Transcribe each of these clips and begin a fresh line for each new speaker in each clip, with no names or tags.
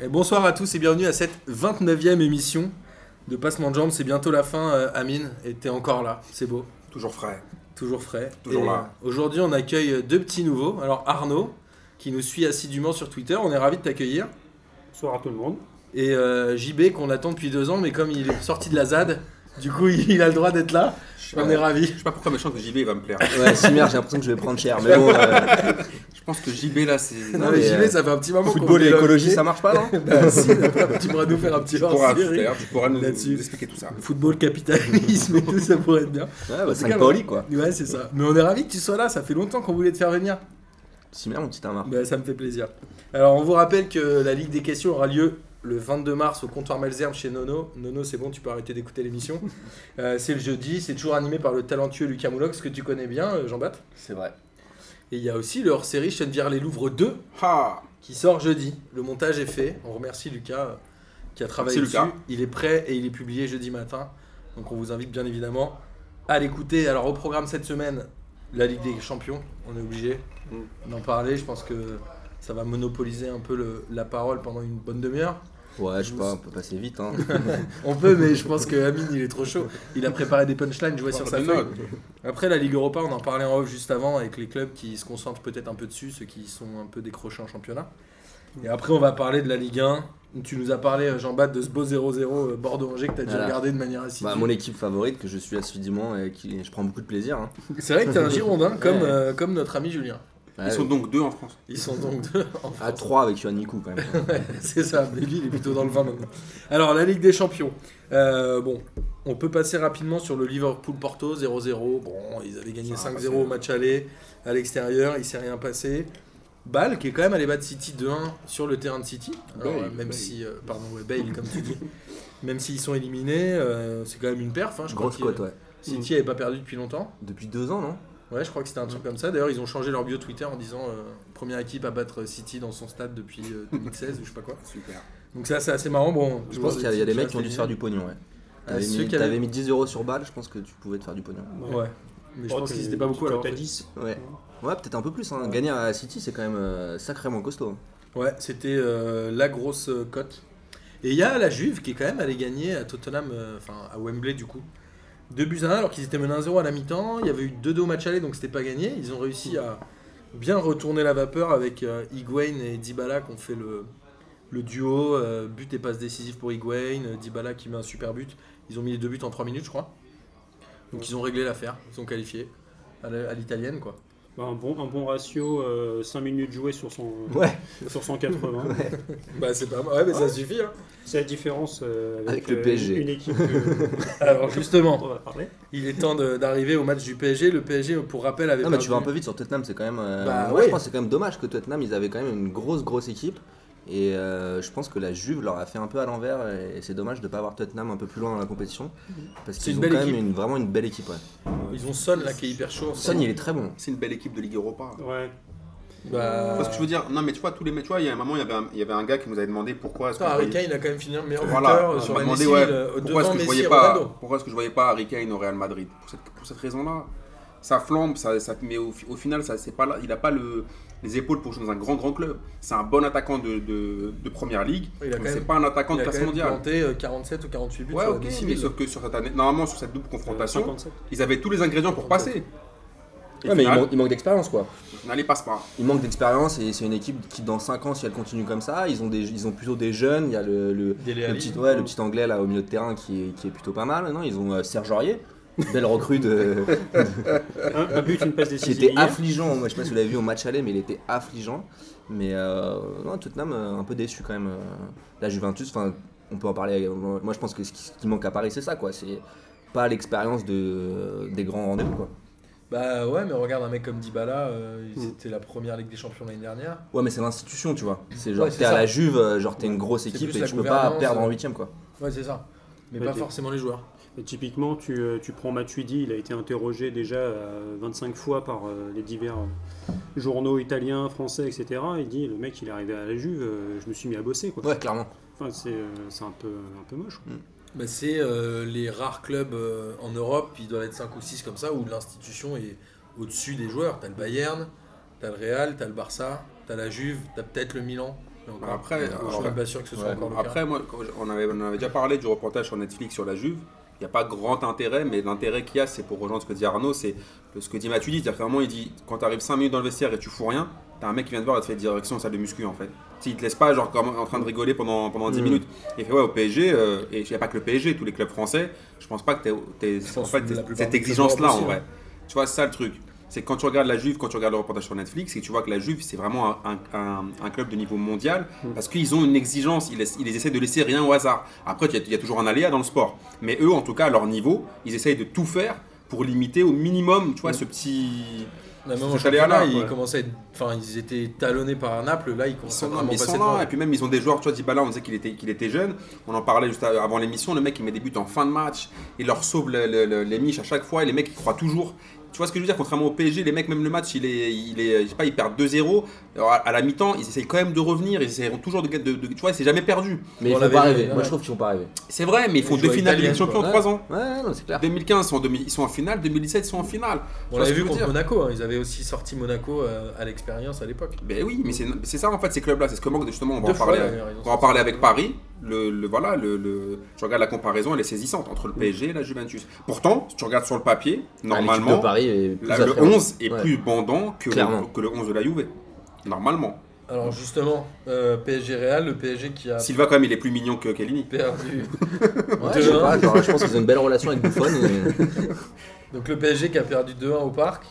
Et bonsoir à tous et bienvenue à cette 29e émission de Passement de Jambes. C'est bientôt la fin, euh, Amine, et t'es encore là, c'est beau,
Toujours frais.
toujours frais.
Toujours
Et,
là.
euh, Aujourd'hui, on accueille deux petits nouveaux. Alors, Arnaud, qui nous suit assidûment sur Twitter, on est ravi de t'accueillir.
Bonsoir à tout le monde.
Et euh, JB, qu'on attend depuis deux ans, mais comme il est sorti de la ZAD, du coup, il a le droit d'être là.
Je sais pas,
On est ravi.
je sais pas pourquoi, mais je sens que JB va me plaire.
Ouais, si merde, j'ai l'impression que je vais prendre cher. Mais bon, euh,
Je pense que JB là, c'est.
Non, mais
mais,
JB,
euh,
ça fait un petit moment qu'on
football et
dialogue.
écologie, ça marche pas, non
Bah, si, tu pourras nous faire un petit
tu pourras,
hors série.
d'ailleurs, tu pourras nous,
Là-dessus.
nous expliquer tout ça.
Football, capitalisme et tout, ça pourrait être bien.
Ouais, bah,
En tout cas,
5 Paoli, quoi.
Ouais, c'est ça. Mais on est ravis que tu sois là, ça fait longtemps qu'on voulait te faire venir.
Si merde, mon petit Armand.
Bah, ça me fait plaisir. Alors, on vous rappelle que la Ligue des questions aura lieu le 22 mars au comptoir Malzerbe chez Nono. Nono, c'est bon, tu peux arrêter d'écouter l'émission. Euh, c'est le jeudi, c'est toujours animé par le talentueux Lucas Moulox, que tu connais bien, euh, Jean-Bapt.
C'est vrai.
Et il y a aussi le hors-série Chenvière les Louvres 2
Ah
qui sort jeudi. Le montage est fait. On remercie Lucas euh, qui a travaillé
Merci,
dessus.
Lucas.
Il est prêt et il est publié jeudi matin. Donc on vous invite bien évidemment à l'écouter. Alors au programme cette semaine, la Ligue des Champions. On est obligé
Mm.
d'en parler. Je pense que ça va monopoliser un peu le- la parole pendant une bonne demi-heure.
Ouais, je sais pas, on peut passer vite, hein.
On peut, mais je pense que Amine, il est trop chaud. Il a préparé des punchlines, je vois sur sa
Des
feuille.
notes.
Après, la Ligue Europa, on en parlait en off juste avant avec les clubs qui se concentrent peut-être un peu dessus, ceux qui sont un peu décrochés en championnat. Et après, on va parler de la Ligue 1. Tu nous as parlé, euh, Jean-Baptiste, de ce beau 0-0 euh, Bordeaux-Angers que tu as dû
Voilà.
regarder de manière assidue.
Bah, mon équipe favorite que je suis assidûment et qui je prends beaucoup de plaisir. Hein.
C'est vrai que tu un Girondin comme,
Ouais.
euh, comme notre ami Julien.
Ouais,
Ils sont donc deux en France.
Ils sont donc deux en
à
France.
3 avec Yohan Mikou, quand même.
C'est ça, mais lui, il est plutôt dans le vin maintenant. Alors, la Ligue des Champions. Euh, bon, on peut passer rapidement sur le Liverpool-Porto, 0-0. Bon, ils avaient gagné
Ça va
5-0 au match aller à l'extérieur, il s'est rien passé. Bâle, qui est quand même allé battre City 2-1 sur le terrain de City. Alors,
Bale,
euh, même
Bale.
si, euh, pardon, ouais, Bale, comme tu dis. Même s'ils sont éliminés, euh, c'est quand même une perf. hein, je
Grosse
crois que
cote, ouais.
City n'avait pas perdu depuis longtemps.
Depuis 2 ans, non
Ouais, je crois que c'était un truc comme ça. D'ailleurs, ils ont changé leur bio Twitter en disant euh, première équipe à battre City dans son stade depuis euh, 2016 ou je sais pas quoi.
Super.
Donc ça, c'est assez marrant. Bon,
Je pense qu'il y a, il y a des mecs qui ont dû se faire du pognon, ouais.
Ah,
T'avais
ceux
mis,
qui avaient-
t'avais mis 10 euros sur balle, je pense que tu pouvais te faire du pognon.
Ouais. Mais
Oh,
je pense qu'ils étaient pas beaucoup alors.
à 10.
Ouais. Ouais, peut-être un peu plus. Hein. Gagner à City, c'est quand même euh, sacrément costaud.
Ouais, c'était euh, la grosse euh, cote. Et il y a la Juve qui est quand même allée gagner à Tottenham, euh, enfin à Wembley du coup. 2 buts à 1 alors qu'ils étaient menés 1-0 à la mi-temps. Il y avait eu 2-2 au match aller donc c'était pas gagné. Ils ont réussi à bien retourner la vapeur avec euh, Higuain et Dybala qui ont fait le, le duo. euh, but et passe décisif pour Higuain. euh, Dybala qui met un super but. Ils ont mis les deux buts en 3 minutes je crois. Donc ils ont réglé l'affaire. Ils ont qualifié à la- à l'italienne quoi.
Bah, un, bon, un bon ratio, 5 minutes jouées sur, son,
Ouais.
sur 180.
Bah c'est pas Ouais mais ça suffit hein.
C'est la différence euh,
Avec le PSG.
Une équipe que-
Alors justement.
dont on va parler.
Il est temps de- d'arriver au match du PSG. Le PSG, pour rappel, avait
Non mais
perdu.
tu vas un peu vite sur Tottenham, c'est quand même. euh,
Bah,
moi,
ouais.
je pense que c'est quand même dommage que Tottenham, ils avaient quand même une grosse grosse équipe et euh, je pense que la Juve leur a fait un peu à l'envers et c'est dommage de pas avoir Tottenham un peu plus loin dans la compétition parce
C'est
qu'ils
une
ont quand
belle
même
équipe.
une, vraiment une belle équipe. Ouais.
Ils ont Son là qui est hyper chaud.
Son, il est très bon.
C'est une belle équipe de Ligue Europa.
Ouais.
Bah.
Parce que je veux dire, non, mais tu vois, tous les matchs, tu vois, il y a un moment, il y avait un, il y avait un gars qui nous avait demandé pourquoi est-ce que.
Putain, Harry
je voyais-
Kane a quand même fini meilleur
Voilà.
buteur
on
sur
m'a
la
demandé,
Messi,
ouais,
le-
pourquoi est-ce
devant
que je
Messi et
voyais pas,
Ronaldo.
pourquoi est-ce que je voyais pas Harry Kane au Real Madrid Pour cette, pour cette raison-là. Ça flambe, ça, ça- mais au, fi- au final, ça, c'est pas là, il n'a pas le, les épaules pour jouer dans un grand, grand club. C'est un bon attaquant de, de, de première ligue,
Il a quand
mais c'est
même-
pas un attaquant
Il
de
a quand
classe
même
mondiale.
planté euh, 47 ou 48 buts
Ouais,
sur la
ok,
Messi,
mais
le-
sauf que sur cette année, normalement, sur cette double confrontation,
Euh,
57.
ils avaient tous les ingrédients pour passer. Et
Ouais, mais il,
finalement,
manque- il manque d'expérience quoi.
au final, ils passent pas.
Il manque d'expérience et c'est une équipe qui dans 5 ans si elle continue comme ça, ils ont des, ils ont plutôt des jeunes. Il y a le, le,
Dele
le
Alli.
petit, ouais, le petit anglais là au milieu de terrain qui est, qui est plutôt pas mal. Non, ils ont euh, Serge Aurier, belle recrue de,
Un, un but, une passe
qui
décisive.
était
hier.
affligeant. Moi, je sais pas si vous l'avez vu au match aller, mais il était affligeant. Mais euh, non, Tottenham, euh, un peu déçu quand même. euh. La Juventus, enfin, on peut en parler. euh, Moi, je pense que ce qui, ce qui manque à Paris, c'est ça, quoi. C'est pas l'expérience de, des grands rendez-vous, quoi.
Bah ouais, mais regarde un mec comme Dybala, euh,
Mm.
ils étaient la première Ligue des Champions l'année dernière.
Ouais, mais c'est l'institution, tu vois. C'est genre,
Ouais, c'est
t'es à
ça.
la Juve, euh, genre, t'es une grosse
C'est
équipe
plus
et
la
tu peux pas
gouvernance,
perdre
euh.
en huitième, quoi.
Ouais, c'est ça. Mais
Ouais,
pas
t'es-
forcément les joueurs.
Et typiquement, tu, euh, tu prends Matuidi, il a été interrogé déjà euh, 25 fois par euh, les divers euh, journaux italiens, français, etc. Il dit le mec, il est arrivé à la Juve, euh, je me suis mis à bosser. Quoi.
Ouais, clairement.
Enfin, c'est euh, c'est un, peu, un peu moche.
Bah, c'est euh, les rares clubs euh, en Europe, il doit être 5 ou 6 comme ça, où l'institution est au-dessus des joueurs. T'as le Bayern, t'as le Real, t'as le Barça, t'as la Juve, t'as peut-être le Milan. Mais encore,
Bah, après,
je
alors,
suis même pas sûr que ce soit
ouais.
encore le cas.
Après, moi, quand je- on avait, on avait déjà parlé du reportage sur Netflix sur la Juve. Il n'y a pas grand intérêt, mais l'intérêt qu'il y a, c'est pour rejoindre ce que dit Arnaud, c'est le- ce que dit Mathieu. C'est-à-dire qu'à un moment, il dit quand tu arrives 5 minutes dans le vestiaire et tu fous rien, t'as un mec qui vient te voir et te fait direction salle de muscu en fait. Tu sais, Il te laisse pas genre comme en train de rigoler pendant, pendant 10
Mm.
minutes. Il fait ouais, au PSG, euh, et il n'y a pas que le PSG, tous les clubs français, je pense pas que tu
Je pense
en fait,
que la
t'aies-
plupart
cette
des clubs
exigence-là en
aussi,
vrai.
hein.
Tu vois, c'est ça le truc. C'est que quand tu regardes la Juve, quand tu regardes le reportage sur Netflix, et que tu vois que la Juve, c'est vraiment un, un- un- un club de niveau mondial,
Mm.
parce qu'ils ont une exigence, ils, laissent- ils essaient de laisser rien au hasard. Après, il y a- il y, a toujours un aléa dans le sport. Mais eux, en tout cas, à leur niveau, ils essayent de tout faire pour limiter au minimum,
Mm.
tu vois, ce petit...
Mais même
Ils
en
sont allés à
championnat,
Naples,
ils
ouais.
commençaient à être- enfin, ils étaient talonnés par Naples, là ils
Ils
commencent à
sont là,
vraiment
mais ils
passer
sont
devant.
là. Et puis même, ils ont des joueurs, tu vois, Dybala, on disait qu'il était, qu'il était jeune. On en parlait juste à- avant l'émission. Le mec, il met des buts en fin de match. Il leur sauve le- le- le- les miches à chaque fois. Et les mecs, ils croient toujours. Tu vois ce que je veux dire Contrairement au PSG, les mecs, même le match, il est, il est, je sais pas, ils perdent 2-0. Alors, À, à la mi-temps, ils essayent quand même de revenir. Ils essayeront toujours de, de- de- Tu vois, c'est jamais perdu.
Mais
On
ils font
l'avait
pas
dit,
rêver.
ouais.
Moi, je trouve qu'ils font pas rêver.
C'est vrai, mais ils font
Ils
deux
jouent à
finales de Ligue des
l'italienne,
Champions en
quoi.
3 ans.
Ouais, non, c'est clair.
2015, ils sont en demi- ils sont en finale. 2017, ils sont en finale. Tu
On
vois
l'avait
ce que je
vu
veux
contre
dire
Monaco, hein, ils avaient aussi sorti Monaco euh, à l'expérience à l'époque.
Ben oui, mais c'est c'est ça en fait ces clubs-là, c'est ce que manque justement. On va
Deux
en
fois,
parler,
d'ailleurs, ils ont
on va en
sorti
parler
ça.
avec Paris. Le, le- voilà, le, le- je regarde la comparaison, elle est saisissante entre le PSG et la Juventus. Pourtant, si tu regardes sur le papier,
Ah, l'équipe
normalement,
de Paris est plus
la- le
attrayante.
11 est
Ouais.
plus bandant que le,
Clairement.
que le 11 de la Juve. Normalement.
Alors justement, euh, PSG Real, le PSG qui a
Sylvain, quand même, il est plus mignon que Kellini.
perdu.
Ouais, je sais
2-1.
pas, genre, je pense qu'ils ont une belle relation avec Buffon. et-
Donc le PSG qui a perdu 2-1 au parc.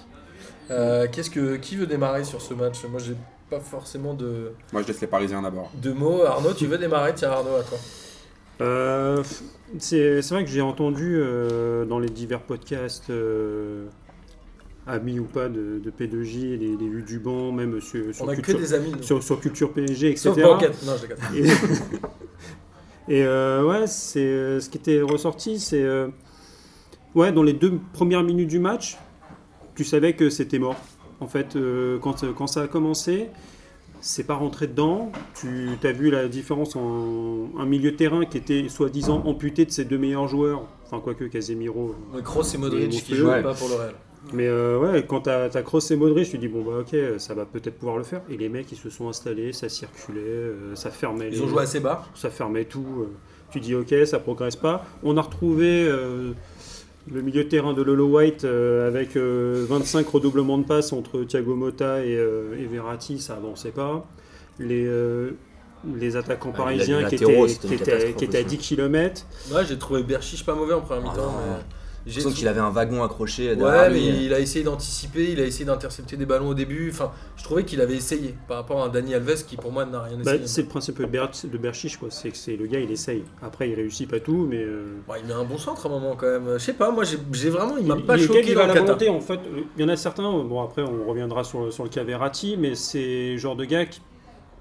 Euh, Qu'est-ce que qui veut démarrer sur ce match Moi j'ai pas forcément de,
Moi, je laisse les Parisiens d'abord.
de mots. Arnaud, tu veux démarrer Tiens Arnaud à toi.
Euh, c'est c'est vrai que j'ai entendu euh, dans les divers podcasts, euh, amis ou pas, de, de P2J, les, les vues du banc, même sur, sur
On a que
culture,
des amis. nous.
sur, sur culture PSG, etc.
Sauf Banquette. Non, je déconne.
Et, et, euh, ouais, c'est euh, ce qui était ressorti, c'est euh, ouais dans les deux premières minutes du match, tu savais que c'était mort. En fait, euh, quand, quand ça a commencé, c'est pas rentré dedans. Tu as vu la différence en un milieu de terrain qui était soi-disant amputé de ses deux meilleurs joueurs. Enfin, quoique Casemiro. euh,
Mais Kroos et
Et
Modric qui
monstrueux,
jouent
ouais.
pas pour le Real.
mais euh, ouais, quand t'as as Kroos et Modric, tu dis bon bah ok, ça va peut-être pouvoir le faire. Et les mecs, ils se sont installés, ça circulait, euh, ça fermait.
Ils
les-
ont joué assez bas.
ça fermait tout. euh, Tu dis ok, ça progresse pas. On a retrouvé euh, le milieu de terrain de Lolo White euh, avec euh, 25 redoublements de passes entre Thiago Motta et, euh, et Verratti, ça avançait pas. Les, euh, les attaquants
Ah,
parisiens
les
qui
latéraux,
étaient,
c'était
qui
une
étaient-
catastrophe
qui étaient à
aussi.
10 km.
Ouais, j'ai trouvé Berchiche pas mauvais en première
Ah
mi-temps.
non.
mais
Je
j'ai
sens qu'il avait un wagon accroché
Ouais,
derrière
mais
lui.
il a essayé d'anticiper, il a essayé d'intercepter des ballons au début. Enfin, je trouvais qu'il avait essayé par rapport à Dani Alves qui, pour moi, n'a rien essayé.
bah, c'est le principe de, Ber de Berchiche, quoi. C'est que c'est le gars, il essaye. Après, il réussit pas tout, mais. euh,
Ouais, il met un bon centre à un moment quand même. Je sais pas, moi j'ai j'ai vraiment, il m'a
Il-
Bah, pas
il est
choqué
quel- il
dans
va
le
la
Qatar.
volonté, en fait. Euh, Il y en a certains, euh, bon après on reviendra sur, sur le cas Verratti, mais c'est le genre de gars qui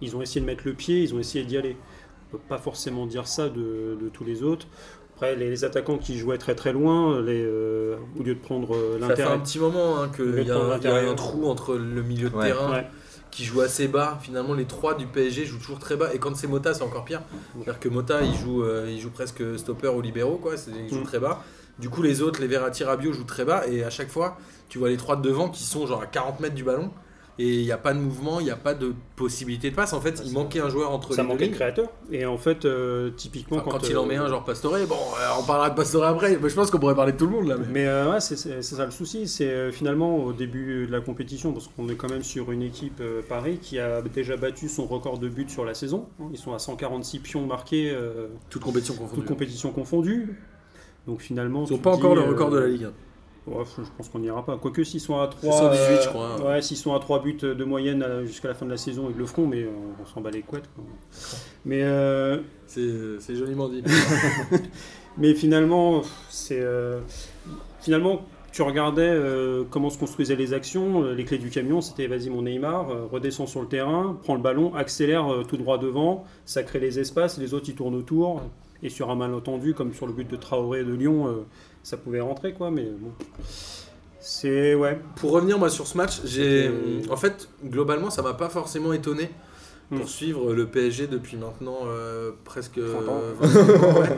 ils ont essayé de mettre le pied, ils ont essayé d'y aller. On peut pas forcément dire ça de, de tous les autres. Après les, les attaquants qui jouaient très très loin, les, euh, au lieu de prendre euh,
Ça fait
l'intérêt.
un petit moment hein,
Le
qu'il y, a
temps
un- il y a
d'intérieur.
un trou entre le milieu de
Ouais.
terrain
Ouais.
qui joue assez bas. Finalement, les trois du PSG jouent toujours très bas. Et quand c'est Mota, c'est encore pire. C'est-à-dire que Mota, il joue, euh, il joue presque stopper ou libéraux, quoi. C'est- Il joue
Mm.
très bas. Du coup, les autres, les Verratti, Rabiot jouent très bas. Et à chaque fois, tu vois les trois de devant qui sont genre à 40 mètres du ballon. Et il n'y a pas de mouvement, il n'y a pas de possibilité de passe. En fait, il manquait un joueur entre les
Ça
deux
manquait de
lignes.
créateur. Et en fait, euh, typiquement
Enfin, quand,
quand,
il en met
euh,
un, genre Pastore, bon, euh, on parlera de Pastore après. Mais je pense qu'on pourrait parler de tout le monde là. mais-
Mais euh, ouais, c'est c'est- c'est ça le souci, c'est euh, finalement au début de la compétition, parce qu'on est quand même sur une équipe euh, Paris qui a déjà battu son record de buts sur la saison. hein. Ils sont à 146 pions marqués, euh,
Toute compétition
toutes
confondue.
compétitions confondues. Donc finalement,
Ils n'ont
tu
pas
te
encore
dis,
le record
euh,
de la Ligue.
ouais, je pense qu'on n'ira pas. Quoique s'ils sont à 3
118, je crois, hein.
ouais, s'ils sont à 3 buts de moyenne euh, jusqu'à la fin de la saison, ils le feront, mais euh, on s'en bat les couettes. quoi. Mais euh,
C'est c'est joliment dit.
Mais finalement, pff, c'est euh, finalement tu regardais euh, comment se construisaient les actions, euh, les clés du camion, c'était vas-y mon Neymar, euh, redescends sur le terrain, prends le ballon, accélère euh, tout droit devant, ça crée les espaces, les autres ils tournent autour et sur un malentendu comme sur le but de Traoré de Lyon, euh, ça pouvait rentrer quoi mais bon. C'est ouais.
Pour revenir moi sur ce match, j'ai euh,
C'était-
en fait globalement ça m'a pas forcément étonné pour
Mm.
suivre le PSG depuis maintenant euh, presque
30 ans.
25 ans, ouais.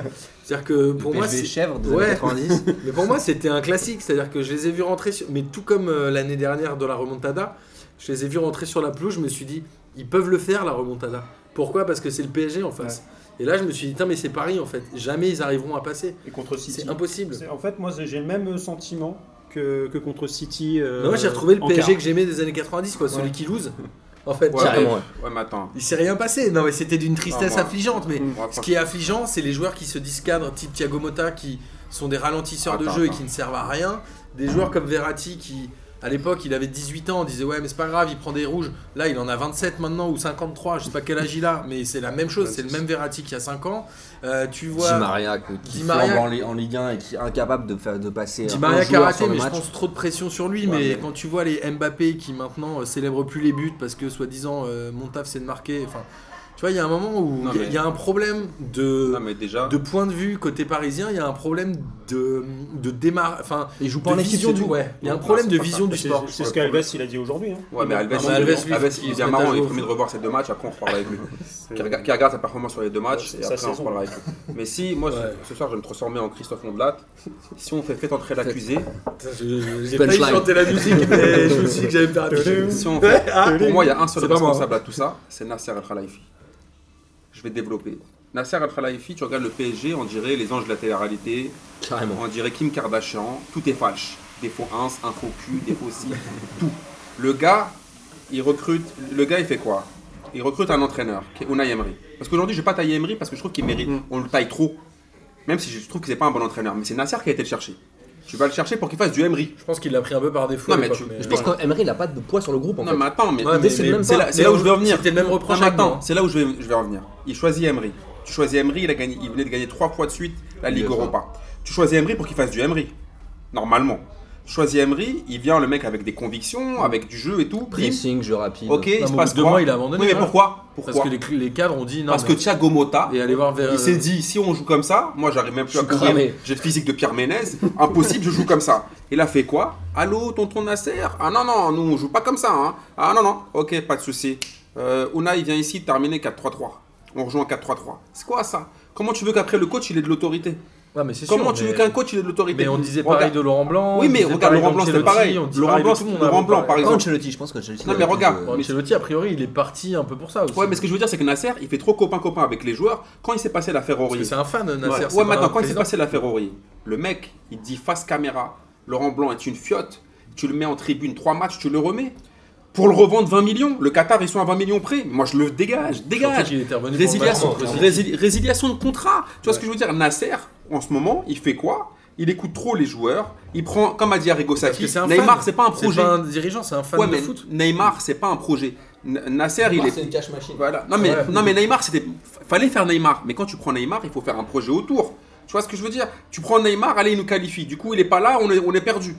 C'est-à-dire que pour
le
moi
PSV
c'est-
chèvre des
Ouais.
années 90.
mais pour moi c'était un classique, c'est-à-dire que je les ai vus rentrer sur- mais tout comme euh, l'année dernière dans la remontada, je les ai vus rentrer sur la pelouse, je me suis dit ils peuvent le faire la remontada. Pourquoi Parce que c'est le PSG en face. Et là, je me suis dit, Tain, mais c'est Paris en fait. Jamais ils arriveront à passer.
Et contre City.
C'est impossible.
C'est- En fait, moi, j'ai le même sentiment que, que contre City. euh,
Mais moi, j'ai retrouvé le
en
PSG
quart.
que j'aimais des années 90, quoi. Celui
Ouais.
qui lose. En fait,
Ouais,
carrément.
Carrément, ouais.
Ouais, mais attends.
Il s'est rien passé. Non, mais c'était d'une tristesse
Ah, moi.
affligeante. Mais
On va
ce
pas-
qui est affligeant, c'est les joueurs qui se discadrent, type Thiago Motta, qui sont des ralentisseurs de
Attends,
jeu et
attends.
qui ne servent à rien. Des joueurs comme Verratti qui, à l'époque, il avait 18 ans, on disait ouais, mais c'est pas grave, il prend des rouges. Là, il en a 27 maintenant ou 53, je sais pas quel âge il a, mais c'est la même chose, c'est le même Verratti qu'il y a 5 ans. Euh, tu
Di
vois.
Maria que- qui
Di
flambe
Maria-
en, Li- en Ligue 1 et qui est incapable de faire de passer
Di
un
Maria
joueur
Karaté,
sur le
mais je
match.
pense trop de pression sur lui.
Ouais,
mais,
mais-
quand tu vois les Mbappé qui maintenant euh, célèbrent plus les buts parce que soi-disant euh, mon taf c'est de marquer. Enfin, tu vois, il y a un moment où
Non,
il y a-
mais-
il y, a un problème de.
Non, mais déjà.
De point de vue côté parisien, il y a un problème de, de démarre. Enfin,
Il joue
de vision du, ouais, il y a un
Non,
problème
c'est
de
pas
vision du
C'est-
sport.
C'est ce qu'Alves il a dit aujourd'hui. hein.
Ouais, mais Alves,
Ah,
il-
mais Alves, lui,
Alves,
faut
il
qu'il
est
se
bien
mette à
marrant, il est
jour.
premier de revoir ces deux matchs, après on reparlera avec lui.
C'est-
qui, rega- qui regarde sa performance sur les deux matchs,
Ouais,
et
sa
après on
saison.
reparlera avec lui. Mais si, moi, ce-
Ouais.
ce soir, je vais me transformer en Christophe Ondelat, si on fait fait entrer l'accusé,
J'ai
failli Punchline. chanter
la musique, mais je me suis dit que j'avais perdu.
si on fait- pour moi, il y a un seul
C'est pas moi. hein.
responsable à tout ça, c'est Nasser Al Khelaifi. Je vais développer. Nasser Al Khelaifi, tu regardes le PSG, on dirait les anges de la télé-réalité,
Carrément.
on dirait Kim Kardashian, tout est falche. Des faux 1, un faux cul, des faux ci, tout. Le gars, il recrute, le gars il fait quoi Il recrute un entraîneur, qui est Unai Emery. Parce qu'aujourd'hui je vais pas tailler Emery parce que je trouve qu'il mérite,
Mm.
on le taille trop. Même si je trouve que c'est pas un bon entraîneur, mais c'est Nasser qui a été le chercher. Tu vas le chercher pour qu'il fasse du Emery.
Je pense qu'il l'a pris un peu par défaut.
Non,
à
mais
l'époque,
tu-
mais-
Je pense qu'Emery il a pas de poids sur le groupe en
Non
fait.
mais attends, mais,
Ouais, mais-
c'est le
mais
même
c'est
pas.
là,
c'est là où je veux en venir.
C'était le même
Non,
reproche.
mais
avec moi.
attends, c'est là où je vais, je vais en venir. Il choisit Emery. Tu choisis Emery, il, a gagné, il venait de gagner trois fois de suite la Ligue
Il est fort.
Europa. Tu choisis Emery pour qu'il fasse du Emery. Normalement. Tu choisis Emery, il vient le mec avec des convictions, avec du jeu et tout. prime.
Pressing, jeu rapide.
Ok,
mais
il
au
se
bout
passe
de deux
quoi
mois, il a abandonné,
Oui, mais
ouais.
pourquoi
Parce
Pourquoi
que les, cl- les cadres ont dit non.
Parce que
mais-
Thiago Motta,
Et aller voir vers.
il s'est dit si on joue comme ça, moi j'arrive même plus
Je
à
suis
courir.
cramé.
J'ai le physique de Pierre Ménez, impossible, je joue comme ça. Il a fait quoi Allô, tonton Nasser Ah non, non, nous on joue pas comme ça. hein. Ah non, non, ok, pas de souci. Euh, Unai vient ici terminer 4-3-3. On rejoint 4-3-3. C'est quoi ça Comment tu veux qu'après le coach il ait de l'autorité
Ouais, mais c'est sûr,
Comment tu
mais-
veux qu'un coach il ait de l'autorité
Mais on disait
Regarde-
pareil de Laurent Blanc.
Oui,
on
mais
disait
regarde,
pareil
Laurent Blanc, c'était
d'Ancelotti,
pareil.
on dit
Laurent
pareil de
Blanc,
tout le monde,
Laurent
à peu
Blanc,
près.
par exemple.
Ancelotti, je pense que Ancelotti.
Non,
il a
mais
plus
regarde,
de-
mais-
Ancelotti, a priori, il est parti un peu pour ça aussi.
Ouais, mais ce que je veux dire, c'est que Nasser, il fait trop copain-copain avec les joueurs. Quand il s'est passé l'affaire
Parce que
Aurier,
c'est un fan, Nasser. c'est
Ouais,
pas
maintenant,
un
quand il s'est
président.
passé l'affaire Aurier, le mec, il dit face caméra, Laurent Blanc est une fiotte, tu le mets en tribune, trois matchs, tu le remets. Pour le revendre 20 millions, le Qatar, ils sont à 20 millions près. Moi, je le dégage,
Surtout
dégage.
qu'il était revenu pour le
Résiliation,
match contre City.
résil- résiliation de contrat. Tu vois ce
Ouais.
que je veux dire Nasser, en ce moment, il fait quoi Il écoute trop les joueurs. Il prend, comme a dit Arrigo
Parce
Sacchi,
que c'est un fan.
Neymar, c'est pas un projet.
C'est pas un dirigeant, c'est un fan
Ouais,
de
mais
foot.
Neymar, c'est pas un projet. N- Nasser, il
Neymar,
est.
Ah, C'est une cash machine.
Voilà. Non mais,
Ouais.
non mais Neymar, c'était. Fallait faire Neymar. Mais quand tu prends Neymar, il faut faire un projet autour. Tu vois ce que je veux dire Tu prends Neymar, allez, il nous qualifie. Du coup, il est pas là, on est, on est perdu.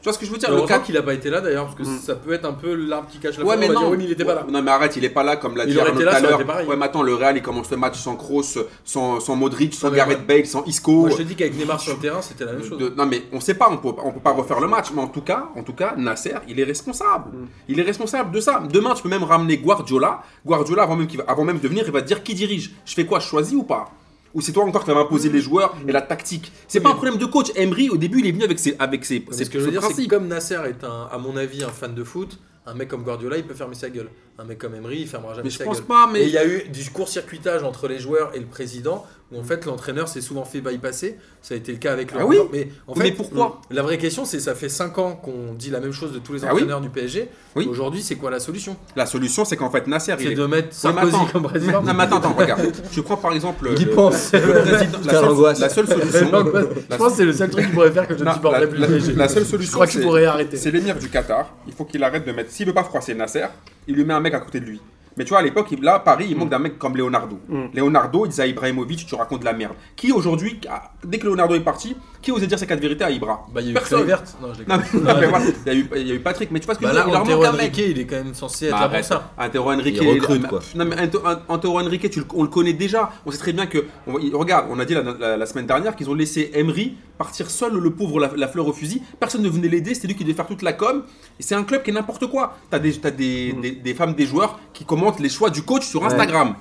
Tu vois ce que je veux dire
Heureusement
cas-
qu'il a pas été là d'ailleurs, parce que
Mm.
ça peut être un peu l'arbre qui cache la
Ouais,
forêt.
mais
on va
non.
dire, oui, mais il était pas là.
Non, mais arrête, il est pas là comme l'a
Il
dit
aurait
Arnaud
été
tout
là, ça
à
aurait
l'heure.
été pareil.
Ouais, mais attends, le Real, il commence le match sans Kroos, sans, sans Modric, sans
Non, mais
Gareth Bale, sans Isco.
Moi, je te dis qu'avec Neymar sur le terrain, c'était la même chose.
De- non mais on sait pas, on peut, on peut pas refaire le match, mais en tout cas, en tout cas, Nasser, il est responsable.
Mm.
Il est responsable de ça. Demain, tu peux même ramener Guardiola. Guardiola, avant même, qu'il va- avant même de venir, il va te dire qui dirige. Je fais quoi, je choisis ou pas Ou c'est toi encore qui vas m'imposer les joueurs et la tactique C'est pas un problème de coach. Emery, au début, il est venu avec ses, avec ses,
C'est
ses-
ce que je veux
ses
dire, c'est que
principes.
comme Nasser est un, à mon avis, un fan de foot, un mec comme Guardiola, il peut fermer sa gueule. Un mec comme Emery, il fermera jamais
Mais je
sa
pense
gueule.
pas,
Mais
mais
il y a eu du court-circuitage entre les joueurs et le président, où en fait l'entraîneur s'est souvent fait bypasser. Ça a été le cas avec le
Ah oui
Mais en
mais
fait,
pourquoi
la vraie question, c'est ça fait 5 ans qu'on dit la même chose de tous les
Ah oui
entraîneurs du PSG.
Oui.
Aujourd'hui, c'est quoi la solution
La solution, c'est qu'en fait, Nasser, il
C'est
est.
de mettre
Ouais, mais
Sarkozy
attends.
comme président.
Non, mais attends, attends, regarde. Tu prends par exemple.
Il y
le-
pense.
le président- la
Quelle
seule-
angoisse.
La seule
C'est
solution.
l'angoisse. Je
la-
pense que c'est le seul truc qu'il pourrait faire que je ne
Non,
supporterais
la-
plus.
la-
le PSG.
la seule
Je
solution,
crois qu'il
c'est-
pourrait arrêter.
C'est l'émir du Qatar. Il faut qu'il arrête de mettre. S'il veut pas froisser Nasser, il lui met un mec à côté de lui. Mais tu vois, à l'époque, il- là, Paris, il manque d'un mec comme Leonardo.
Mm.
Leonardo, il disait à Ibrahimovic, tu racontes de la merde. Qui aujourd'hui, a- dès que Leonardo est parti, qui osait dire ces quatre vérités à Ibra
Bah, il y a eu
Personne.
Chloé Verte. Non, je
Non,
déconne.
mais- non, mais voilà, il y, a eu- il y a eu Patrick, mais tu vois ce que
Bah
je veux
là,
dire Il leur manque
Antero
un mec.
Henrique, il est quand même censé être
Bah,
là pour
arrête.
ça.
Antero Henrique,
Il recrute, quoi.
Non, mais Anto- An- Antero Henrique, tu le- on le connaît déjà. On sait très bien que. on va- il- regarde, on a dit la, la- la semaine dernière qu'ils ont laissé Emery partir seul, le pauvre, la, la fleur au fusil. Personne ne venait l'aider, c'était lui qui devait faire toute la com. Et c'est un club qui est n'importe quoi. T'as des, t'as
Mm.
des, des- des femmes, des joueurs qui commentent les choix du coach sur Instagram.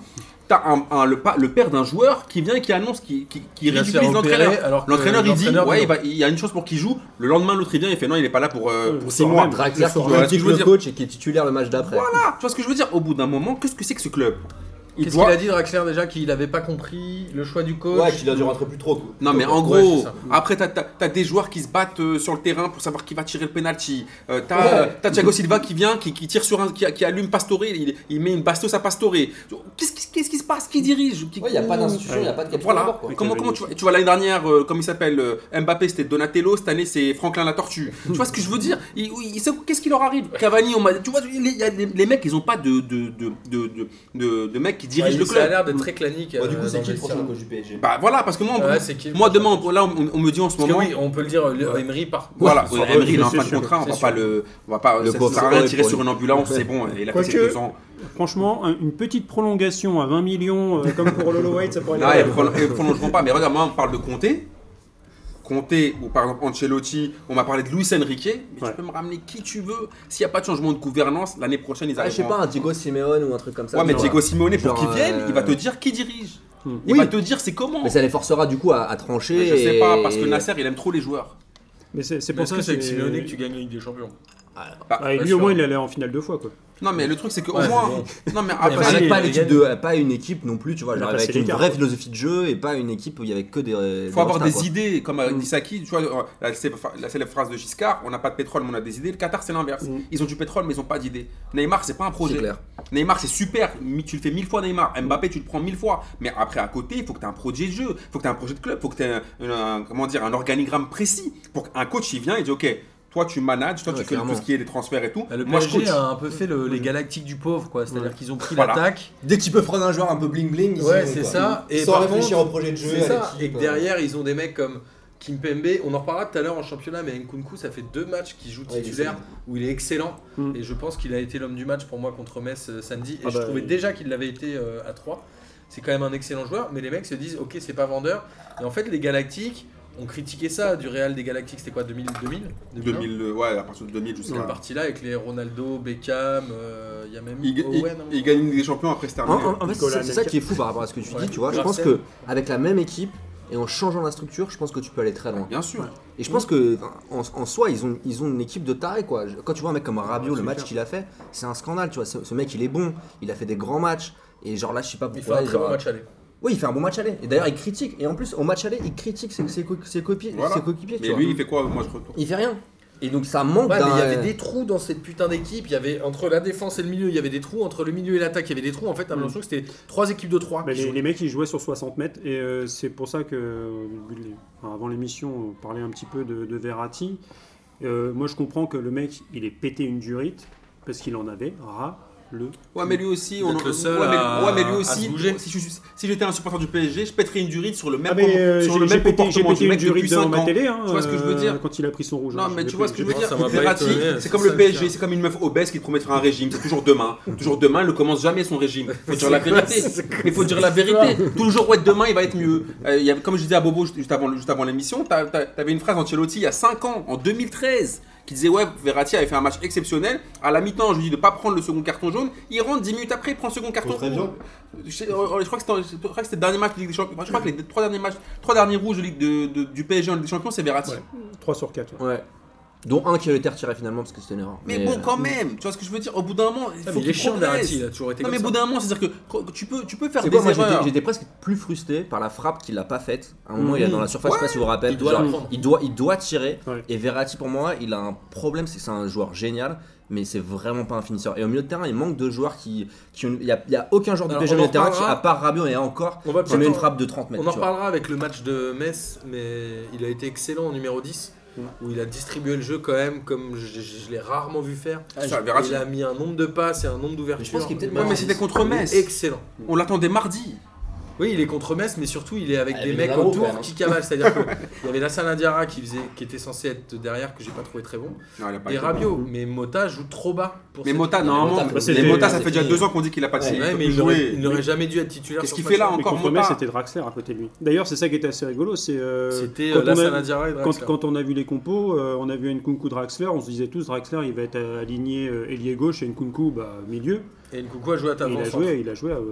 T'as un, un- le, pa- le père d'un joueur qui vient et qui annonce, qui, qui, qui
Il va se
ridiculise
faire opérer,
l'entraîneur.
alors que
L'entraîneur, il dit
l'entraîneur dit
Ouais,
non.
il, va- il y a une chose pour qu'il joue. Le lendemain, l'autre, il vient et fait Non, il n'est pas là pour, euh, pour six
Voire
mois.
même.
Draxler qui
Voilà, ce que
critique
je veux
le
dire.
coach et qui est titulaire le match d'après.
Voilà, tu vois ce que je veux dire Au bout d'un moment, qu'est-ce que c'est que ce club il
Qu'est-ce
doit-
qu'il a dit Draxler déjà qu'il n'avait pas compris le choix du coach
Ouais, qu'il a dû rentrer plus trop. quoi.
Non mais en
Ouais,
gros,
c'est ça.
après t'as t'as- t'as des joueurs qui se battent euh, sur le terrain pour savoir qui va tirer le penalty. Euh, t'as
Ouais.
euh, t'as Thiago Silva qui vient, qui, qui tire sur un, qui, qui allume Pastore, il, il met une bastos à Pastore. Qu'est-ce qui- qu'est-ce qui se passe Qui dirige Qui-
Ouais, il n'y a pas d'institution, il
Ouais.
n'y a pas de capitaine à
Voilà.
bord, quoi.
Comment,
Avec
comment tu
la
vois, tu vois l'année dernière, euh, comme il s'appelle euh, Mbappé, c'était Donatello. Cette année, c'est Franklin la tortue. tu vois ce que je veux dire Il- il- il sait- Qu'est-ce qui leur arrive Cavani, on m'a- tu vois, il y a des- les mecs, ils ont pas de de de de de, de- de mecs qui dirigent
Ouais,
le
Ça a
club.
l'air d'être très clanique.
Bah, du
euh,
coup, c'est
dans
qui le
vestiaire.
prochain coach du PSG
Bah voilà, parce que moi, on-
Ouais, c'est qui le
moi
prochain
demain, on- là, on, on me dit en ce
Parce que
moment.
oui, on peut le dire, le- Emery part.
Voilà,
Ouais,
euh,
sur-
Emery, il est en
c'est
fin de
sûr,
contrat, on
c'est
va pas
sûr.
le, on va pas,
Le
ça, ça
pauvre,
sert à rien de tirer
ouais,
sur une ambulance,
ouais.
c'est bon, il a fait ses
Quoique-
deux ans.
Franchement, un- une petite prolongation à 20 millions, euh, comme pour Lolo White, ça pourrait
Non,
aller.
ils prolon- ils prolongeront pas, mais regarde, moi on parle de Comté, Comté ou par exemple Ancelotti, on m'a parlé de Luis Enrique, mais
Ouais.
tu peux me ramener qui tu veux, s'il n'y a pas de changement de gouvernance, l'année prochaine ils
Ah,
arriveront.
Je sais pas, un Diego Simeone ou un truc comme ça.
Ouais, mais
genre,
Diego Simeone, pour
Genre,
qu'il vienne,
euh,
il va te dire qui dirige.
Hmm.
Il
Oui.
va te dire c'est comment.
Mais ça les forcera du coup à, à trancher.
Je sais
et-
pas, parce que Nasser, il aime trop les joueurs.
Mais c'est c'est
C'est
pour ça
que c'est avec Simeone que tu gagnes la Ligue des Champions.
Ah, et
Pas
lui,
sûr.
au moins, il allait en finale deux fois. Quoi.
Non, mais le truc, c'est qu'au
Ouais,
moins.
bon.
Non, mais
mais
après,
vas-y.
Avec pas,
les
l'équipe
gars,
de- pas une équipe non plus, tu vois,
On a
genre
passé
avec
les
une
quarts.
vraie philosophie de jeu et pas une équipe où il y avait que des.
Il faut avoir des
idées
idées, comme euh,
Mm.
Isaki, tu vois, euh, la, célèbre ph- la célèbre phrase de Giscard, on n'a pas de pétrole mais on a des idées. Le Qatar, c'est l'inverse.
Mm.
Ils ont du pétrole mais ils n'ont pas d'idées. Neymar, c'est pas un projet.
C'est clair.
Neymar, c'est super, mi- tu le fais mille fois Neymar. Mbappé, tu le prends mille fois. Mais après, à côté, il faut que tu aies un projet de jeu, il faut que tu aies un projet de club, il faut que tu aies un, un- comment dire, un organigramme précis pour qu'un coach, il vient et dit, OK, toi, tu manages, toi,
Ouais,
tu fais
clairement.
tout ce qui est les transferts et tout.
Bah, Le
Moi, je
PSG
coach.
a un peu fait le- les galactiques du pauvre, quoi. C'est-à-dire
Ouais.
qu'ils ont pris
Voilà.
l'attaque.
Dès qu'ils peuvent prendre un joueur un peu bling bling, ils y
Ouais,
vont,
c'est
quoi.
ça. Et
Sans
par
réfléchir
contre,
au projet de jeu,
C'est
à
ça.
l'équipe,
Et que
euh.
hein.
derrière, ils ont des mecs comme Kimpembe. On en reparlera tout à l'heure en championnat, mais Nkunku, ça fait deux matchs qu'il joue
Ouais, il est
titulaire où il est excellent.
Mm.
Et je pense qu'il a été l'homme du match pour moi contre Metz euh, samedi. Et
Ah
je
bah,
trouvais
il-
déjà qu'il l'avait été euh, à 3. C'est quand même un excellent joueur, mais les mecs se disent ok, c'est pas vendeur. Et en fait, les Galactiques ont critiqué ça du Real des Galactiques. C'était quoi 2000 2000 2001?
2000, euh, ouais, à partir de 2000
Cette
jusqu'à.
partie-là avec les Ronaldo, Beckham, euh, il y a même
Il, il-
Owen. hein.
il gagne une Ligue des champions après, c'est
En,
terminé.
en- en fait, c'est
Nicolas
ça- c'est ça
Anelka.
qui est fou par rapport à ce que tu
Ouais.
dis, tu vois. Je pense
Marcel.
que avec la même équipe et en changeant la structure, je pense que tu peux aller très loin.
Bien sûr.
Et je pense que enfin, en, en soi, ils ont, ils ont une équipe de tarés quoi. Je- Quand tu vois un mec comme Rabiot, le match qu'il a fait, c'est un scandale, tu vois. Ce, ce mec, il est bon, il a fait des grands matchs. Et genre là, je sais pas
Il fait
pourquoi.
un très
genre-
bon match aller.
Oui, il fait un bon match aller. Et d'ailleurs, il critique. Et en plus, au match aller, il critique ses, ses, co- ses copi-
Voilà.
ses coéquipiers, tu
Mais
vois.
lui, il fait quoi Moi, je retourne.
Il fait rien. Et donc ça manque
Ouais, mais
d'un-
il y avait des trous dans cette putain d'équipe. Il y avait entre la défense et le milieu, il y avait des trous entre le milieu et l'attaque. Il y avait des trous. En fait, t'as l'impression que c'était trois équipes de
Ah,
trois.
Mm. Mais
qui
les,
jouaient.
les mecs, ils jouaient sur 60 mètres. Et euh, c'est pour ça que, euh, enfin, avant l'émission, on parlait un petit peu de, de Verratti. Euh, moi, je comprends que le mec, il ait pété une durite parce qu'il en avait ras le.
Ouais, mais lui aussi,
Vous
on
êtes le seul
ouais, mais,
à-
ouais, mais lui
à
aussi,
se bouger.
si je suis- si j'étais un supporter du PSG, je pèterais une durite sur le même,
Ah, mais
com-
euh,
sur
j'ai
le
j'ai
même
pété, j'ai
comportement
pété
du
une
mec
durite
depuis
devant
5
ma
ans.
télé. hein,
Tu vois ce que je veux dire
euh, Quand il a pris son rouge.
Non,
hein,
mais
je
tu
l'ai
vois ce
fait-
que je
j'ai
veux dire
fait-
ça m'a pas
Verratti,
étonné,
c'est
c'est
comme
ça
le
le
PSG,
pire.
c'est comme une meuf obèse qui te promet de faire un régime, c'est toujours demain. Toujours demain, elle ne commence jamais son régime. Faut dire la vérité. Mais faut dire la vérité. Toujours, ouais, demain, il va être mieux. Euh, il y avait- comme je disais à Bobo juste juste avant, le- juste avant l'émission, t'as- t'as- t'avais une phrase Ancelotti il y a 5 ans, en 2013, qui disait Ouais, Verratti avait fait un match exceptionnel. À la mi-temps, je lui dis de pas prendre le second carton jaune. Il rentre 10 minutes après, il prend le second carton
Contre
rouge.
Evian.
Je, sais- euh, je crois que c'était en- je crois que c'était le dernier match de Ligue des Champions. Je crois que les trois derniers matchs, trois derniers rouges de Ligue de- de- du PSG en Ligue des Champions, c'est Verratti.
3 sur 4.
Ouais. Dont un qui a été retiré finalement parce que c'était une erreur. euh,
Mais, bon, quand même, tu vois ce que je veux dire Au bout d'un moment, il
Ah,
faut
euh, mais il est
qu'il
chiant,
progresse.
Verratti, il a toujours été
Non,
comme
mais au
ça.
bout d'un moment, c'est-à-dire que que tu peux, tu peux faire
C'est
des
quoi, moi j'étais-
erreurs.
j'étais presque plus frustré par la frappe qu'il a pas faite. À un moment, il est dans la surface, je sais pas si vous vous rappelez.
Mhm. Il doit la
genre,
prendre.
il, doit, il doit tirer.
Ouais.
Et Verratti, pour moi, il a un problème c'est que c'est un joueur génial, mais c'est vraiment pas un finisseur. Et au milieu de terrain, il manque de joueurs qui. qui ont- il n'y a, il y a aucun joueur du
Alors,
PSG
on
au milieu
en
de terrain qui,
reparlera.
à part Rabiot, et encore,
On va
qui met
peut-être
une
en-
frappe de 30 mètres.
On en
tu vois.
reparlera avec le match de Metz, mais il a été excellent en numéro 10,
Mm.
où il a distribué le jeu quand même, comme je, je- je l'ai rarement vu faire.
Ah, ça, Verratti.
il a mis un nombre de passes et un nombre d'ouvertures.
Mais je pense qu'il est peut-être
Ouais, mais c'était contre Metz.
Excellent.
On l'attendait mardi.
Oui, il est contre Metz, mais surtout il est avec
Ah, il
des
y avait
mecs
des labos,
autour
quand même, hein.
qui cavalent. C'est-à-dire qu'il y avait la Salandiara qui, faisait, qui était censé être derrière, que j'ai pas trouvé très bon.
Non, il a pas
Et
été
Rabiot, mais Mota joue trop bas. Pour
Mhm. Mais
cette-
Mota,
Mota,
normalement,
mais
mais
c'était-
Mota, ça fait déjà
c'était-
deux ans qu'on dit qu'il a pas de
Ouais,
il peut
mais
plus
il n'aurait-
jouer.
il n'aurait jamais dû être titulaire.
Qu'est-ce
sur
qu'il
ce
fait là
match-là.
Mais
Encore
contre Metz,
Mota.
c'était Draxler à côté de lui. D'ailleurs, c'est ça qui était assez rigolo. c'est, euh,
C'était
quand
euh, la
on a-
Salandiara et
Quand,
Draxler.
quand on a vu les compos, euh, on a vu Nkunku Draxler, on se disait tous Draxler il va être euh, aligné euh, ailier gauche et Nkunku bah, milieu.
Et Nkunku a joué à ta
Et il, a joué, il a joué, euh,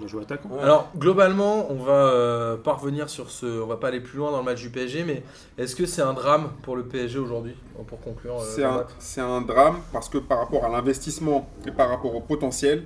il a joué attaquant.
Alors globalement, on va euh, pas revenir sur ce, on va pas aller plus loin dans le match du PSG, mais est-ce que c'est un drame pour le PSG aujourd'hui Pour conclure, euh,
C'est
le
un,
match.
c'est un drame parce que par rapport à l'investissement et par rapport au potentiel,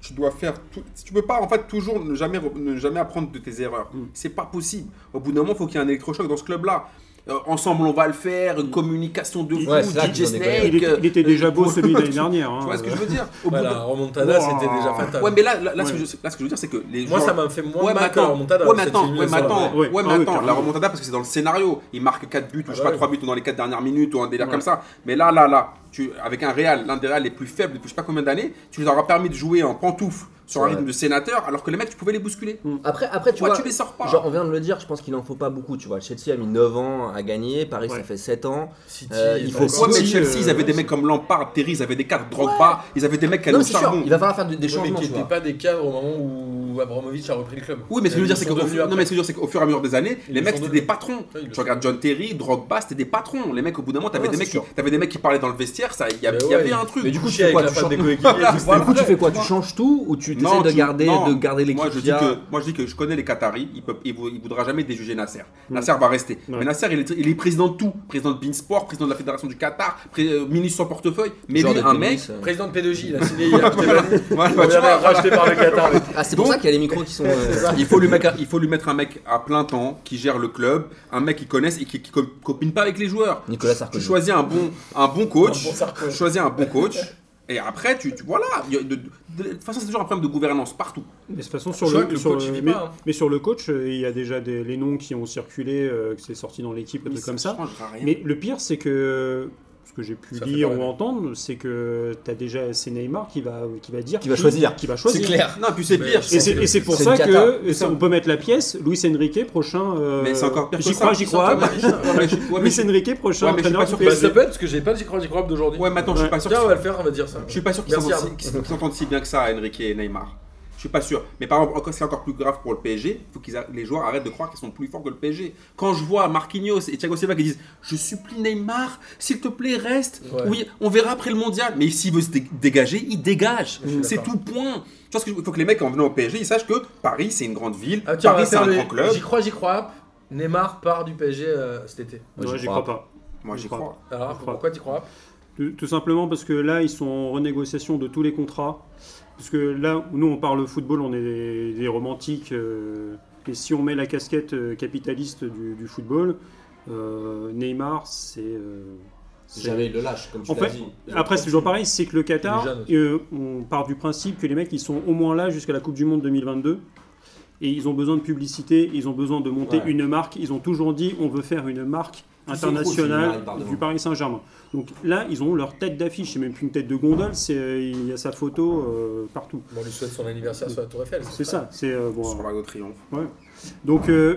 tu dois faire tout. Tu peux pas en fait toujours ne jamais, re- ne jamais apprendre de tes erreurs. C'est pas possible. Au bout d'un moment, faut qu'il y ait un électrochoc dans ce club-là. Euh, ensemble, on va le faire. une Communication de fou.
Ouais, c'est là
DJ
qu'ils ont décollé.
Snake.
Il était, il était déjà beau
euh,
celui de l'année dernière. hein.
Tu vois ce que je veux dire Au bout
Voilà,
d'un-
la remontada,
Ouah.
c'était déjà fatal.
Ouais, mais là, là, là, ce que
Ouais.
je, là, ce que je veux dire, c'est que les
Moi,
gens-
ça m'a fait moins
Ouais, mais
mal que la
attends,
remontada.
ouais, mais attends, ouais, mais attends,
Ouais.
ouais,
Ah
mais attends,
oui,
Ah la
carrément.
remontada parce que c'est dans le scénario. Il marque 4 buts ou je sais
bah
pas
oui.
3 buts ou dans les 4 dernières minutes ou un délire
Ouais.
comme ça. Mais là, là, là, tu, avec un Real, l'un des Real les plus faibles depuis je sais pas combien d'années, tu leur as permis de jouer en pantoufle sur un
Ouais.
rythme de sénateur alors que les mecs, tu pouvais les bousculer.
Après, après tu
Pourquoi
vois,
tu les sors pas
genre on vient de le dire, je pense qu'il en faut pas beaucoup, tu vois. Chelsea a mis 9 ans à gagner, Paris ça
Ouais.
fait 7 ans.
City,
Euh, il faut
d'accord.
Ouais, mais
City,
Chelsea,
euh,
ils avaient des
ouais,
mecs comme Lampard, Terry, ils avaient des cadres Drogba, ils avaient des mecs qui allaient
non,
au
c'est sûr,
charbon.
il va falloir faire des, des
Ouais, mais
changements,
qui
tu vois.
n'étaient pas des cadres au moment où Abramovich a repris le club.
Oui, mais ce que je veux dire,
Ils
c'est
sont
qu'au
devenus
non,
après.
mais ce que je veux dire, c'est qu'au fur et à mesure des années,
Ils
les
le
mecs
sont
c'était
devenus.
des patrons.
Ouais, ils le
Tu
sont
regardes John Terry, Drogba, c'était des patrons. Les mecs, au bout d'un moment, t'avais
Ouais,
des
c'est
mecs, qui-
sûr.
t'avais des mecs qui parlaient dans le vestiaire, ça, il y, a-
Mais
il y avait
ouais,
un truc.
Mais du coup,
tu
tu
fais
avec
quoi,
la
tu
femme
changes-
des coéquipiers. tout ça.
Du coup, tu fais quoi Tu changes tout ou tu
Non,
essaies de
tu-
garder,
non.
de garder l'équipe
Moi, je dis
qu'il y a
que, moi, je dis que je connais les Qataris. Il peut, il, vou- il voudra jamais déjuger Nasser.
Mm.
Nasser va rester. Mais Nasser, il est, il est président de tout. Président de Beansport, président de la Fédération du Qatar, pré- euh, ministre sans portefeuille. Mais
Genre
lui,
de
un mec.
tennis, euh.
Président de P2J, il a signé hier. je t'ai pas dit.
Voilà,
On
bah, tu
verra,
vois,
racheté par le Qatar.
Ah, c'est pour
Donc-
ça qu'il y a les micros qui sont. euh,
il faut, lui mettre, il faut lui mettre un mec à plein temps qui gère le club, un mec qu'il connaisse et qui, qui co- copine pas avec les joueurs.
Nicolas
Tu
Sarkozy.
choisis un bon, un bon coach,
Un bon Sarko.
tu choisis un bon coach, et après, tu, tu- voilà. il y a- de- de- de- de toute façon, c'est toujours un problème de gouvernance partout.
Mais de toute façon,
Je
sur
vois
le,
que le
sur
coach,
le-
il vit
mais,
pas, hein.
mais sur le coach, euh, il y a déjà des, les noms qui ont circulé, euh, que c'est sorti dans l'équipe, des trucs comme ça.
changera rien.
Mais le pire, c'est que ce que j'ai pu
Ça fait
lire
pas mal.
ou entendre, c'est dire, c'est que tu as déjà c'est Neymar qui va, qui va dire.
Qui va choisir.
Qui va
C'est
choisir.
clair.
Non, puis c'est
Mais-
pire.
Et c'est et c'est pour
C'est
ça
une cata.
que et ça, on peut mettre la pièce Luis Enrique, prochain. euh,
Mais c'est encore pire que
J'y
ça.
crois, j'y crois.
Ouais, mais je- ouais, mais
Luis
je-
Enrique, prochain
Ouais, mais je suis
entraîneur
pas
du
sûr que
Bah,
PSG.
ça peut être parce que j'ai pas le croix probable d'aujourd'hui.
Ouais, mais attends, je suis pas sûr.
Tiens, on va
que-
le faire, on va dire ça.
Je suis pas sûr qu'ils
Merci,
s'entendent si- qu'ils s'entendent si bien que ça, Enrique et Neymar. Je suis pas sûr. Mais par exemple, encore- c'est encore plus grave pour le PSG. Il faut qu'ils a- les joueurs arrêtent de croire qu'ils sont plus forts que le PSG. Quand je vois Marquinhos et Thiago Silva qui disent Je supplie Neymar, s'il te plaît, reste.
Ouais.
Oui, on verra après le mondial. Mais s'il veut se dé- dégager, il dégage.
Je suis
C'est
d'accord.
tout point. Tu vois ce que je- Il faut que les mecs, en venant au PSG, ils sachent que Paris, c'est une grande ville.
Ah, tiens, on va
Paris, c'est
faire
un
le-
grand club.
J'y crois, j'y crois. Neymar part du PSG euh, cet été.
Moi,
Ouais,
j'y
j'y
crois
crois pas.
Moi, j'y
Je crois.
crois.
Alors,
Je crois.
pourquoi t'y crois pas
Tout, tout simplement parce que là, ils sont en renégociation de tous les contrats. Parce que là, nous, on parle football, on est des, des romantiques. euh, et si on met la casquette euh, capitaliste du, du football, euh, Neymar, c'est. euh, c'est-
Jamais il le lâche, comme tu
En
l'as
fait,
dit.
après, c'est toujours pareil, c'est que le Qatar,
Il est jeune aussi.
euh, on part du principe que les mecs, ils sont au moins là jusqu'à la Coupe du Monde 2022. Et ils ont besoin de publicité, ils ont besoin de monter
Ouais.
une marque. Ils ont toujours dit, on veut faire une marque
Tous ces gros
internationale
films-là, ils parlent
du
devant.
Paris Saint-Germain. Donc là, ils ont leur tête d'affiche. C'est même plus une tête de gondole, c'est, euh, il y a sa photo euh, partout.
Bon, On lui souhaite son anniversaire sur la Tour Eiffel.
C'est ça. C'est euh, bon,
Sur la de triomphe.
donc euh,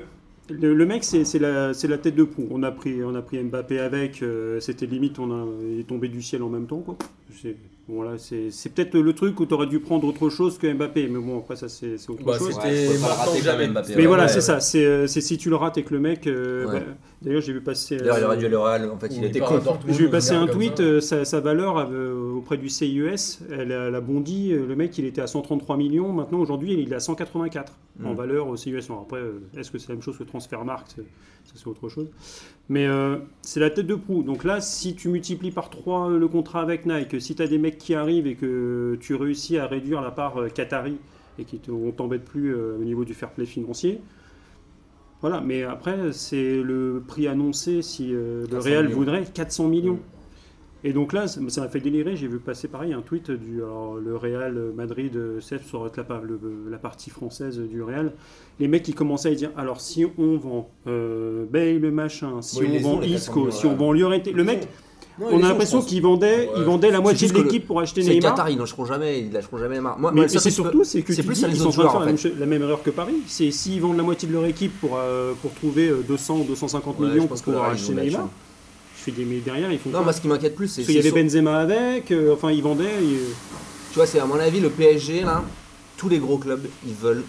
le, le mec, c'est c'est la, c'est la tête de proue. On a pris, on a pris Mbappé avec. euh, C'était limite, on a, il est tombé du ciel en même temps. quoi. C'est- Bon, là, c'est c'est peut-être le truc où tu aurais dû prendre autre chose que Mbappé. Mais bon, après, ça, c'est c'est autre
Bah,
chose.
c'était
Ouais, faut pas le
maintenant
rater
ou
quand
jamais.
même, Mbappé,
Mais
ouais,
voilà,
ouais,
c'est
ouais.
ça. C'est euh, c'est si tu le rates et que le mec. euh,
Ouais.
bah, D'ailleurs, j'ai vu passer. euh,
D'ailleurs, il aurait dû aller au Real. En fait, il
Oui,
était
par
con.
rapport à Dortmund,
j'ai vu
on
passer
regarde
un
comme
tweet,
ça.
euh, sa, sa valeur euh, auprès du CIUS, elle a, elle a bondi. euh, Le mec, il était à 133 millions. Maintenant, aujourd'hui, il est à 184 en
Mm.
valeur au CIUS. Alors après, euh, est-ce que c'est la même chose que Transfermarkt Ça, c'est autre chose. Mais euh, c'est la tête de proue. Donc là, si tu multiplies par 3 le contrat avec Nike, si tu as des mecs qui arrivent et que tu réussis à réduire la part euh, Qatari et qui te- on t'embête plus euh, au niveau du fair play financier. Voilà, mais après, c'est le prix annoncé si euh, le
400
Real
millions.
voudrait 400 millions. Et donc là, ça ça m'a fait délirer. J'ai vu passer pareil un tweet du alors, le Real Madrid, euh, CF, sur la, pa- le- la partie française du Real. Les mecs qui commençaient à dire alors si on vend euh, Bale, machin, si
Oui,
on
ils les ont,
vend
les 400
Isco,
millions,
si on
ouais.
vend Llorente, le mec, on a l'impression qu'il vendait,
Ouais.
il vendait la moitié
juste
de
que le-
l'équipe pour acheter
C'est le
Neymar.
Qatar, ils ne lâcheront jamais. Ils lâcheront jamais Neymar. Moi,
Mais,
moi,
mais
ça,
c'est
c'est-
surtout, c'est que
c'est
tu
plus
dis
ça, les
qu'ils sont en train de
autres joueurs,
faire
en
la même, cho- la même erreur que Paris. C'est s'ils vendent la moitié de leur équipe pour, euh, pour trouver euh, 200 ou 250
Ouais, je
millions
pense
pour
que
pouvoir
là, ils
acheter
ont de la
Neymar,
chance.
je fais des mais derrière, ils font
Non,
quoi
moi, ce qui m'inquiète plus, c'est.
Parce qu'il y
c'est
avait
sur-
Benzema avec, euh, enfin ils vendaient. et, euh,
Tu vois, c'est à mon avis le PSG là. Tous les gros clubs, ils veulent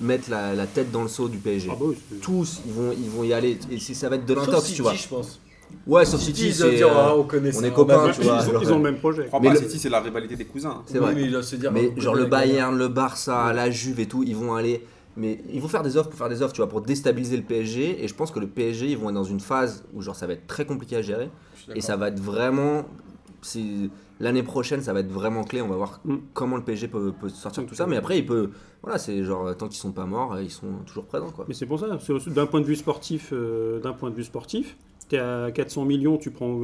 mettre la, la tête dans le seau du PSG.
ah bah oui, c'est-
Tous, ils vont, ils vont y aller. Et si ça va être de
Sauf
l'intox,
City,
tu vois.
je pense.
Ouais, sauf
City,
City,
ils doivent
c'est.
dire, ah,
euh,
on connaît
on
ça,
est copains,
va-
tu vois.
ils, ont, ils ont le même projet.
Je crois
Mais
pas,
le-
City, c'est la rivalité des cousins.
C'est
Oui,
vrai.
mais ils doivent se dire, ah,
euh,
Mais
on
genre
connaît
le
la galère.
Bayern, le Barça, la Juve et tout, ils vont aller. Mais ils vont faire des offres pour faire des offres, tu vois, pour déstabiliser le PSG. Et je pense que le PSG, ils vont être dans une phase où genre ça va être très compliqué à gérer.
Je suis d'accord.
Et ça va être vraiment. c'est- L'année prochaine, ça va être vraiment clé. On va voir
Mm.
comment le PSG peut, peut sortir de tout ça.
Ok.
Mais après, il peut. Voilà, c'est genre, tant qu'ils sont pas morts, euh, ils sont toujours présents, quoi.
Mais c'est pour ça, c'est aussi- d'un point de vue sportif, euh, d'un point de vue sportif, tu es à 400 millions, tu prends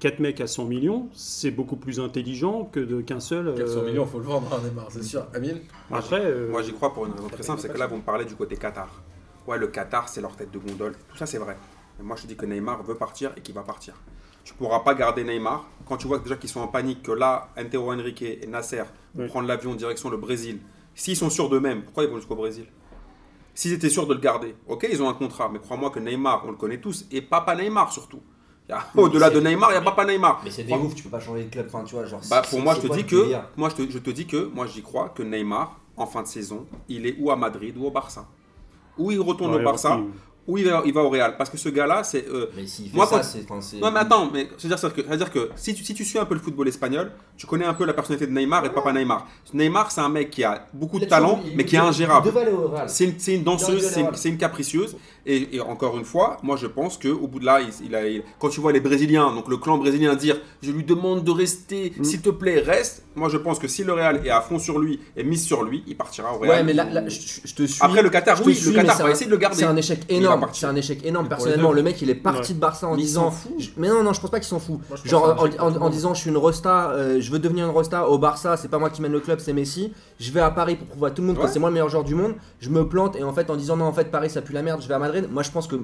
4 mecs à 100 millions, c'est beaucoup plus intelligent que de qu'un seul. euh,
400 millions, faut le vendre, hein, Neymar, c'est sûr. Amine
Après, euh,
Moi, j'y crois pour une raison très simple, c'est que là, vous me parlez du côté Qatar. Ouais, le Qatar, c'est leur tête de gondole. Tout ça, c'est vrai. Mais moi, je te dis que Neymar veut partir et qu'il va partir. Tu pourras pas garder Neymar. Quand tu vois déjà qu'ils sont en panique, que là, Antero Henrique et Nasser vont
Oui.
prendre l'avion en direction le Brésil. S'ils sont sûrs d'eux-mêmes, pourquoi ils vont jusqu'au Brésil S'ils étaient sûrs de le garder, ok, ils ont un contrat, mais crois-moi que Neymar, on le connaît tous, et Papa Neymar surtout. Il y a- Au-delà de Neymar, il y a Papa Neymar.
Mais c'est des
Crois-
ouf, tu peux pas changer de club. Enfin, tu vois, genre.
bah,
c'est-
pour moi,
c'est
je te
quoi
dis
le
que,
délire
moi, je te, je te dis que, moi, j'y crois que Neymar, en fin de saison, il est ou à Madrid ou au Barça. Ou il retourne
ouais,
au Barça,
oui.
ou il va, il va au Real. Parce que ce gars-là, c'est. euh,
Mais s'il fait
Moi,
ça,
quand-
c'est. enfin, c'est-
Non, mais attends, mais c'est-à-dire c'est-à-dire que, c'est-à-dire que si, tu, si tu suis un peu le football espagnol, tu connais un peu la personnalité de Neymar et de Papa Neymar. Neymar, c'est un mec qui a beaucoup de
Là-dessus,
talent,
il-
mais qui est
il-
ingérable.
Il devait aller au Real.
C'est une, c'est une
Dans le
danseuse, c'est une,
général.
c'est une capricieuse. Et, et encore une fois, moi je pense que au bout de là, il, il a, il- quand tu vois les Brésiliens, donc le clan brésilien dire Je lui demande de rester,
Mm.
s'il te plaît, reste. Moi je pense que si le Real est à fond sur lui et mise sur lui, il partira au Real.
Ouais, mais là, là, je, je- je te suis.
Après le Qatar,
Je te
oui,
suis,
le
Ah mais
Qatar
c'est
va
un-
essayer de le garder.
C'est un échec
va
énorme.
partir.
C'est un échec énorme.
Mais pour les
Personnellement,
deux.
le mec, il est parti de Barça en
Mais il
disant.
s'en fout.
Je- Mais non, non, je pense pas qu'il s'en fout.
Moi, je pense que
Genre
c'est un
en,
échec
en-
pour
en
tout le
disant je suis une resta, euh, je veux devenir une resta au Barça, c'est pas moi qui mène le club, c'est Messi. Je vais à Paris pour prouver à tout le monde que
Ouais.
c'est moi le meilleur joueur du monde. Je me plante et en fait en disant non en fait Paris ça pue la merde, je vais à Madrid. Moi je pense que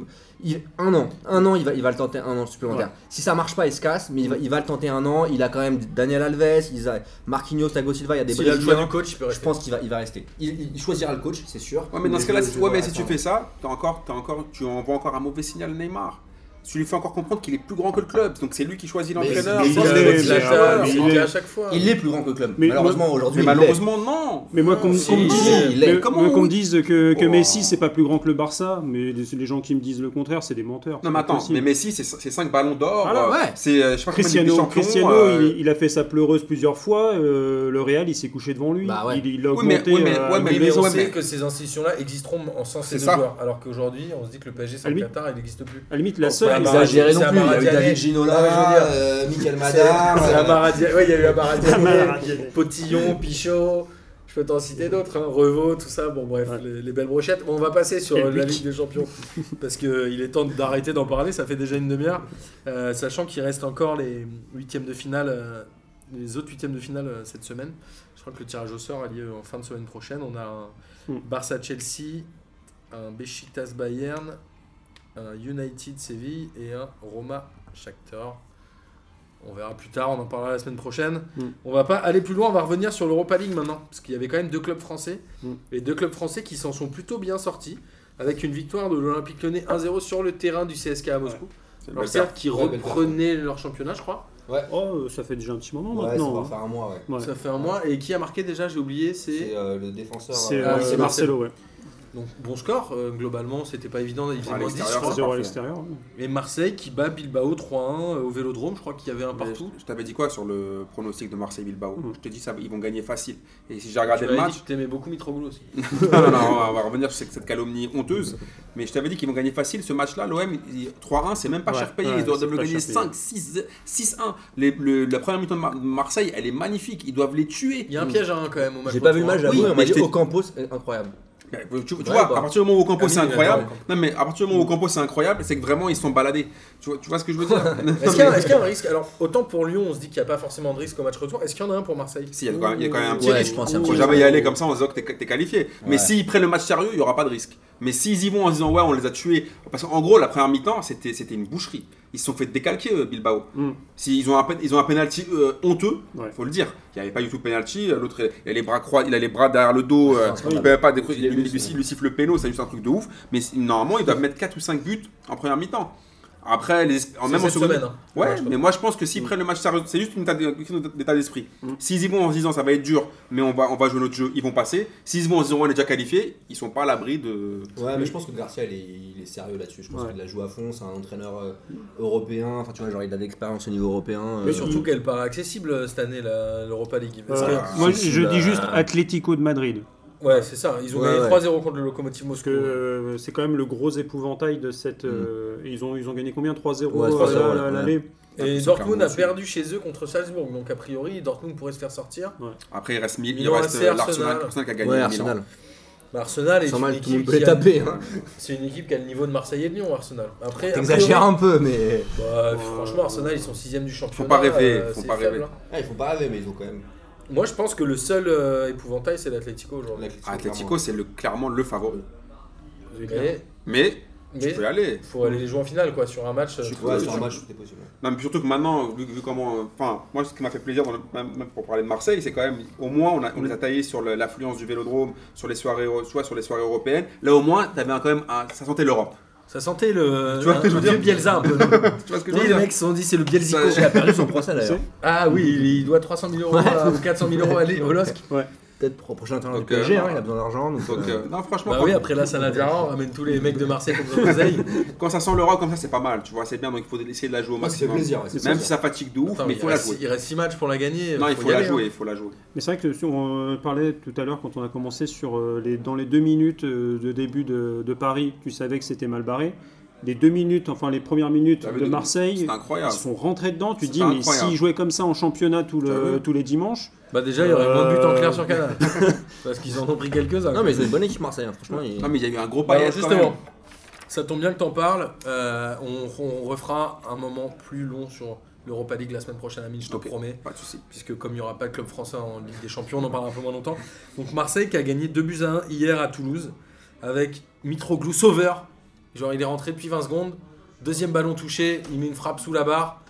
il- un an, un an il va, il va le tenter un an supplémentaire. Si ça marche pas il se casse, mais il
Mm.
va, il va le tenter un an. Il a quand même Daniel Alves, il a Marquinhos, Thiago Silva, il y a des
S'il a le choix
Brésiliens.
du coach, il peut
Je
rester.
pense qu'il va, il va rester. Il, il choisira le coach, c'est sûr.
Ouais, mais dans ce cas-là,
je-
si,
je
ouais,
vois
mais si tu
attendre.
fais ça, t'as encore, t'as encore, tu envoies encore un mauvais signal à Neymar. Tu lui fais encore comprendre qu'il est plus grand que le club, donc c'est lui qui choisit
Mais-
l'entraîneur.
mais
c'est
Il
le
il est-
est
coach,
mais-
c'est le
Zlatan,
joueur.
il
mais-
est à chaque fois. hein.
Il est plus grand que le club.
Mais
Malheureusement aujourd'hui.
Mais
il l'est.
malheureusement, non.
Mais moi, qu'on
Ah,
qu'on
si.
me dise-
Il est-
mais-
comment
mais qu'on
on-
me dise que, que
Oh.
Messi, c'est pas plus grand que le Barça, mais les, les gens qui me disent le contraire, c'est des menteurs. c'est
Non mais
pas
attends,
possible.
mais Messi c'est 5 ballons d'or,
Voilà,
euh,
ouais.
c'est euh, je sais pas combien de Ligue des
Cristiano,
champions.
Cristiano
euh,
il, il a fait sa pleureuse plusieurs fois. euh, le Real, il s'est couché devant lui.
Bah ouais.
Il il l'a
Oui, mais-
augmenté.
oui, mais-
euh,
ouais,
à
Mais,
mais-
deux-
on
ouais,
sait
mais-
que ces institutions-là existeront en- sans ces
C'est
deux
ça.
joueurs, alors qu'aujourd'hui on se dit que le PSG sans
Ah,
le
lui-
Qatar il n'existe plus.
À la limite, la
Faut
seule. euh,
pas
Pas exagéré non
C'est
plus.
un
Il y a eu
Baradiané.
David
Ouais, je veux
Ginola,
dire.
euh, Michael Madar.
C'est la
euh,
Baradia- Ouais, il y a eu la
Ah, bah,
Baradiané, Potillon, Pichot, je peux t'en citer d'autres, hein, Revaux, tout ça, bon bref,
Ouais.
les, les belles brochettes. Bon, on va passer sur
Quel
euh, la
pic.
Ligue des Champions, parce qu'il est temps d'arrêter d'en parler, ça fait déjà une demi-heure, Euh, sachant qu'il reste encore les huitièmes de finale, euh, les autres huitièmes de finale euh, cette semaine. Je crois que le tirage au sort a lieu en fin de semaine prochaine. On a un
Mm.
Barça-Chelsea, un Besiktas-Bayern, un United-Séville et un Roma-Shakhtar. On verra plus tard, on en parlera la semaine prochaine.
Mm.
On va pas aller plus loin, on va revenir sur l'Europa League maintenant, parce qu'il y avait quand même deux clubs français,
Mm.
et deux clubs français qui s'en sont plutôt bien sortis, avec une victoire de l'Olympique Lyonnais 1-0 sur le terrain du CSK à Moscou.
c'est le
Alors
Belgrade.
certes, qui
Ouais, belle perf.
reprenaient leur championnat, je crois.
Oh, euh, ça fait déjà un petit moment
Ouais, ça
maintenant. hein.
va faire un mois, ouais.
Ouais.
Ça fait un mois, et qui a marqué déjà, j'ai oublié, c'est...
C'est euh, le défenseur.
C'est
euh,
Ah,
euh,
c'est
Marcelo, ouais.
Donc bon score, euh, globalement, c'était pas évident, il faisait
À
moins 10, je
l'extérieur,
crois.
c'est
0 à
parfait.
l'extérieur. ouais.
Et Marseille qui bat Bilbao 3-1 au Vélodrome, je crois qu'il y avait un
Mais
partout.
Je, je t'avais dit quoi sur le pronostic de Marseille Bilbao
Mhm.
Je te dis ça ils vont gagner facile. Et si j'ai
Tu
regardé le
m'avais dit
match,
que t'aimais beaucoup Mitroglou aussi.
non, non, non, on va- on va revenir sur cette calomnie honteuse, mais je t'avais dit qu'ils vont gagner facile ce match-là. L'OM il- 3-1, c'est même pas
Ouais,
cher payé,
ouais,
ils doivent
c'est
le
pas
gagner
cher payé.
5 6 6-1. Les- le- La première mi-temps de Mar- de Marseille, elle est magnifique, ils doivent les tuer. Hmm.
Il y a un piège à un quand même au match.
J'ai pas vu le
retour,
match,
hein.
j'avoue,
Oui,
on
mais
m'a
je
dit
t'ai-
Ocampos, euh, incroyable.
Mais, Tu, tu
Ouais,
vois,
bah.
à partir du moment où Ocampo
Ah oui,
c'est
il adore
incroyable,
Ocampo.
non mais à partir du moment où Ocampo c'est incroyable, c'est que vraiment ils se sont baladés. Tu vois, tu vois ce que je veux dire
Est-ce qu'il y, a- est-ce qu'il y a un risque Alors, autant pour Lyon, on se dit qu'il n'y a pas forcément de risque au match retour. Est-ce qu'il y en a un pour Marseille
Si, il y a quand même, il y a quand même un petit
Ouais,
risque.
je pense qu'il y a un
Faut
petit
jamais
risque.
y aller comme ça en se disant que t'es, t'es qualifié. Mais
Ouais.
s'ils prennent le match sérieux, il n'y aura pas de risque. Mais s'ils y vont en se disant ouais, on les a tués. Parce qu'en gros, la première mi-temps, c'était, c'était une boucherie. Ils se sont fait décalquer, euh, Bilbao.
Mm.
S'ils ont un, pe- ils ont un penalty euh, honteux,
Ouais.
faut le dire. Il n'y avait pas du tout de penalty. L'autre, il a les bras crois, il a les bras derrière le dos. euh, il peut même pas décrocher. Il lui, lui- lui- lui siffle le péno, c'est juste un truc de ouf. Mais si- normalement, ils doivent mettre 4 ou 5 buts en première mi-temps. Après, les, esp- en
C'est
même en
cette
seconde,
semaine. hein.
Ouais,
Le match
mais moi je pense que
Mm.
s'ils prennent le match sérieux, c'est juste une état- une question d'état d'esprit. S'ils y vont en se disant ça va être dur, mais on va, on va jouer notre jeu, ils vont passer. S'ils y vont en se disant on est déjà qualifié, ils sont pas à l'abri de.
Ouais, mais je pense que Garcia, il est, il est sérieux là-dessus. Je pense
Ouais.
qu'il la joue à fond. C'est un entraîneur euh, européen.
Européen, enfin tu vois, genre il a de l'expérience au niveau européen.
Mais
euh,
surtout qu'elle paraît accessible euh, cette année, la- l'Europa League. Parce
Euh,
que-
moi,
c'est-
je
c'est
dis
la-
juste Atlético de Madrid.
ouais, c'est ça. Ils ont
Ouais,
gagné
ouais.
3-0 contre le Locomotive
Parce
Moscou.
que euh, c'est quand même le gros épouvantail de cette. euh, ils, ont, ils ont gagné combien 3-0
Ouais, 3-0,
euh,
ouais,
à l'aller
Et
Ils sont
Dortmund
clairement
a
au-dessus.
perdu chez eux contre Salzbourg, donc a priori Dortmund pourrait se faire sortir.
Après, il reste, Mi- il
Milan,
reste
AC,
euh,
Arsenal.
l'Arsenal Arsenal qui a gagné.
Ouais,
Milan.
Arsenal.
Bah, Arsenal est
Sans
une,
mal, tout le
équipe
monde peut les
qui a-
taper. hein.
c'est une équipe qui a le niveau de Marseille et de Lyon, Arsenal. Après, a
Ah, T'exagères
priori-
un peu, mais.
Bah,
Ouais.
franchement, Arsenal, ils sont 6 du championnat.
Euh, Faut pas rêver,
euh,
faut
c'est
pas
faible,
rêver.
hein.
Ah, ils font pas rêver, mais ils ont quand même.
Moi, je pense que le seul euh, épouvantail, c'est l'Atlético
Ah,
aujourd'hui.
l'Atlético,
Atlético, c'est le- clairement le favori.
Mais,
Mais
mais
tu peux y aller.
faut aller les jouer en finale, quoi, sur un match. euh,
clairement.
tout-
Ouais,
tout-
sur un match, c'était possible.
Non, mais surtout que maintenant, vu, vu comment. euh, Enfin, moi, ce qui m'a fait plaisir, dans le- même, même pour parler de Marseille, c'est quand même, au moins, on, a-
Mm.
on les a taillés sur le- l'affluence du vélodrome, sur les soirées, euro- soit sur les soirées européennes. Là, au moins, t'avais un- quand même. un- ça sentait l'Europe.
Ça sentait le,
Tu vois ce que je veux
vieux
dire
Bielsa un peu. non
Tu vois ce
Tu sais,
que je veux
les
dire
mecs se sont dit c'est le Bielzico.
Ça,
Il a perdu son procès d'ailleurs.
Ah oui, il, il doit 300 000 euros à- ou 400 000 euros à l'I- au LOSC.
Peut-être pour le prochain internat du
Donc,
PSG,
euh,
hein, il a besoin d'argent. Donc,
Donc,
euh,
euh, non, franchement,
Bah
quand,
oui, après là, Sanadiara, on ramène tous les mecs de Marseille contre l'oseille.
quand ça sent l'Europe comme ça, c'est pas mal, tu vois, c'est bien, donc il faut essayer de la jouer au
Moi, ça fait
maximum.
plaisir. ouais, c'est
Même
plaisir.
si ça fatigue de ouf,
Attends,
mais il faut la
reste-
jouer.
il reste 6 matchs pour la gagner.
Non, il faut
y
la
aller,
jouer,
hein.
il faut la jouer.
Mais c'est vrai que si on euh, parlait tout à l'heure quand on a commencé sur euh, les dans les deux minutes euh, de début de, de Paris, tu savais que c'était mal barré. Les deux minutes, enfin les premières minutes
Ah, mais
de
de-
Marseille,
C'est
ils
incroyable.
sont rentrés dedans. Tu te
C'est
dis mais
incroyable.
s'ils jouaient comme ça en championnat tout
T'as
le,
vu
tous les dimanches,
Bah déjà, il y aurait moins de buts en clair
Euh,
sur Canal. Parce qu'ils en ont pris quelques-uns.
Non, mais ils ont une bonne équipe Marseille, hein, franchement. ils-
Non, mais il y a eu un gros
Bah, alors,
paillage. quand
justement,
même.
ça tombe bien que t'en parles. Euh, on, on refera un moment plus long sur l'Europa League la semaine prochaine, Amine, je te
Ok.
promets.
Pas de soucis.
Puisque comme il n'y aura pas de club français en Ligue des Champions, on en parlera un peu moins longtemps. Donc Marseille qui a gagné 2 buts à 1 hier à Toulouse avec Mitroglou sauveur. Genre il est rentré depuis 20 secondes. Deuxième ballon touché, il met une frappe sous la barre.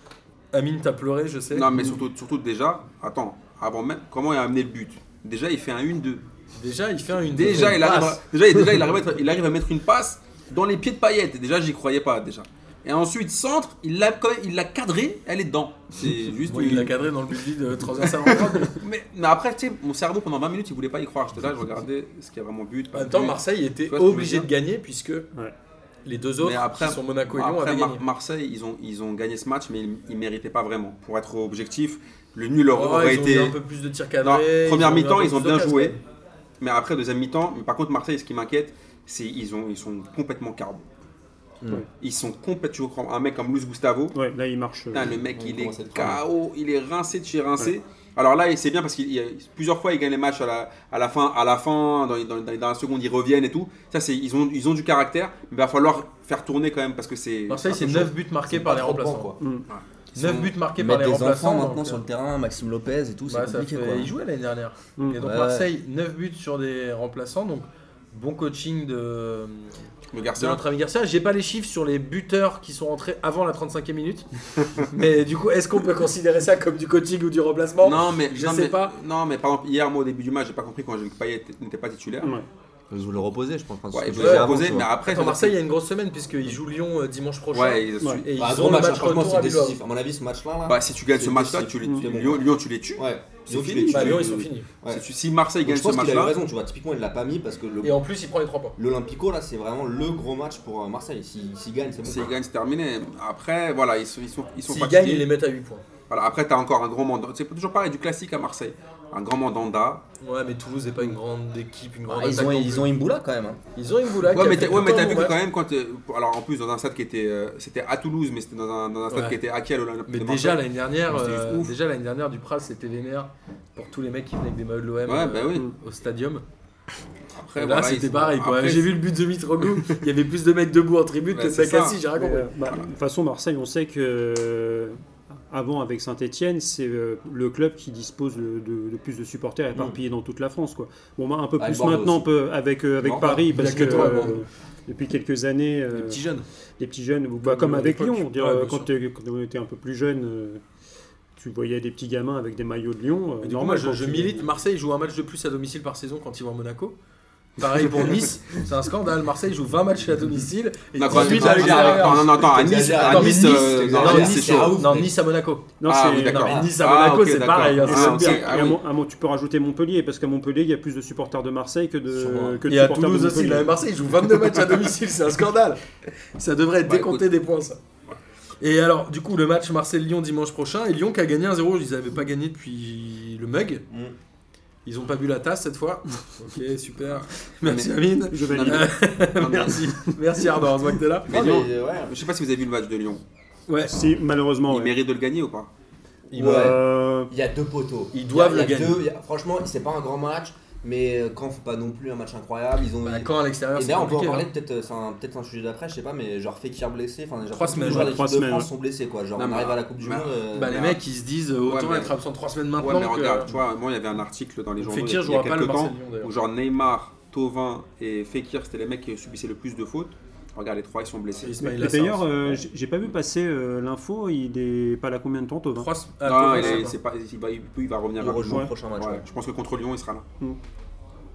Amine, t'as pleuré, je sais.
Non, mais surtout, surtout déjà, attends, avant même, comment il a amené le but Déjà, il fait un 1-2.
Déjà, il fait un une
Déjà,
une
il arrive,
passe.
à- déjà, il- déjà il, arrive à mettre, il arrive à mettre une passe dans les pieds de Payet. Déjà, j'y croyais pas déjà. Et ensuite, centre, il l'a quand même- il l'a cadré, elle est dedans. C'est juste.
Bon, il
une-
l'a cadré dans le but vide euh, transversal en droite.
mais, mais après, tu sais, mon cerveau pendant 20 minutes, il voulait pas y croire. J'étais là, je regardais ce qu'il y a vraiment but. pas
Bah, En même temps,
but.
Marseille était
Tu vois ce que je veux
obligé
dire
de gagner puisque les deux autres,
Mais après-
qui sont Monaco et Lyon,
Après,
avaient
Mar-
gagné.
Marseille, ils ont, ils ont gagné ce match, mais ils, ils méritaient pas vraiment. Pour être objectif, le nul
Ouais,
aurait, aurait
Oh, ils ont
été.
eu un peu plus de tirs cadrés.
Non,
ils
première
eu un
mi-temps,
peu
ils ont
plus
bien
d'occasions.
joué. Mais après, deuxième mi-temps, mais par contre, Marseille, ce qui m'inquiète, c'est ils, ont- ils sont complètement carbon.
Mm.
Ils sont complètement. tu vois, Un mec comme Luis Gustavo,
ouais, là ils marchent. euh,
putain, le mec,
on
il
commence à être
est KO, il est rincé de chez rincé. Alors là, c'est bien parce qu'il il y a- plusieurs fois, ils gagnent les matchs à la, à la fin, à la fin, dans, les- dans, les- dans la seconde, ils reviennent et tout. Ça, c'est ils ont, ils ont du caractère, mais il va falloir faire tourner quand même parce que c'est.
Marseille, c'est
un peu
9 buts marqués par les
Pas trop de
remplaçants.
bancs, quoi.
Ils 9
sont-
buts marqués par
Mettre
les
des enfants
remplaçants.
maintenant
donc,
sur
euh,
le terrain, Maxime Lopez et tout, c'est
bah, ça
compliqué
fait-
quoi.
Ils jouaient l'année dernière.
Mm.
Et donc
Ouais.
Marseille, 9 buts sur des remplaçants. Donc bon coaching de,
Le
de
garçon.
notre ami Garcia. J'ai pas les chiffres sur les buteurs qui sont rentrés avant la 35e minute. mais du coup, est-ce qu'on peut considérer ça comme du coaching ou du remplacement
Non mais
Je
non,
sais
mais-
pas.
Non mais par exemple hier moi au début du match j'ai pas compris quand j'ai vu que Payet n'était pas titulaire.
ouais.
Ils voulaient le reposer, je pense. enfin,
Ouais,
c'est
je
ce
vous ai
que
reposé,
je disais
mais
avant,
Bah,
après
Attends,
ça-
Marseille il y a une grosse semaine puisqu'ils jouent Lyon euh, dimanche prochain.
Ouais, ils-
Ouais.
Et ils
Bah,
ont
gros
le
match,
match
hein, franchement,
retour à
c'est
Bilbao.
décisif. À mon avis, ce match-là, là.
Bah si tu gagnes
C'est-
ce match-là,
c'est-
tu les-
c'est
tu-
bon.
Lyon, Lyon, tu les tues.
Ouais,
C'est
Lyon, tu
fini.
les- tu
Bah,
les-
Lyon, ils sont finis.
Ouais.
Si, tu- si Marseille
Donc,
gagne
je
ce
pense qu'il avait
match-là,
raison, tu vois. Typiquement, il l'a pas mis parce que
Et
le-
en plus, il prend les 3 points.
l'Olympico, là, c'est vraiment le gros match pour euh, Marseille. S'il s'il gagne, c'est bon.
s'ils gagnent c'est terminé. Après voilà ils sont ils sont ils sont
S'ils
fatigués.
gagnent, ils les mettent à 8 points.
Voilà après t'as encore un grand mandat. C'est toujours pareil du classique à Marseille. Un grand mandanda.
Ouais, mais Toulouse n'est pas une grande équipe, une grande
Ah, ils,
attaque
ont,
non
ils
plus.
ont Imboula quand même. hein.
Ils ont une boulac.
Ouais mais t'as ouais, mais t'as vu que quand même quand t'es- alors en plus dans un stade qui était euh, c'était à Toulouse mais c'était dans un dans un stade
Ouais.
qui était acquis à l'Olympique
Mais
de
déjà
Marseille.
l'année dernière,
C'était juste
euh,
ouf.
déjà l'année dernière, Dupras c'était vénère pour tous les mecs qui venaient avec des maillots de l'OM
Ouais, bah oui.
au stadium.
Après,
Et euh, là
voilà, ils
c'était
sont-
pareil quoi.
après,
J'ai vu le but de Mitroglou, il y avait plus de mecs debout en tribune
Ouais,
que de
c'est
mecs
ça.
assis, j'ai rien
Mais,
compris.
euh, bah, de toute façon, Marseille, on sait que euh, avant, avec Saint-Etienne, c'est euh, le club qui dispose de, de- de plus de supporters
Mm.
éparpillés dans toute la France. Quoi. Bon, bah, un peu
Ah,
Avec
plus
Bordeaux
maintenant
aussi.
peu- avec, euh, avec
Bordeaux.
Paris,
Il y a
parce
que
que,
toi,
euh,
Bordeaux.
depuis quelques années, euh,
Les petits jeunes.
les petits jeunes, ou- bah,
Comme
comme
à
avec
l'époque.
Lyon, dire,
Ouais,
euh,
bien
quand,
sûr.
t'es- quand on était un peu plus jeune, euh, tu voyais des petits gamins avec des maillots de Lyon. euh,
Et du coup,
normal,
moi, je,
quand
je
tu-
milite. Marseille joue un match de plus à domicile par saison quand ils vont à Monaco. Pareil pour Nice, c'est un scandale. Marseille joue 20 matchs à domicile et
Non, quand-
18
non,
à
non,
l'extérieur.
non, non, non, attends, à Nice,
T'exagères,
à
attends, mais
Nice,
Nice,
euh,
t'exagères.
non,
Non,
Nice,
Nice,
c'est
c'est
chaud.
à ouf,
Non,
mais-
Nice à Monaco.
Non,
Ah,
c'est-
oui, d'accord.
Non, mais Nice à
Ah,
Monaco,
ok,
c'est
d'accord.
pareil. hein, c'est
Ah, ok.
bien.
Et
Ah
à,
oui.
Mon- à Mon- tu peux rajouter Montpellier, parce qu'à Montpellier, il y a plus de supporters de Marseille que de,
Sûrement.
que de
Et à
supporters de
Toulouse aussi,
Montpellier.
la Marseille joue 22 matchs à domicile, c'est un scandale. Ça devrait être
Bah,
décompté des points, ça. Et alors, du coup, le match Marseille-Lyon dimanche prochain, et Lyon qui a gagné 1-0, ils n'avaient pas gagné depuis le mug.
Mm.
Ils ont pas bu la tasse cette fois. Ok, super. Merci Amine.
Je
Non,
valide.
mais-
Euh, merci. Merci Arnaud, heureusement que t'es là.
Mais
Non,
Lyon-
mais, euh, ouais.
Je sais pas si vous avez vu le match de Lyon.
Ouais, Euh, si, malheureusement.
Il
ouais.
mérite de le gagner ou pas
Il
Ouais.
Euh,
y a deux poteaux.
Ils doivent
Il y a-
le
il y a
gagner.
deux- il y a- franchement, c'est pas un grand match, mais euh, quand faut pas non plus un match incroyable, ils ont.
Bah,
ils-
quand à l'extérieur,
Et
c'est
d'ailleurs, on peut en
compliqué.
parler,
hein.
peut-être euh, c'est un, peut-être un sujet d'après, je sais pas, mais genre Fekir blessé, enfin, genre
Trois
tous
semaines,
les joueurs
ouais,
de
trois
l'équipe de
semaines,
France
ouais.
sont blessés, quoi. Genre,
Non,
on
mais-
arrive à la Coupe du
bah,
Monde. euh,
Bah, les
Ouais,
mecs, ils se disent euh, autant
mais-
être absent 3 semaines
Ouais,
maintenant.
mais regarde,
que...
tu vois, moi il y avait un article dans les journaux il y
Fekir
a
jouera pas le
quelques temps
Barcelone
où
d'ailleurs.
genre Neymar, Tovin et Fekir c'était les mecs qui subissaient le plus de fautes. Regarde, les trois ils sont blessés.
Ismail
et
Lassar
D'ailleurs,
aussi.
euh, j'ai j'ai pas vu passer euh, l'info, il est pas là combien de temps, Tovin
Trois se- ah,
Non,
Tovin,
non, il,
c'est
est-
pas-
c'est pas, il, va, il peut- il va revenir
Il
rapidement.
rejoue
Ouais.
le prochain match.
Ouais,
ouais.
Je pense que contre Lyon, il sera là.
Mm.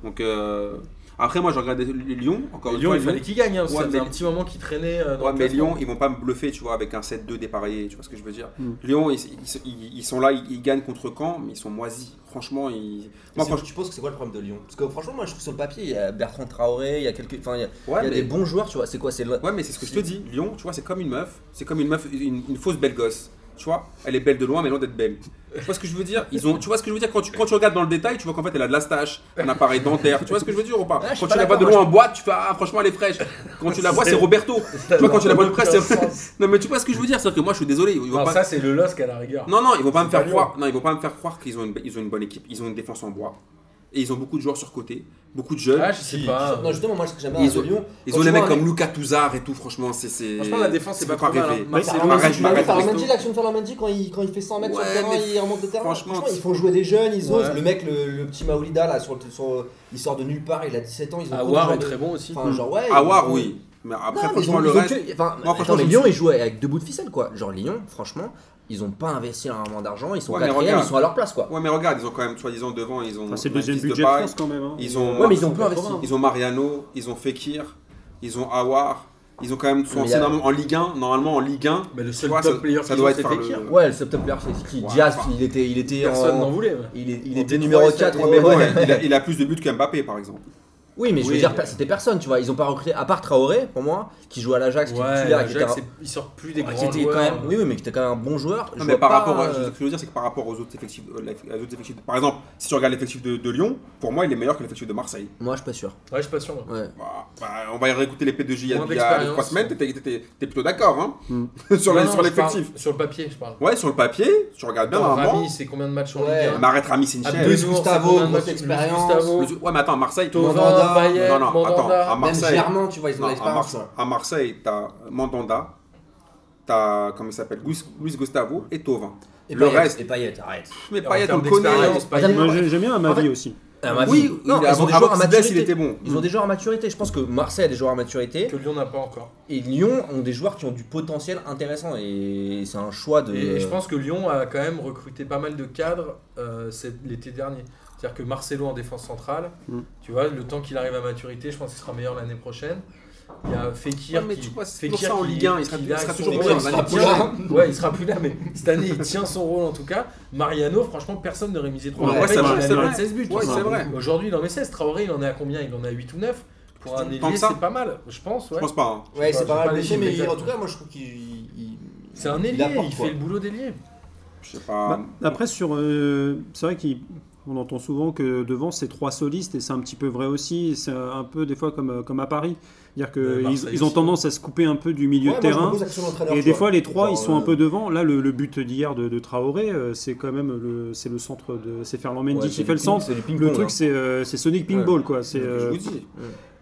Donc euh, après, moi, je regarde Lyon. Encore une
Lyon,
fois,
il fallait qu'il gagne. hein, parce que
Ouais,
ça faisait
mais-
un petit moment qu'il traînait. euh, dans
Ouais,
le
mais
classement.
Lyon, ils vont pas me bluffer, tu vois, avec un 7-2 dépareillé. Tu vois ce que je veux dire
Mm.
Lyon, ils, ils- ils- ils sont là, ils, ils gagnent contre Caen, mais ils sont moisis. Franchement, ils. Moi,
c'est-
franchement,
tu penses que c'est quoi le problème de Lyon Parce que franchement, moi je trouve sur le papier, il y a Bertrand Traoré, il y a quelques. Enfin, il y a, il y
ouais,
a
mais-
des bons joueurs, tu vois. C'est quoi C'est le-
Ouais, mais c'est ce que je te dis. Lyon, tu vois, c'est comme une meuf. C'est comme une meuf, une, une fausse belle gosse. Tu vois, elle est belle de loin, mais loin d'être belle. Tu vois ce que je veux dire Ils ont, tu vois ce que je veux dire quand tu, quand tu regardes dans le détail, tu vois qu'en fait elle a de la stache, un appareil dentaire. Tu vois ce que je veux dire ou pas
Ah, je suis
Quand
pas
tu la vois de
d'accord,
loin en boîte, tu fais ah franchement elle est fraîche. Quand tu la vois, c'est
C'est-
Roberto. Tu vois quand tu la vois de près,
Aucun
c'est.
sens.
Non mais tu vois ce que je veux dire, c'est que moi je suis désolé. Ils vont
Non,
pas-
ça, c'est le LOSC à la rigueur.
non, non, ils vont pas
C'est
me faire
pas Lyon.
croire. Non, ils vont pas me faire croire qu'ils ont une, ils ont une bonne équipe. Ils ont une défense en bois et ils ont beaucoup de joueurs sur côté, beaucoup de jeunes.
Ah, je sais
Si-
pas.
Non, justement, moi ce que j'aime bien
Ils
à
ont-
Lyon.
Ils
quand
ont
tu
des
vois
mecs
un
comme Lucas Touzard et tout, franchement, c'est. c'est-
Franchement, la défense, c'est
faut
pas trop mal.
rêver.
hein.
Bah,
Marcelo,
Arrête,
c'est-
Arrête,
arrête,
Ferlamenti,
arrête.
l'action de Ferlamenti quand il, quand il fait 100 mètres sur
Ouais,
le terrain,
mais
il remonte le terrain.
franchement,
Franchement,
c'est-
ils font jouer des jeunes, ils osent.
Ouais.
Le mec, le, le petit Maoulida, là, sur le- sur- il sort de nulle part, il a 17 ans. Ils
Ah,
ont quoi,
Awar
genre
est
de-
très bon aussi.
Enfin, genre, ouais.
Awar,
ils ont-
Ah, oui. Mais
Non,
après,
mais ils ont-
franchement, le
ils ont
reste.
que- enfin,
Moi, franchement,
attends, mais
je me
Lyon, ils jouent avec deux bouts de ficelle, quoi. Genre, Lyon, franchement, ils ont pas investi énormément d'argent, ils sont
Ouais, mais
quatrième, ils
regarde.
sont à leur place, quoi.
Ouais, mais regarde, ils ont quand même, soi-disant, devant, ils ont.
Enfin, C'est le
Memphis
deuxième budget de
Depay,
France quand même. hein.
Ils ont.
Ouais, mais ils ont
ils
peu
ont
investi.
pas
ils ont Mariano, ils ont Fekir, ils ont Awar, ils ont quand même.
Mais
Sont
il y a-
énormément en Ligue 1. Normalement, en Ligue 1.
Mais le
Tu
seul
vois, ça,
top player
ça
qu'ils
doit
ont,
être
c'est
par le-
Fekir.
Ouais, le sub-top player, c'est qui
Ouais,
Diaz,
enfin,
il était, il était
Personne
en-
n'en voulait. ouais. euh,
Il, est- il
En
était
défense,
numéro
ça
4.
a
Ouais,
été-
ouais, ouais.
ouais, il, a, il a plus de buts qu'Mbappé, par exemple.
Oui, mais je veux
Oui,
dire,
mais-
c'était personne, tu vois. Ils ont pas recruté, à part Traoré, pour moi, qui joue à l'Ajax, qui est
Ouais,
titulaire, qui était
Jacques,
un-
c'est- il sort plus des
Ouais,
grands
qui était
joueurs.
quand même, oui, oui, mais qui était quand même un bon joueur.
Non,
Je
mais
vois
par
pas,
rapport, à-
euh,
ce que je veux dire, c'est que par rapport aux autres effectifs, euh, la- aux autres effectifs- par exemple, si tu regardes l'effectif de, de Lyon, pour moi, il est meilleur que l'effectif de Marseille.
Moi, je suis pas sûr.
Ouais, je suis pas sûr. moi.
Ouais.
Bah, bah, on va y réécouter les P2J il y a-
Moins
il y a
d'expérience.
3 semaines, t'étais- t'étais t'es plutôt d'accord, hein,
Hmm.
sur
Non,
la-
non,
sur
je parle-
l'effectif.
Sur le papier, je parle.
Ouais, sur le papier, tu regardes bien
Attends,
normalement.
Rami, c'est Ah, combien de matchs en
Ouais.
Ligue 1
Mais arrête, Rami, c'est une chaîne.
Abdelaziz Gustavo,
combien de
grosse
matchs Luis
expérience.
Gustavo,
Le- Ouais, mais attends, à Marseille.
Thauvin,
Mandanda.
Payet,
non, non, attends,
Mandanda.
à
Même
Marseille.
Germain, tu vois, ils ont
non,
de
à,
l'expérience.
Marseille à Marseille, t'as Mandanda, t'as, comment il s'appelle, Luis, Luis Gustavo et Tovin.
hein. Et
Le
Payet,
reste.
Et Payet, arrête.
Mais
en
Payet, on
termes
le connaît.
d'expérience,
hein.
Payet,
Moi, j'ai- j'aime bien à ma
En fait-
vie aussi.
À ma
Oui,
vie. non,
il a-
ils ont des
avant
joueurs à
Zidane, il
maturité.
était bon.
Ils ont des joueurs à maturité. Je pense que Marseille a des joueurs à maturité
que Lyon n'a pas encore.
et Lyon ont des joueurs qui ont du potentiel intéressant et c'est un choix de.
Et,
Euh,
et je pense que Lyon a quand même recruté pas mal de cadres euh, cet- l'été dernier. C'est-à-dire que Marcelo en défense centrale,
Mm.
tu vois, le temps qu'il arrive à maturité, je pense qu'il sera meilleur l'année prochaine. Il y a Fekir
Ouais, mais
qui.
tu vois, c'est
Fekir
toujours ça en
qui-
Ligue 1, il sera-
qui
il
a
sera
son
toujours
rôle,
meilleur
il sera
l'année
plus là.
prochaine.
Ouais, il sera plus là, mais cette année, il tient son rôle en tout cas. Mariano, franchement, personne ne rémisait trop. Le
Ouais, ouais,
mec,
c'est
il
vrai,
a
c'est
mis
vrai.
16 buts.
Ouais, c'est vrai.
Aujourd'hui, il en met 16. Traoré, il en est à combien Il en est à 8 ou 9 Pour un
Tant que
ailier,
ça.
c'est pas mal, je pense.
Je
Ouais.
pense pas. hein.
je
Ouais,
sais
c'est
pas, j'ai
pas
pas
mal
les
blessé,
chiffres
mais
exacts.
en tout cas, moi, je trouve qu'il. il-
C'est un
il
ailier,
apporte,
il
quoi.
fait le boulot d'ailier.
Je sais pas.
Bah, après, sur, euh, c'est vrai qu'on entend souvent que devant, c'est trois solistes, et c'est un petit peu vrai aussi. C'est un peu des fois comme, euh, comme à Paris. C'est-à-dire
Ouais,
qu'ils
Marseille
ils ont
aussi.
tendance à se couper un peu du milieu
Ouais,
de
moi, je me
terrain.
pose la question de l'entraîneur,
Et
tu
des
vois.
fois, les trois,
Genre,
ils sont un
euh,
peu devant. Là, le, le but d'hier de, de Traoré, euh, c'est quand même le, c'est le centre de, c'est Ferland Mendy
ouais, c'est
qui
du
fait le
ping-
centre.
c'est du ping-pong,
Le truc,
hein.
c'est euh, c'est Sonic
Ouais.
Pinball, quoi. C'est,
Je
euh,
vous dis.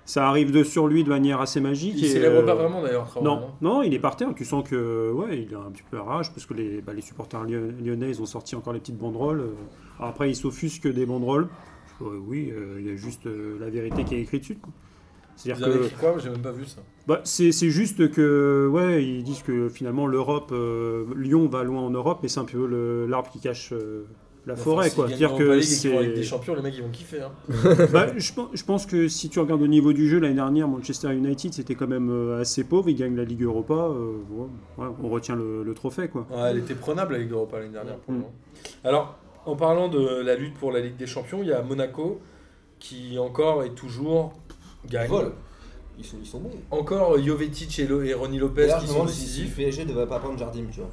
ça arrive de sur lui de manière assez magique.
Il
et,
célèbre pas
euh,
vraiment hein. d'ailleurs, Traoré.
Non, non, il est par terre. Tu sens que ouais, il a un petit peu la rage parce que les, bah, les supporters lyo- lyonnais, ils ont sorti encore les petites banderoles. euh. Alors après, ils s'offusquent des banderoles. Euh, oui, euh, il y a juste euh, la vérité qui est écrite dessus. quoi.
Vous
C'est-à-dire
avez
que
écrit quoi J'ai même pas vu ça.
bah, c'est c'est juste que ouais, ils disent que finalement l'Europe, euh, Lyon va loin en Europe, mais c'est un peu le- l'arbre qui cache euh, la forêt, quoi.
Dire
C'est-à-dire
que
que
c'est avec des
c'est
champions, les mecs ils vont kiffer. hein.
Bah, je, pense, je pense que si tu regardes au niveau du jeu l'année dernière, Manchester United c'était quand même euh, assez pauvre. Ils gagnent la Ligue Europa. euh, ouais, ouais, on retient le, le trophée quoi.
Ouais, elle était prenable avec l'Europa l'année dernière pour le moment. Alors, en parlant de la lutte pour la Ligue des Champions, il y a Monaco qui encore et toujours gagne.
Vol. Ils sont, ils sont bons.
Encore Jovetic et, Lo- et Ronny Lopez
D'ailleurs, je
qui
me
sont
demande si le
décisifs.
PSG ne va pas prendre Jardim, tu vois.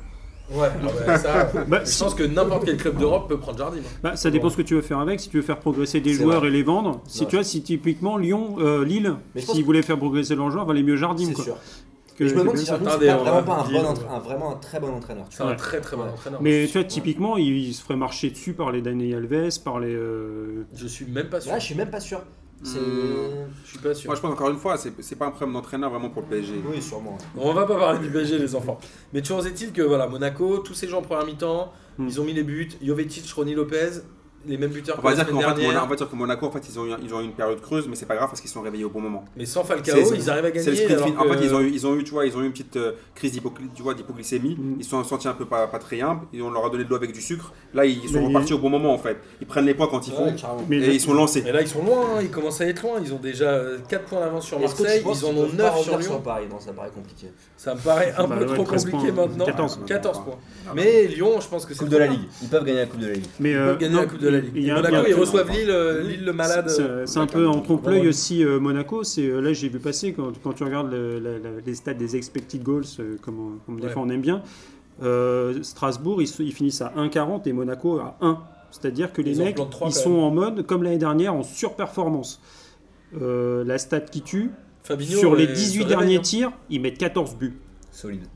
Ouais, ah bah, ça,
Bah,
je
si-
pense que n'importe quel club d'Europe peut prendre Jardim.
bah, ça dépend ce que tu veux faire avec. Si tu veux faire progresser des
C'est
joueurs
vrai.
et les vendre, si
Ouais.
tu vois, si typiquement Lyon, euh, Lille,
Mais je pense
s'ils voulaient faire progresser leurs joueurs, valait mieux Jardim
C'est
quoi.
sûr.
que-
Et je me demande
que-
si surtout
Attendez,
c'est pas
on
vraiment
va
pas un,
dire,
bon
ouais.
entra- un- vraiment un très bon entraîneur. Tu
C'est
vois.
un
Ouais.
très très bon entraîneur.
Mais tu vois,
Ouais.
typiquement, il, il se ferait marcher dessus par les Daniel Alves, par les. euh,
Je suis même pas sûr.
Là, je suis même pas sûr. C'est-
Hmm.
Je suis pas sûr.
Moi, je pense encore une fois, c'est c'est pas un problème d'entraîneur vraiment pour le PSG.
Oui, sûrement.
On va pas parler du PSG, les enfants. Mais toujours est-il que voilà, Monaco, tous ces gens en première mi-temps,
Mm.
ils ont mis les buts. Jovetic, Ronny Lopez, les mêmes buteurs
On
que
va
la
dire
semaine
qu'en fait,
dernière.
Mona- on va dire que Monaco, en fait, ils ont, eu, ils ont eu une période creuse, mais c'est pas grave parce qu'ils se sont réveillés au bon moment.
Mais sans
C'est-
Falcao,
c'est-
ils arrivent à gagner.
C'est le sprint
alors
fin- En
que-
fait, ils ont eu, ils ont eu, tu vois, ils ont eu une petite euh, crise d'hypogly- tu vois, d'hypoglycémie.
Mm.
Ils se sont sentis un peu pas, pas très humbles et on leur a donné de l'eau avec du sucre. Là, ils sont
Mais-
repartis au bon moment, en fait. Ils prennent les points quand il faut
Ouais, carrément.
mais-
et ils sont lancés.
Mais là, ils sont loin, hein, ils commencent à être loin. Ils ont déjà 4 points d'avance sur
Est-ce que tu
Marseille,
penses
ils en
qu'ils
ont
peuvent pas
9 sur
revenir
Lyon.
Paris, non, ça paraît compliqué.
Ça me paraît un
Bah
peu
ouais,
trop
13
compliqué
points,
maintenant.
14.
14 points. Mais Lyon, je pense que c'est.
Coupe de
trop
la
bien.
Ligue. Ils peuvent gagner la Coupe de la Ligue.
Mais,
Ils
euh,
peuvent gagner
non,
la Coupe de la
il- il
Ligue.
y
Et
a un-
Monaco,
il y
ils
a-
reçoivent Lille, euh, Lille le malade. euh,
C'est- C'est un peu en trompe-l'œil aussi euh, Monaco. C'est euh, là j'ai vu passer quand, quand tu regardes le- la- la- les stats des expected goals, euh, comme, on- comme des
Ouais.
fois on aime bien. euh, Strasbourg ils, se- ils finissent à 1,40 et Monaco à 1. C'est-à-dire que les
Ils en
mecs
plantent trois,
ils
quand
sont en mode comme l'année dernière en surperformance. Euh, la stat qui tue,
Fabinho,
sur les
euh,
18
se réveille,
derniers
hein.
tirs, ils mettent 14 buts.
Solide.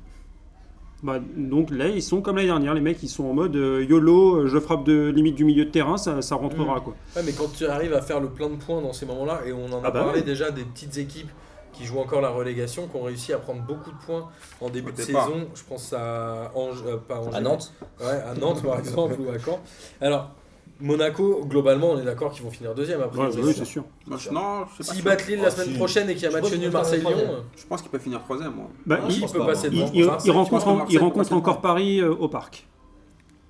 Bah, donc là, ils sont comme l'année dernière, les mecs, ils sont en mode euh, YOLO, euh, je frappe de limite du milieu de terrain, ça, ça rentrera quoi.
Ouais, mais quand tu arrives à faire le plein de points dans ces moments-là, et on en a
Ah bah
parlé
ouais.
déjà des petites équipes qui jouent encore la relégation, qui ont réussi à prendre beaucoup de points en début
Au
de
départ.
saison. Je pense à Ange, euh, pas Angers,
À Nantes,
Ouais, à Nantes par exemple ou à Caen. Alors, Monaco, globalement, on est d'accord qu'ils vont finir deuxième après.
Ouais, oui, c'est sûr.
Moi, je- Non, je sais pas.
S'ils battent Lille la
Ah,
semaine
si.
prochaine et qu'il y a
Je
match
pense
nul
qu'ils vont faire
Marseille-Lyon,
troisième.
euh,
Je pense qu'ils peuvent finir troisième, moi.
Bah,
non,
ils,
il
pense
peut
pas,
passer
moi.
ils-
devant.
ils- ils
Marseille,
rencontrent,
je pense que
ils
Marseille-
rencontrent encore Paris euh, au parc.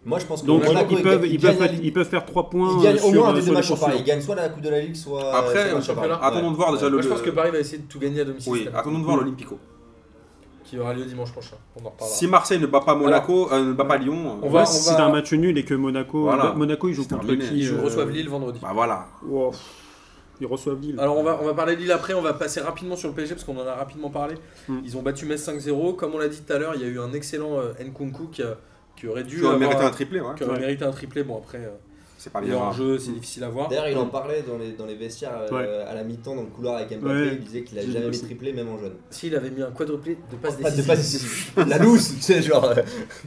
moi je pense que
Donc
Monaco,
ils, peuvent,
gagnent-
ils, peuvent,
gagnent la
ils
Ligue.
peuvent faire 3
Ils
points.
gagnent
euh,
au moins un
sur-
des deux
sur les
matchs sur Paris.
poursuivants.
Ils gagnent soit la Coupe de la Ligue, soit. soit
Après, au
le championnat.
championnat.
Attendons de voir déjà
Moi,
le.
je pense que Paris va essayer de tout gagner à domicile,
Oui,
cette année,
attendons de voir l'Olympico.
qui aura lieu dimanche prochain. On en reparlera.
Si Marseille ne bat pas Monaco, euh, ne bat pas Lyon,
On
euh,
va-
Ouais,
on
si
va-
c'est un match nul et que Monaco,
Voilà.
bah, Monaco ils jouent
C'est
contre
terminé.
qui
Ils jouent-
euh,
reçoivent Lille vendredi.
bah voilà.
wow. Ils reçoivent Lille.
Alors on va, on
euh,
va parler de Lille après, on va passer rapidement sur le PSG parce qu'on en a rapidement parlé.
Hmm.
Mm.
Ils ont battu Metz 5-0. Comme on l'a dit tout à l'heure, il y a eu un excellent euh, Nkunku qui, a- qui aurait dû
Tu aurais
avoir-
mérité un triplé, ouais.
qui aurait
Ouais.
mérité un triplé. Bon après, euh,
C'est pas
il est
bien. hein.
en
grave.
jeu, c'est difficile à voir.
Hmm. D'ailleurs, il en parlait dans les, dans les vestiaires euh,
Ouais.
à la mi-temps dans le couloir avec Mbappé.
Ouais.
Il disait qu'il avait
J'ai
jamais
vu
mis
ça.
triplé, même en jeune.
S'il avait mis un quadruplé de passe
Pas de
décisive.
passe ici. La loose, tu sais, genre. euh,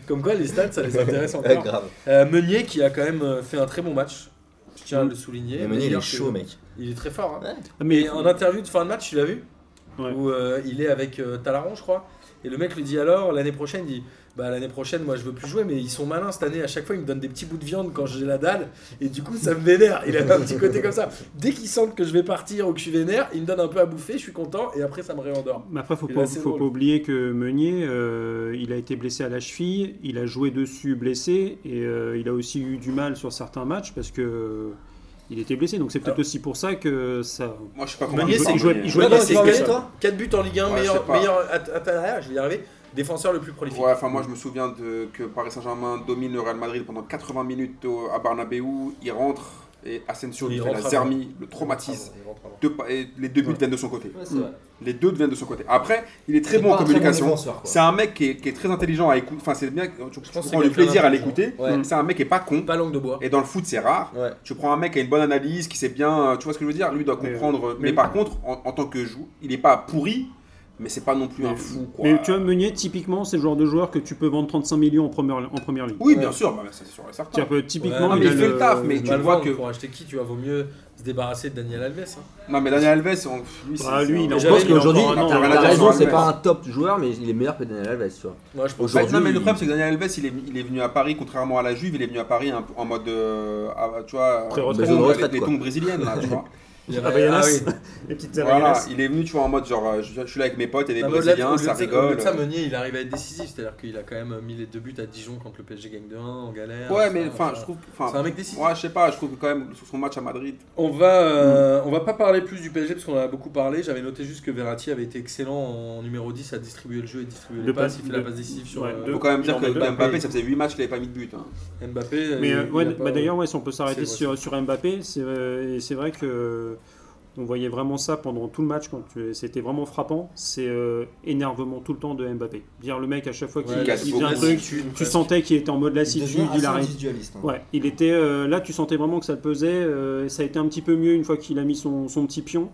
Comme quoi les stats, ça les intéresse
ouais,
encore.
grave.
Euh, Meunier qui a quand même euh, fait un très bon match. Je tiens à le souligner.
Hmm. Mais Meunier, il
D'ailleurs,
est chaud,
que-
mec.
Il est très fort. hein.
Ah, mais
Et en interview de fin de match, tu l'as vu
Ouais.
Où euh, il est avec euh, Talaron, je crois. Et le mec lui dit alors, l'année prochaine, il dit Bah, l'année prochaine, moi je veux plus jouer, mais ils sont malins cette année. À chaque fois, ils me donnent des petits bouts de viande quand j'ai la dalle. Et du coup, ça me vénère. Il a un petit côté comme ça. Dès qu'ils sentent que je vais partir ou que je suis vénère, ils me donnent un peu à bouffer, je suis content, et après, ça me réendort.
Mais après, faut
Il est
pas,
assez
faut
drôle.
pas oublier que Meunier, euh, il a été blessé à la cheville, il a joué dessus blessé, et euh, il a aussi eu du mal sur certains matchs parce que euh, il était blessé. Donc c'est peut-être aussi pour ça que ça.
Moi, je suis pas
Meunier,
convaincu.
c'est-
par
il jouait-
Meunier.
il
Ouais,
jouait-
Ouais,
non,
mais
c'est
tu vois,
quatre-
mais toi
4 buts en Ligue 1,
Ouais, je sais
meilleur,
pas.
meilleur at- attaquant, je vais y arriver, défenseur le plus prolifique.
Ouais, enfin moi je me souviens de, que Paris Saint-Germain domine le Real Madrid pendant 80 minutes au- à Bernabeu, il rentre et Asensio
Il
lui fait la
rentre avant.
zermie, le traumatise.
Il rentre avant.
Deux pa- et les deux buts
Ouais.
viennent de son côté.
Ouais, c'est vrai.
Les deux viennent de son côté. Après, il est très
C'est
bon
pas
en
un
communication.
défenseur, quoi.
c'est un mec qui est, qui est très intelligent à écouter. Enfin, c'est bien. Tu, tu
pense que
prends
c'est
du plaisir
quelqu'un
à l'écouter.
Ouais.
C'est un mec qui est pas con.
Pas langue de bois.
Et dans le foot, c'est rare.
Ouais.
Tu prends un mec qui a une bonne analyse, qui sait bien. euh, Tu vois ce que je veux dire Lui il doit
Mais,
comprendre. Mais,
mais-
par contre, en, en tant que joueur, il est pas pourri, mais c'est pas non plus un fou. Quoi.
Mais tu vois, Meunier, typiquement, c'est le genre de joueur que tu peux vendre 35 millions en première, en première ligne.
Oui, bien sûr, bah, ça, c'est sûr et certain.
C'est-à-dire que typiquement,
Ouais, mais
a
il fait
le taf, mais-
Tu
tu le vois que-
Pour acheter qui, tu vas vaut mieux se débarrasser de Daniel Alves. hein.
Non, mais Daniel Alves, on- lui, c'est.
Bah,
c'est un-
lui, il est
Mais
encore-
j'avais
il est
qu'aujourd'hui,
encore un an.
t'as-
La
Daniel
raison,
Alves.
c'est pas un top joueur, mais il est meilleur que Daniel Alves, tu vois.
Moi, je pense
Ouais, non, mais
Aujourd'hui,
le problème, c'est que Daniel Alves, il est, il est venu à Paris, contrairement à la Juve, il est venu à Paris un peu en mode. euh, ah, tu vois,
Pré-retraite.
tongs,
Pré-retraite,
avec les
quoi.
tongs brésiliennes, là, tu vois.
Il y
Ah, bah, il y en a-
oui.
Les petites
voilà,
Zaragoza.
il est venu, tu vois, en mode genre, euh, je, je suis là avec mes potes, il y a
Non,
des
mais au-delà de-
brésiliens,
au-delà
ça
de au-delà
rigole.
de ça, Meunier, il arrive à être décisif. C'est-à-dire qu'il a quand même mis les deux buts à Dijon quand le PSG gagne 2-1 en galère.
Ouais,
ça,
mais enfin,
ça.
je trouve. enfin,
C'est un mec décisif.
Ouais, je sais pas, je trouve que quand même, sur son match à Madrid.
On va,
Mm.
euh, on va pas parler plus du PSG parce qu'on en a beaucoup parlé. J'avais noté juste que Verratti avait été excellent en numéro 10 à distribuer le jeu et distribuer les
De
passes.
pas-
Il fait la
de-
passe décisive sur
ouais,
euh,
Il
de-
faut quand même dire
Non,
que
mais
Mbappé,
Mbappé,
ça faisait 8 matchs qu'il avait pas mis de but. hein.
Mbappé.
Mais
il-
euh,
il
ouais,
a pas-
bah, d'ailleurs, ouais, si on peut s'arrêter
C'est
sur, sur Mbappé, c'est euh, et c'est vrai que euh, on voyait vraiment ça pendant tout le match quand tu- c'était vraiment frappant. C'est euh, énervement tout le temps de Mbappé. Dire le mec à chaque fois qu'il
Ouais,
il
il casse
faisait un
beaucoup.
truc,
Lassitude,
tu
presque.
sentais qu'il était en mode
Il
lassitude,
devient
il
assez
arrête.
individualiste. hein.
Ouais, il était euh, là, tu sentais vraiment que ça le pesait. euh, ça a été un petit peu mieux une fois qu'il a mis son, son petit pion.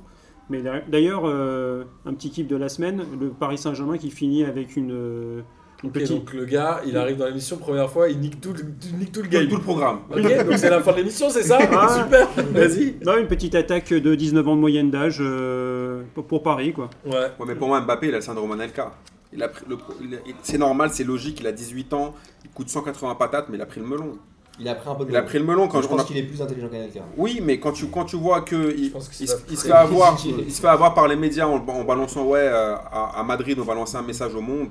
Mais d'a- d'ailleurs, euh, un petit kiff de la semaine, le Paris Saint-Germain qui finit avec une, euh, une
Et
petite.
donc le gars, il arrive dans l'émission première fois, il nique tout le, il nique tout le
Tout,
game.
tout le programme.
Ok, donc c'est la fin de l'émission, c'est ça
Ah.
Super, vas-y.
Non, une petite attaque de 19 ans de moyenne d'âge euh, pour pour Paris, quoi.
Ouais.
Ouais, mais pour moi, Mbappé, il a le syndrome Anelka. Il a pris le pro- il- il- C'est normal, c'est logique, il a 18 ans, il coûte 180 patates, mais il a pris le melon.
Il a pris un peu de
Il a
mal.
pris le melon
je
quand je
pense qu'il est plus intelligent qu'Anelka.
Oui, mais quand tu, quand tu vois que il,
pense que c'est
il, se-
pas
il se
très
fait avoir,
difficile.
il se fait avoir par les médias en, en balançant ouais euh, à, à Madrid, on va lancer un message au monde.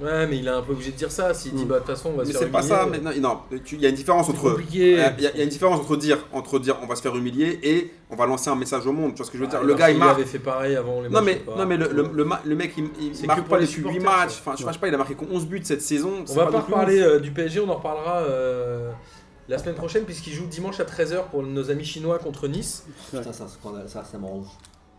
ouais, mais il est un peu obligé de dire ça. S'il dit,
Mm.
bah de toute façon, on va
Mais
se faire
c'est pas
humilier. euh,
ça. mais non, non, tu- il y a une différence
C'est
entre il y,
compliqué.
a, il y a une différence entre dire entre dire on va se faire humilier et on va lancer un message au monde. Tu vois ce que je veux dire
Ah,
Le
Marseille
gars il marque.
avait fait pareil avant les
Non
matchs,
mais,
je sais pas.
non mais le, le, le ma- le mec il, il
C'est que
marque
pour
pas
les
les 8
supporters,
matchs,
ça.
enfin je sais pas, il a marqué que 11 buts cette saison.
On
c'est
va pas
non plus
reparler
ouf.
euh, du PSG, on en reparlera euh, la semaine prochaine, puisqu'il joue dimanche à 13h pour nos amis chinois contre Nice.
Putain, c'est un scandale, ça, ça m'enrouge.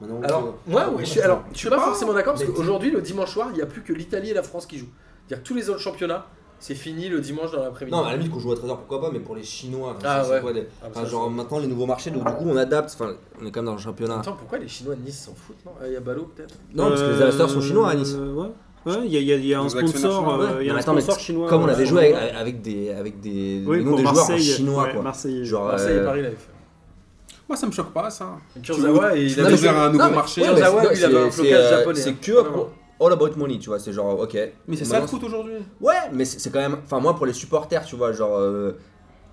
Maintenant,
Alors,
on-
moi, ouais, je suis, alors, je suis pas
pas,
forcément d'accord, parce
mais-
qu'aujourd'hui, le dimanche soir, il n'y a plus que l'Italie et la France qui jouent. C'est-à-dire que tous les autres championnats, c'est fini le dimanche dans l'après-midi.
Non, à la limite, qu'on joue à 13h, pourquoi pas, mais pour les Chinois,
Ah,
c'est
ouais.
quoi les-
Ah,
enfin,
ça,
genre
c'est-
maintenant les nouveaux marchés, donc du coup on adapte. Enfin, on est quand même dans le championnat.
Attends, pourquoi les Chinois de Nice s'en foutent non Ah, Il y a Ballot peut-être
Non, parce que les acheteurs sont chinois à Nice.
Euh, ouais. Ouais, il y a, il y a- il y a un
Les actionnaires
sponsor,
chinois.
euh, il y a
Non,
un
attends, mais
sponsor chinois.
Comme on
euh,
avait joué
chinois.
avec, avec des, avec des,
Oui,
des noms
pour
de joueurs en
Marseille.
chinois,
Ouais,
quoi.
Marseille.
Genre,
Marseille et
euh,
Paris l'avaient fait.
Moi ça me choque pas ça.
Kurzawa, et
tu
il
veux
avait
mais
ouvert
c'est-
un nouveau
non, mais-
marché.
ouais, mais
Kurzawa,
c'est-
lui, il avait un
c'est-
blocage
c'est, euh,
japonais,
C'est
hein.
que
Vraiment.
all about money, tu vois. C'est genre, ok.
Mais
Bah
c'est ça le
Maintenant,
foot aujourd'hui.
Ouais, mais c'est c'est quand même. Enfin, moi, pour les supporters, tu vois, genre. euh,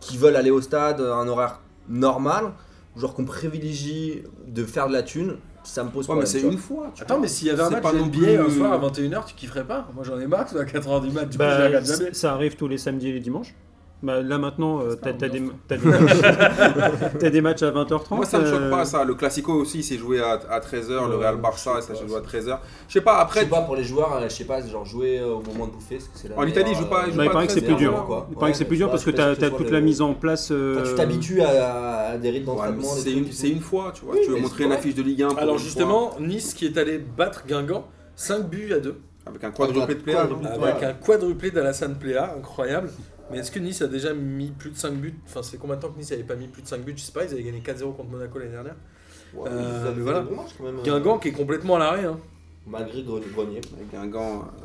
qui veulent aller au stade à un horaire normal, genre qu'on privilégie de faire de la thune, ça me pose
Ouais, mais
problème.
c'est
tu vois.
une fois. tu
Attends,
vois.
mais s'il y avait un
C'est
match
pas non
NBA
plus- euh,
un euh, soir à 21h, tu kifferais pas Moi j'en ai marre, c'est à 4h du mat, du coup
Bah,
je regarde
c-
jamais.
ça arrive tous les samedis et les dimanches. Bah, là maintenant, euh, t'as
pas
t'as des,
ambiance.
t'as des matchs- t'as des matchs à 20h30.
Moi, ça me choque
euh,
pas, ça. Le Classico aussi, c'est joué à, 13h. Le
Ouais,
Real Barça, ça s'est joué à 13h. Je sais pas,
Je
après.
sais pas, pour les joueurs, euh, je sais pas, genre jouer euh, au moment de bouffer, parce que c'est la
En Italie, ils jouent pas- ils
je
jouent
Bah, il
pas
paraît que c'est
très
plus
bien,
dur.
quoi.
Il paraît que c'est
Ouais,
plus dur
je
parce que
sais pas,
t'as
je sais pas
t'as
si
toute
ce
la
soit
mise en place.
Enfin,
euh,
tu t'habitues à, à des rythmes
Ouais, mais
d'entraînement. des
c'est
trucs
une,
qui
c'est
sont-
une fois, tu vois.
Oui,
tu veux
mais
montrer
c'est
une
vrai.
affiche de Ligue 1. pour
Alors
une
justement, Nice qui est allé battre Guingamp, 5 buts à 2.
fois, avec un quadruplé de player.
Ouais.
Avec un quadruplé d'Alassane Plea, incroyable. Mais est-ce que Nice a déjà mis plus de 5 buts Enfin, c'est combien de temps que Nice n'avait pas mis plus de 5 buts Je sais pas, ils avaient gagné 4-0 contre Monaco l'année dernière.
Ouais,
Euh,
ils avaient fait
voilà.
des bons matchs, quand même, euh,
Guingamp qui est complètement à l'arrêt. Hein.
Malgré Gre- Grenier.
Avec Guingamp. euh,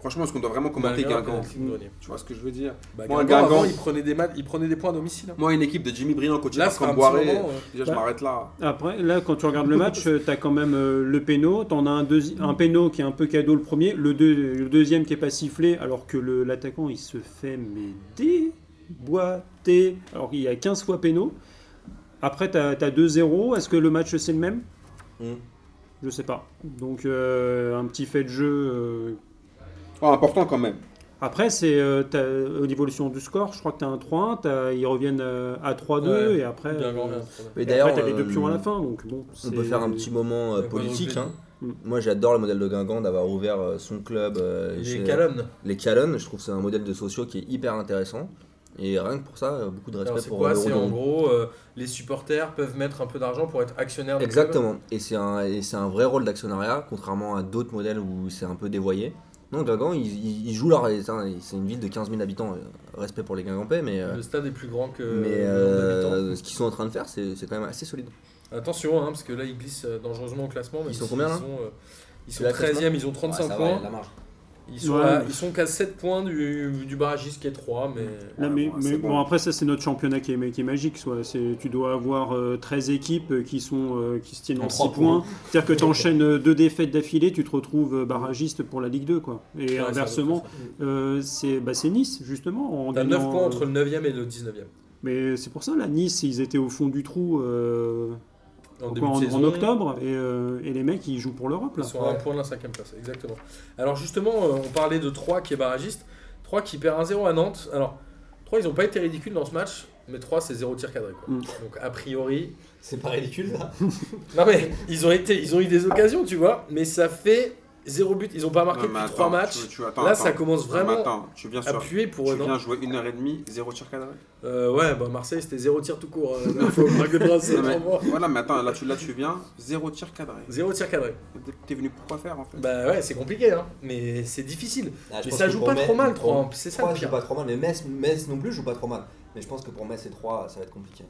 Franchement, est-ce qu'on doit vraiment commenter
Ah, Malgré
Guingamp
Alexis Grenier.
Tu vois ce que je veux dire
Bah,
Moi,
Guingamp,
Guingamp-
avant, il prenait des, matchs, il prenait des points à domicile. hein.
Moi, une équipe de Jimmy Briand, coaché
Là,
par
c'est un petit
Camboire,
moment, ouais.
déjà, je
Bah.
m'arrête là.
Après, là, quand tu regardes le match, euh, t'as quand même euh, le péno, t'en as un, deuxi- un péno qui est un peu cadeau le premier, le, deux- le deuxième qui est pas sifflé, alors que le- l'attaquant il se fait mais déboîter. Alors qu'il y a 15 fois péno. Après, t'as as, 2-0. Est-ce que le match c'est le même
Mm.
Je sais pas. Donc, euh, un petit fait de jeu. euh.
Oh, important quand même.
Après, c'est euh, t'as, euh, l'évolution du score. Je crois que t'as un 3-1, t'as- ils reviennent euh, à 3-2,
Ouais,
et après.
Guingamp
euh,
vient de prendre.
Mais
et après,
d'ailleurs,
t'as les deux
euh,
pions à la fin. Donc, bon,
On
c'est-
peut faire un petit moment euh,
Ouais,
politique.
quadruplé.
hein. Moi j'adore le modèle de Guingamp d'avoir ouvert euh, son club. euh,
Les
chez-
Calonnes.
les Calonnes, je trouve que c'est un modèle de sociaux qui est hyper intéressant. Et rien que pour ça, euh, beaucoup de
Alors,
respect
C'est
pour
quoi
euh,
C'est en
Rodon.
gros, euh, les supporters peuvent mettre un peu d'argent pour être actionnaires. du club.
Exactement. Et c'est un, et c'est un vrai rôle d'actionnariat, contrairement à d'autres modèles où c'est un peu dévoyé. Non, Guingamp, ils, ils- ils jouent leur. putain, C'est une ville de 15 000 habitants, euh, respect pour les Guingampais, mais. euh,
Le stade est plus grand que
mais
le
euh,
nombre d'habitants.
ce qu'ils sont en train de faire, c'est c'est quand même assez solide.
Attention, hein, parce que là, ils glissent euh, dangereusement au classement. même
Ils sont
s'ils
combien, là
sont, euh, Ils sont
C'est la
13 e ils ont 35
Ouais, ça va,
points.
il y a de la marge.
Ils sont,
Ouais.
à- ils sont qu'à 7 points du, du barragiste qui est 3, mais.
Ah,
Non,
Ouais,
mais,
bon, c'est
mais
bon.
bon. après ça c'est notre championnat qui est, qui est magique soit. C'est- tu dois avoir euh, 13 équipes euh, qui sont euh, qui se tiennent
En
en
trois
6 points c'est à dire que tu enchaînes deux défaites d'affilée tu te retrouves euh, barragiste pour la Ligue 2 quoi et
Ouais,
inversement euh, c'est bah, c'est Nice justement en
T'as 9
gagnant,
points entre
euh,
le 9 e et le 19 e
mais c'est pour ça là Nice ils étaient au fond du trou euh,
En
en,
début de
en- en
saison.
octobre et, euh, et les mecs ils jouent pour l'Europe
Ils
là
sont à un
Ouais.
point de la 5 place, exactement. Alors justement, euh, on parlait de 3 qui est barragiste. 3 qui perd 1-0 à Nantes. Alors, 3 ils ont pas été ridicules dans ce match, mais 3 c'est 0 tir cadré. Quoi.
Mm.
Donc a priori.
C'est pas ridicule là.
Non mais ils ont, été, ils ont eu des occasions, tu vois, mais ça fait 0 but. Ils ont pas marqué
Non, mais
depuis
attends,
3 matchs.
tu- tu- attends,
Là
attends.
ça commence
Non, mais
vraiment
Attends, tu viens sur.
appuyé pour
Tu
eux. non
viens jouer une heure et demie, zéro tir cadré.
Euh, ouais, bah Marseille c'était 0 tir tout court. euh, là, faut marquer de principe,
Non, mais-
pour moi.
Voilà, mais attends, là tu, là, tu viens, zéro tir cadré.
Zéro tir cadré.
T'es venu pour quoi faire en fait
Bah ouais, c'est compliqué, hein. Mais c'est difficile.
Ah, je
mais
pense
ça
que
joue
pour
pas
Metz-
trop mal,
pour-
3. hein. C'est ça
Troyes
le
joue
pire.
pas trop mal, mais Metz, Metz non plus joue pas trop mal. Mais je pense que pour Metz et 3, ça va être compliqué.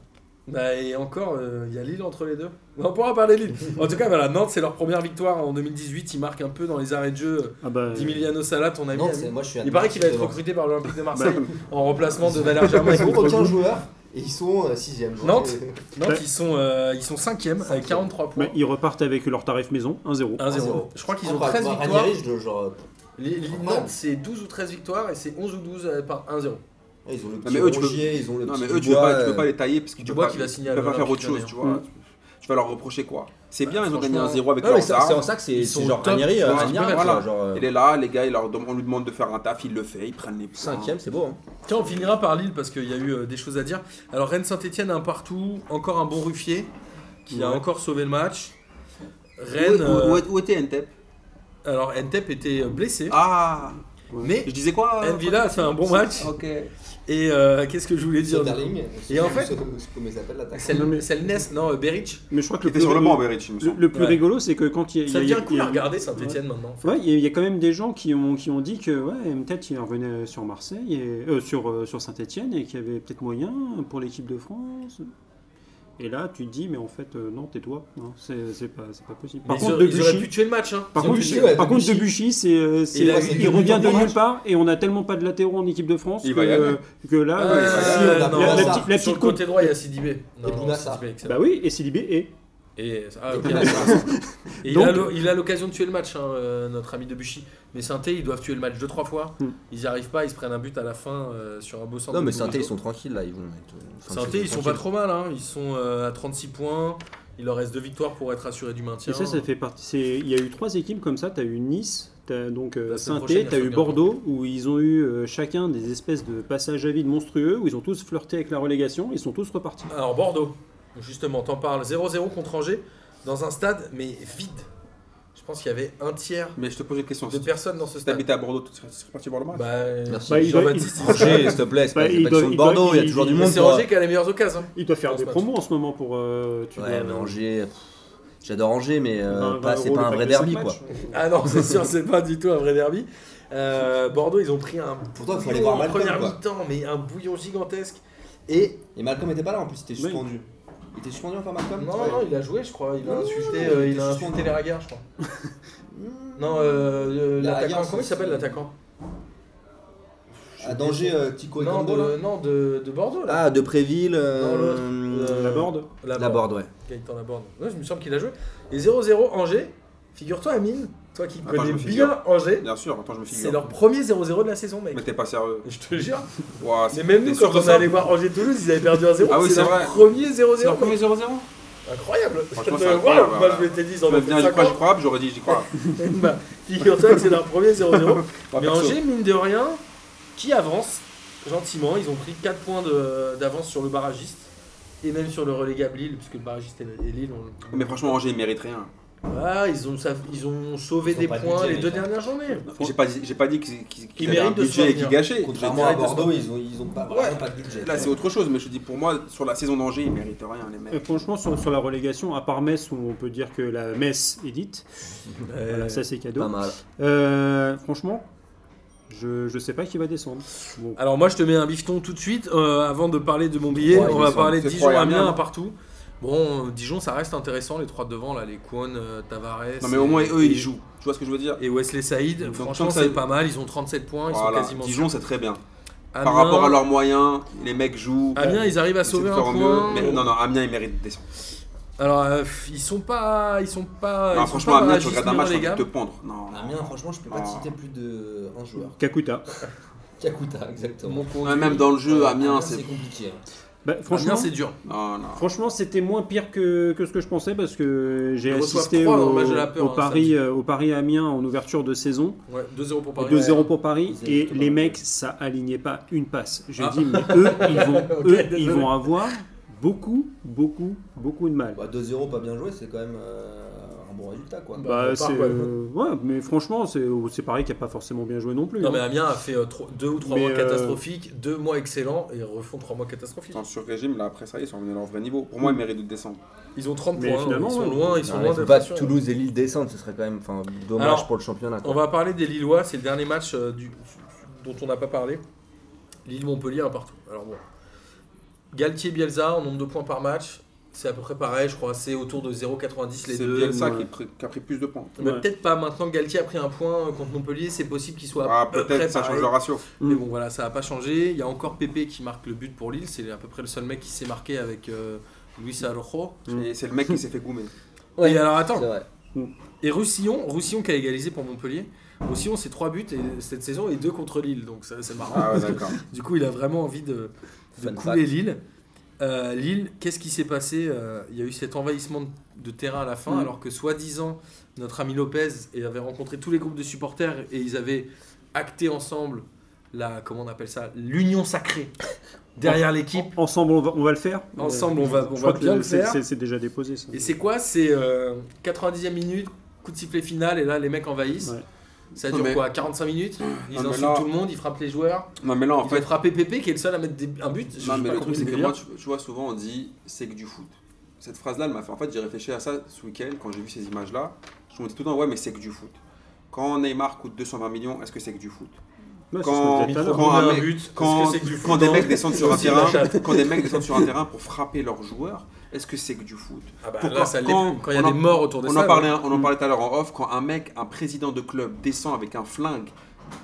Bah, et encore, euh, il y a Lille entre les deux. On pourra parler de Lille. En tout cas, voilà, Nantes, c'est leur première victoire en 2018. Ils marquent un peu dans les arrêts de jeu.
Ah bah,
Dimiliano Sala, ton ami.
Non,
ami.
c'est- moi je suis
ah Il paraît qu'il va être
devant.
recruté par l'Olympique de
bah,
Marseille en remplacement de Valère Germain.
Ils ont aucun joueur et ils sont euh, 6ème.
Nantes. Nantes, ils sont, euh, ils sont 5e avec 43 points.
bah, ils repartent avec leur tarif maison, 1-0.
Ah,
1-0.
1-0.
Je crois qu'ils
bah,
ont 13 victoires.
genre,
Les- les-
Normal.
Nantes, c'est 12 ou 13 victoires et c'est 11 ou 12 euh, par 1-0.
ouais, ils ont le
mais
petit
eux, tu peux-
Rongier, ils ont le
Non,
petit
mais eux, tu peux,
Dubois,
pas, tu peux
euh,
pas les tailler parce qu'ils
Dubois
peuvent
qui
pas,
va signer à
ils peuvent pas faire
l'Olympique
autre chose, tu vois.
Lyonnais.
Tu- Tu vas leur reprocher quoi C'est
Bah,
bien, ils ont gagné
franchement,
1-0 avec
Non, mais
leur
c'est c'est en
star.
ça que
Ils
c'est c'est
sont
genre
top.
Ranieri,
Ouais,
euh,
c'est
Ranieri,
pas mal,
tu vois,
voilà.
genre euh,
Il est là, les gars, il leur demande- on lui demande de faire un taf, il le fait, ils prennent les points.
cinquième, c'est beau. hein.
Tiens, on finira par Lille parce qu'il y a eu euh, des choses à dire. Alors, Rennes Saint-Etienne, un partout. Encore un bon Ruffier qui a
Ouais.
encore sauvé le match. Rennes.
Où- Où
euh,
où- où était Entep
alors, Entep était euh, blessé.
Ah
Mais
Je disais quoi euh,
Envila a fait un bon match.
Ok.
Et euh, qu'est-ce que je voulais dire
Sterling,
Et en fait-
comme ils appellent l'attaque.
C'est le, c'est le Ness, non, euh, Beric.
Mais je crois que
Il
le
était
plus,
sur le banc,
le,
Beric, il me
le-
semble.
le plus
Ouais.
rigolo, c'est que quand il y a-
Ça
il y a-
devient cool à
il y a-
regarder Saint-Etienne maintenant.
hein. Ouais, il y, a- il y a quand même des gens qui ont, qui ont dit que ouais, peut-être il revenait sur Marseille, et, euh, sur, euh, sur Saint-Etienne, et qu'il y avait peut-être moyen pour l'équipe de France. Et là, tu te dis, mais en fait, euh, non, tais-toi. Non, C'est c'est pas, c'est pas possible. Par
Mais
contre,
ils, auraient- ils auraient
Debuchy,
pu tuer le match. Hein.
par
Ils auraient
contre,
pu
Debuchy,
tuer.
ouais.
par contre, Debuchy, c'est, euh, c'est-
Il a eu
il,
des
revient de
bons
nulle
matchs.
part, et on a tellement pas de latéraux en équipe de France
Il
que,
va y aller.
que là,
Ah,
euh,
ouais,
si,
ouais,
euh, la,
non,
la-
non,
la
ça,
petite- la
sur le
petite coupe.
côté droit, il y a Sidibé. Non,
Bounassa.
Sidibé, excellent.
Bah oui, et Sidibé et.
Et, ah, ok. Et il
Donc-
a l'o- il a l'occasion de tuer le match, hein, euh, notre ami Debuchy. Mais Saint-Etienne, ils doivent tuer le match deux, trois fois.
Hmm.
Ils n'y arrivent pas, ils se prennent un but à la fin euh, sur un beau centre.
Non, mais
de
saint ils
Bounassa.
sont tranquilles là, ils vont être. euh, enfin,
Saint-Etienne, ils sont pas
tranquilles.
trop mal. hein. Ils sont euh, à 36 points. Il leur reste deux victoires pour être assurés du maintien.
Et ça, ça fait partie. c'est- Il y a eu trois équipes comme ça. Tu as eu Nice, tu as donc euh,
La semaine
Saint-Étienne,
prochaine,
tu
il y a
eu
Saint-Étienne.
Bordeaux, où ils ont eu euh, chacun des espèces de passages à vide monstrueux, où ils ont tous flirté avec la relégation, ils sont tous repartis.
Alors Bordeaux, justement, t'en parles. 0-0 contre Angers dans un stade, mais vide. Je pense qu'il y avait un tiers
Mais je te pose une question.
de
Si
personnes dans ce
tu
stade.
habitais à Bordeaux, tu serais- tu serais parti voir le match
Bah,
Merci.
Bah, il doit-
Jean-Baptiste, il-
Angers, s'il te plaît, c'est
Bah,
pas
il
c'est
doit-
pas que sur le
il doit-
Bordeaux, il y a
il-
toujours du
il-
Mais
monde.
c'est
quoi.
Roger qui a les meilleures occasions. hein.
Ils doivent faire
Dans
des
ce match.
promos en ce moment pour. euh, tu
Ouais,
dois-
mais Angers. pff, J'adore Angers, mais euh,
20
pas- c'est
euros
pas
le
un
pack
vrai
de cinq
derby quoi.
matchs.
Ah non, c'est sûr, c'est pas du tout un vrai derby. Euh, Bordeaux, ils ont pris un
Pourtant, il faut aller
bouillon
voir
en
Malcolm,
première
quoi.
mi-temps, mais un bouillon gigantesque. Et
Et Malcolm était pas là en plus, il était
Oui.
suspendu. Il était suspendu encore Malcolm
non,
Ouais.
non, il a joué, je crois. Il a
Non,
insulté,
non,
euh, il a
il était
insulté
suspendu.
les ragards, je crois. Non, euh, le-
La
l'attaquant.
Hagar,
Comment il
c'est-
s'appelle l'attaquant
À danger, euh, Tico et
Non,
Kando, là.
de, non, de, de Bordeaux. Là.
Ah, de Préville.
Non, l'autre.
Euh, la Borde.
La Borde, ouais.
Gaëtan Laborde. Ouais, il me semble qu'il a joué. Et 0-0 Angers. Figure-toi, Amine, toi qui
Attends,
connais
Ah, je me hein. figure.
bien Angers,
Bien sûr, attends, je me figure.
c'est leur premier 0-0 de la saison, mec.
Mais t'es pas sérieux.
Je te jure.
Ouah,
Mais même nous,
t'es sûr
quand
de
on est
ça
allé voir Angers-Toulouse, ils avaient perdu 1-0.
Ah oui,
c'est
c'est
leur
vrai.
premier 0-0.
C'est leur premier 0-0
Incroyable.
Franchement, c'est
Waouh,
incroyable,
Moi,
voilà.
je m'étais dit, ils
Tu
en
m'as
ont
dit,
fait
j'y crois, j'y
50.
crois, j'aurais dit, j'y crois.
Bah, Figure-toi que c'est leur premier 0-0.
Bah,
Mais
perso.
Angers, mine de rien, qui avance gentiment. Ils ont pris 4 points de- d'avance sur le barragiste et même sur le relégable Lille, puisque le barragiste est est Lille. on-
Mais franchement, Angers, il mérite rien.
Ah, ils ont, sav- ils ont sauvé
Ils ont
des
pas de
points
budget,
les
les
deux
gens.
dernières journées.
J'ai pas, dit- j'ai pas dit qu'ils qu'il
Ils
qu'il avait un
méritent de se
budget et qu'ils
maintenir.
gâchaient.
Contrairement à Bordeaux, ils ont, ils ont pas,
Ouais.
vraiment pas de budget.
Là, c'est autre chose, mais je dis pour moi, sur la saison d'Angers, ils méritent rien, les mecs.
Euh, franchement, sur, sur la relégation, à part Metz, où on peut dire que la Metz est dite,
Euh,
voilà, ça c'est cadeau.
Pas mal.
Euh, franchement, je, je sais pas qui va descendre. Bon.
Alors moi je te mets un bifton tout de suite. Euh, avant de parler de mon billet,
Ouais,
on
ils
va
sont-
parler de
c'est
Dijon
trois et Amiens,
Amiens
non
partout. Bon, euh, Dijon ça reste intéressant les trois de devant là, les Kwon, euh, Tavares.
Non, mais au moins,
et-
eux, ils jouent. Tu vois ce que je veux dire
Et Wesley Saïd,
Donc,
franchement
tant que ça-
c'est pas mal, ils ont 37 points, ils
Voilà,
sont quasiment
Dijon, c'est très bien.
Amiens,
Par rapport à leurs moyens, les mecs jouent.
Amiens, ils arrivent à
essaient
sauver
de
un
faire au mieux,
point. Ah,
mais non, non, Amiens, ils méritent de descendre.
Alors euh, pff, ils sont pas ils sont pas
Non,
ils sont
franchement,
pas
Amiens, tu
barragistes,
regardes un
mais
match,
les
tu
gars.
te pendre. Non, non.
Amiens, franchement, je peux pas te
Ah.
citer plus de un joueur.
Kakuta.
Kakuta, exactement.
Mon con-
Ouais, même dans le jeu,
Euh,
Amiens, c'est.
compliqué. hein.
Bah,
Amiens
franchement,
Ah, c'est dur.
Non, non.
Franchement, c'était moins pire que, que ce que je pensais parce que j'ai
Ils reçoivent
assisté
trois dans le
au,
match de la peur,
au
hein, samedi.
Paris, euh, au Paris Amiens en ouverture de saison.
Ouais, 2-0 pour Paris.
2-0 pour Paris
Ils
et
avaient tout
les
marqué.
mecs, ça alignait pas une passe. J'ai
Ah.
dit, mais eux, ils vont,
Ok,
eux,
désolé.
ils vont avoir beaucoup, beaucoup, beaucoup de mal.
Bah, 2-0, pas bien joué, c'est quand même euh, un bon résultat, quoi.
Bah,
Bah,
on part,
c'est,
quoi.
euh, ouais, mais franchement, c'est, c'est pareil qui a pas forcément bien joué non plus.
Non
hein.
mais Amiens a fait euh, trois- deux ou trois
Mais,
mois
euh,
catastrophiques, deux mois excellents et refont trois mois catastrophiques.
Ils sont sur régime, là, après ça, ils sont revenus à leur vrai niveau. Pour moi,
Mm.
ils méritent de descendre.
Ils ont 30
Mais
points,
finalement,
ils sont
ouais.
loin, ils sont
Non,
loin
mais
d'être
battre
assurés.
Toulouse et Lille descendre, ce serait quand même enfin, dommage
Alors,
pour le championnat. quoi.
On va parler des Lillois, c'est le dernier match euh, du- dont on n'a pas parlé. Lille-Montpellier un partout. Alors bon, Galtier-Bielsa en nombre de points par match, c'est à peu près pareil, je crois. C'est autour de 0,90 les
C'est
deux.
Bielsa
ouais.
qui, pr- qui a pris plus de points.
Mais
Ouais.
peut-être pas. Maintenant que Galtier a pris un point euh, contre Montpellier, c'est possible qu'il soit à
Ah, Mm.
peu près
peut-être, ça
pareil.
change le ratio.
Mais bon, voilà, ça n'a pas changé. Il y a encore Pépé qui marque le but pour Lille. C'est à peu près le seul mec qui s'est marqué avec euh, Luis Araujo.
Et c'est le mec qui s'est fait goumer.
Ouais.
Et alors, attends.
C'est vrai.
Et Roussillon, Roussillon qui a égalisé pour Montpellier. Roussillon, c'est 3 buts et, cette saison et 2 contre Lille. Donc, ça, c'est marrant.
Ah ouais, d'accord.
Du coup, il a vraiment envie de, de
Fun
couler
fact.
Lille. Euh, Lille, qu'est-ce qui s'est passé Euh, Il y a eu cet envahissement de, de terrain à la fin,
Mm.
alors que soi-disant, notre ami Lopez et avait rencontré tous les groupes de supporters et ils avaient acté ensemble la, comment on appelle ça, l'union sacrée derrière l'équipe.
Ensemble, on va, on va le faire.
Ensemble, on va- on
Je
va
crois
bien
que
le
c'est-
faire.
c'est- C'est déjà déposé, ça.
Et c'est quoi C'est euh, 90e minute, coup de sifflet final et là, les mecs envahissent.
Ouais.
Ça dure
Non, mais-
quoi 45 minutes Ils
Non, mais
insultent
là-
tout le monde, ils frappent les joueurs.
Non, mais là, en
Ils fait...
fait,
frapper Pépé qui est le seul à mettre des- un but. J'ai
Non, mais
pas
le
compris
truc, c'est que
le
moi,
délire.
tu, tu vois, souvent on dit c'est que du foot. Cette phrase-là, elle m'a fait. En fait, j'ai réfléchi à ça ce week-end quand j'ai vu ces images-là. Je me dis tout le temps, ouais, mais c'est que du foot. Quand Neymar coûte 220 millions, est-ce que c'est que du foot
Ouais, c'est ce qu'on
Quand,
disait tout à l'heure.
quand,
On met
un
un
mec-
but,
quand,
est-ce que c'est que du
quand
foot
des
Non.
mecs descendent sur un
Aussi, la
terrain,
chatte.
quand des mecs descendent sur un terrain pour frapper leurs joueurs, est-ce que c'est que du foot
Ah bah,
Pourquoi
là, ça l'est
quand
plus. Quand il y a
on en-
des morts autour de
on
ça.
en,
ouais. Mm.
parlait, on en parlait tout à l'heure en off, quand un mec, un président de club, descend avec un flingue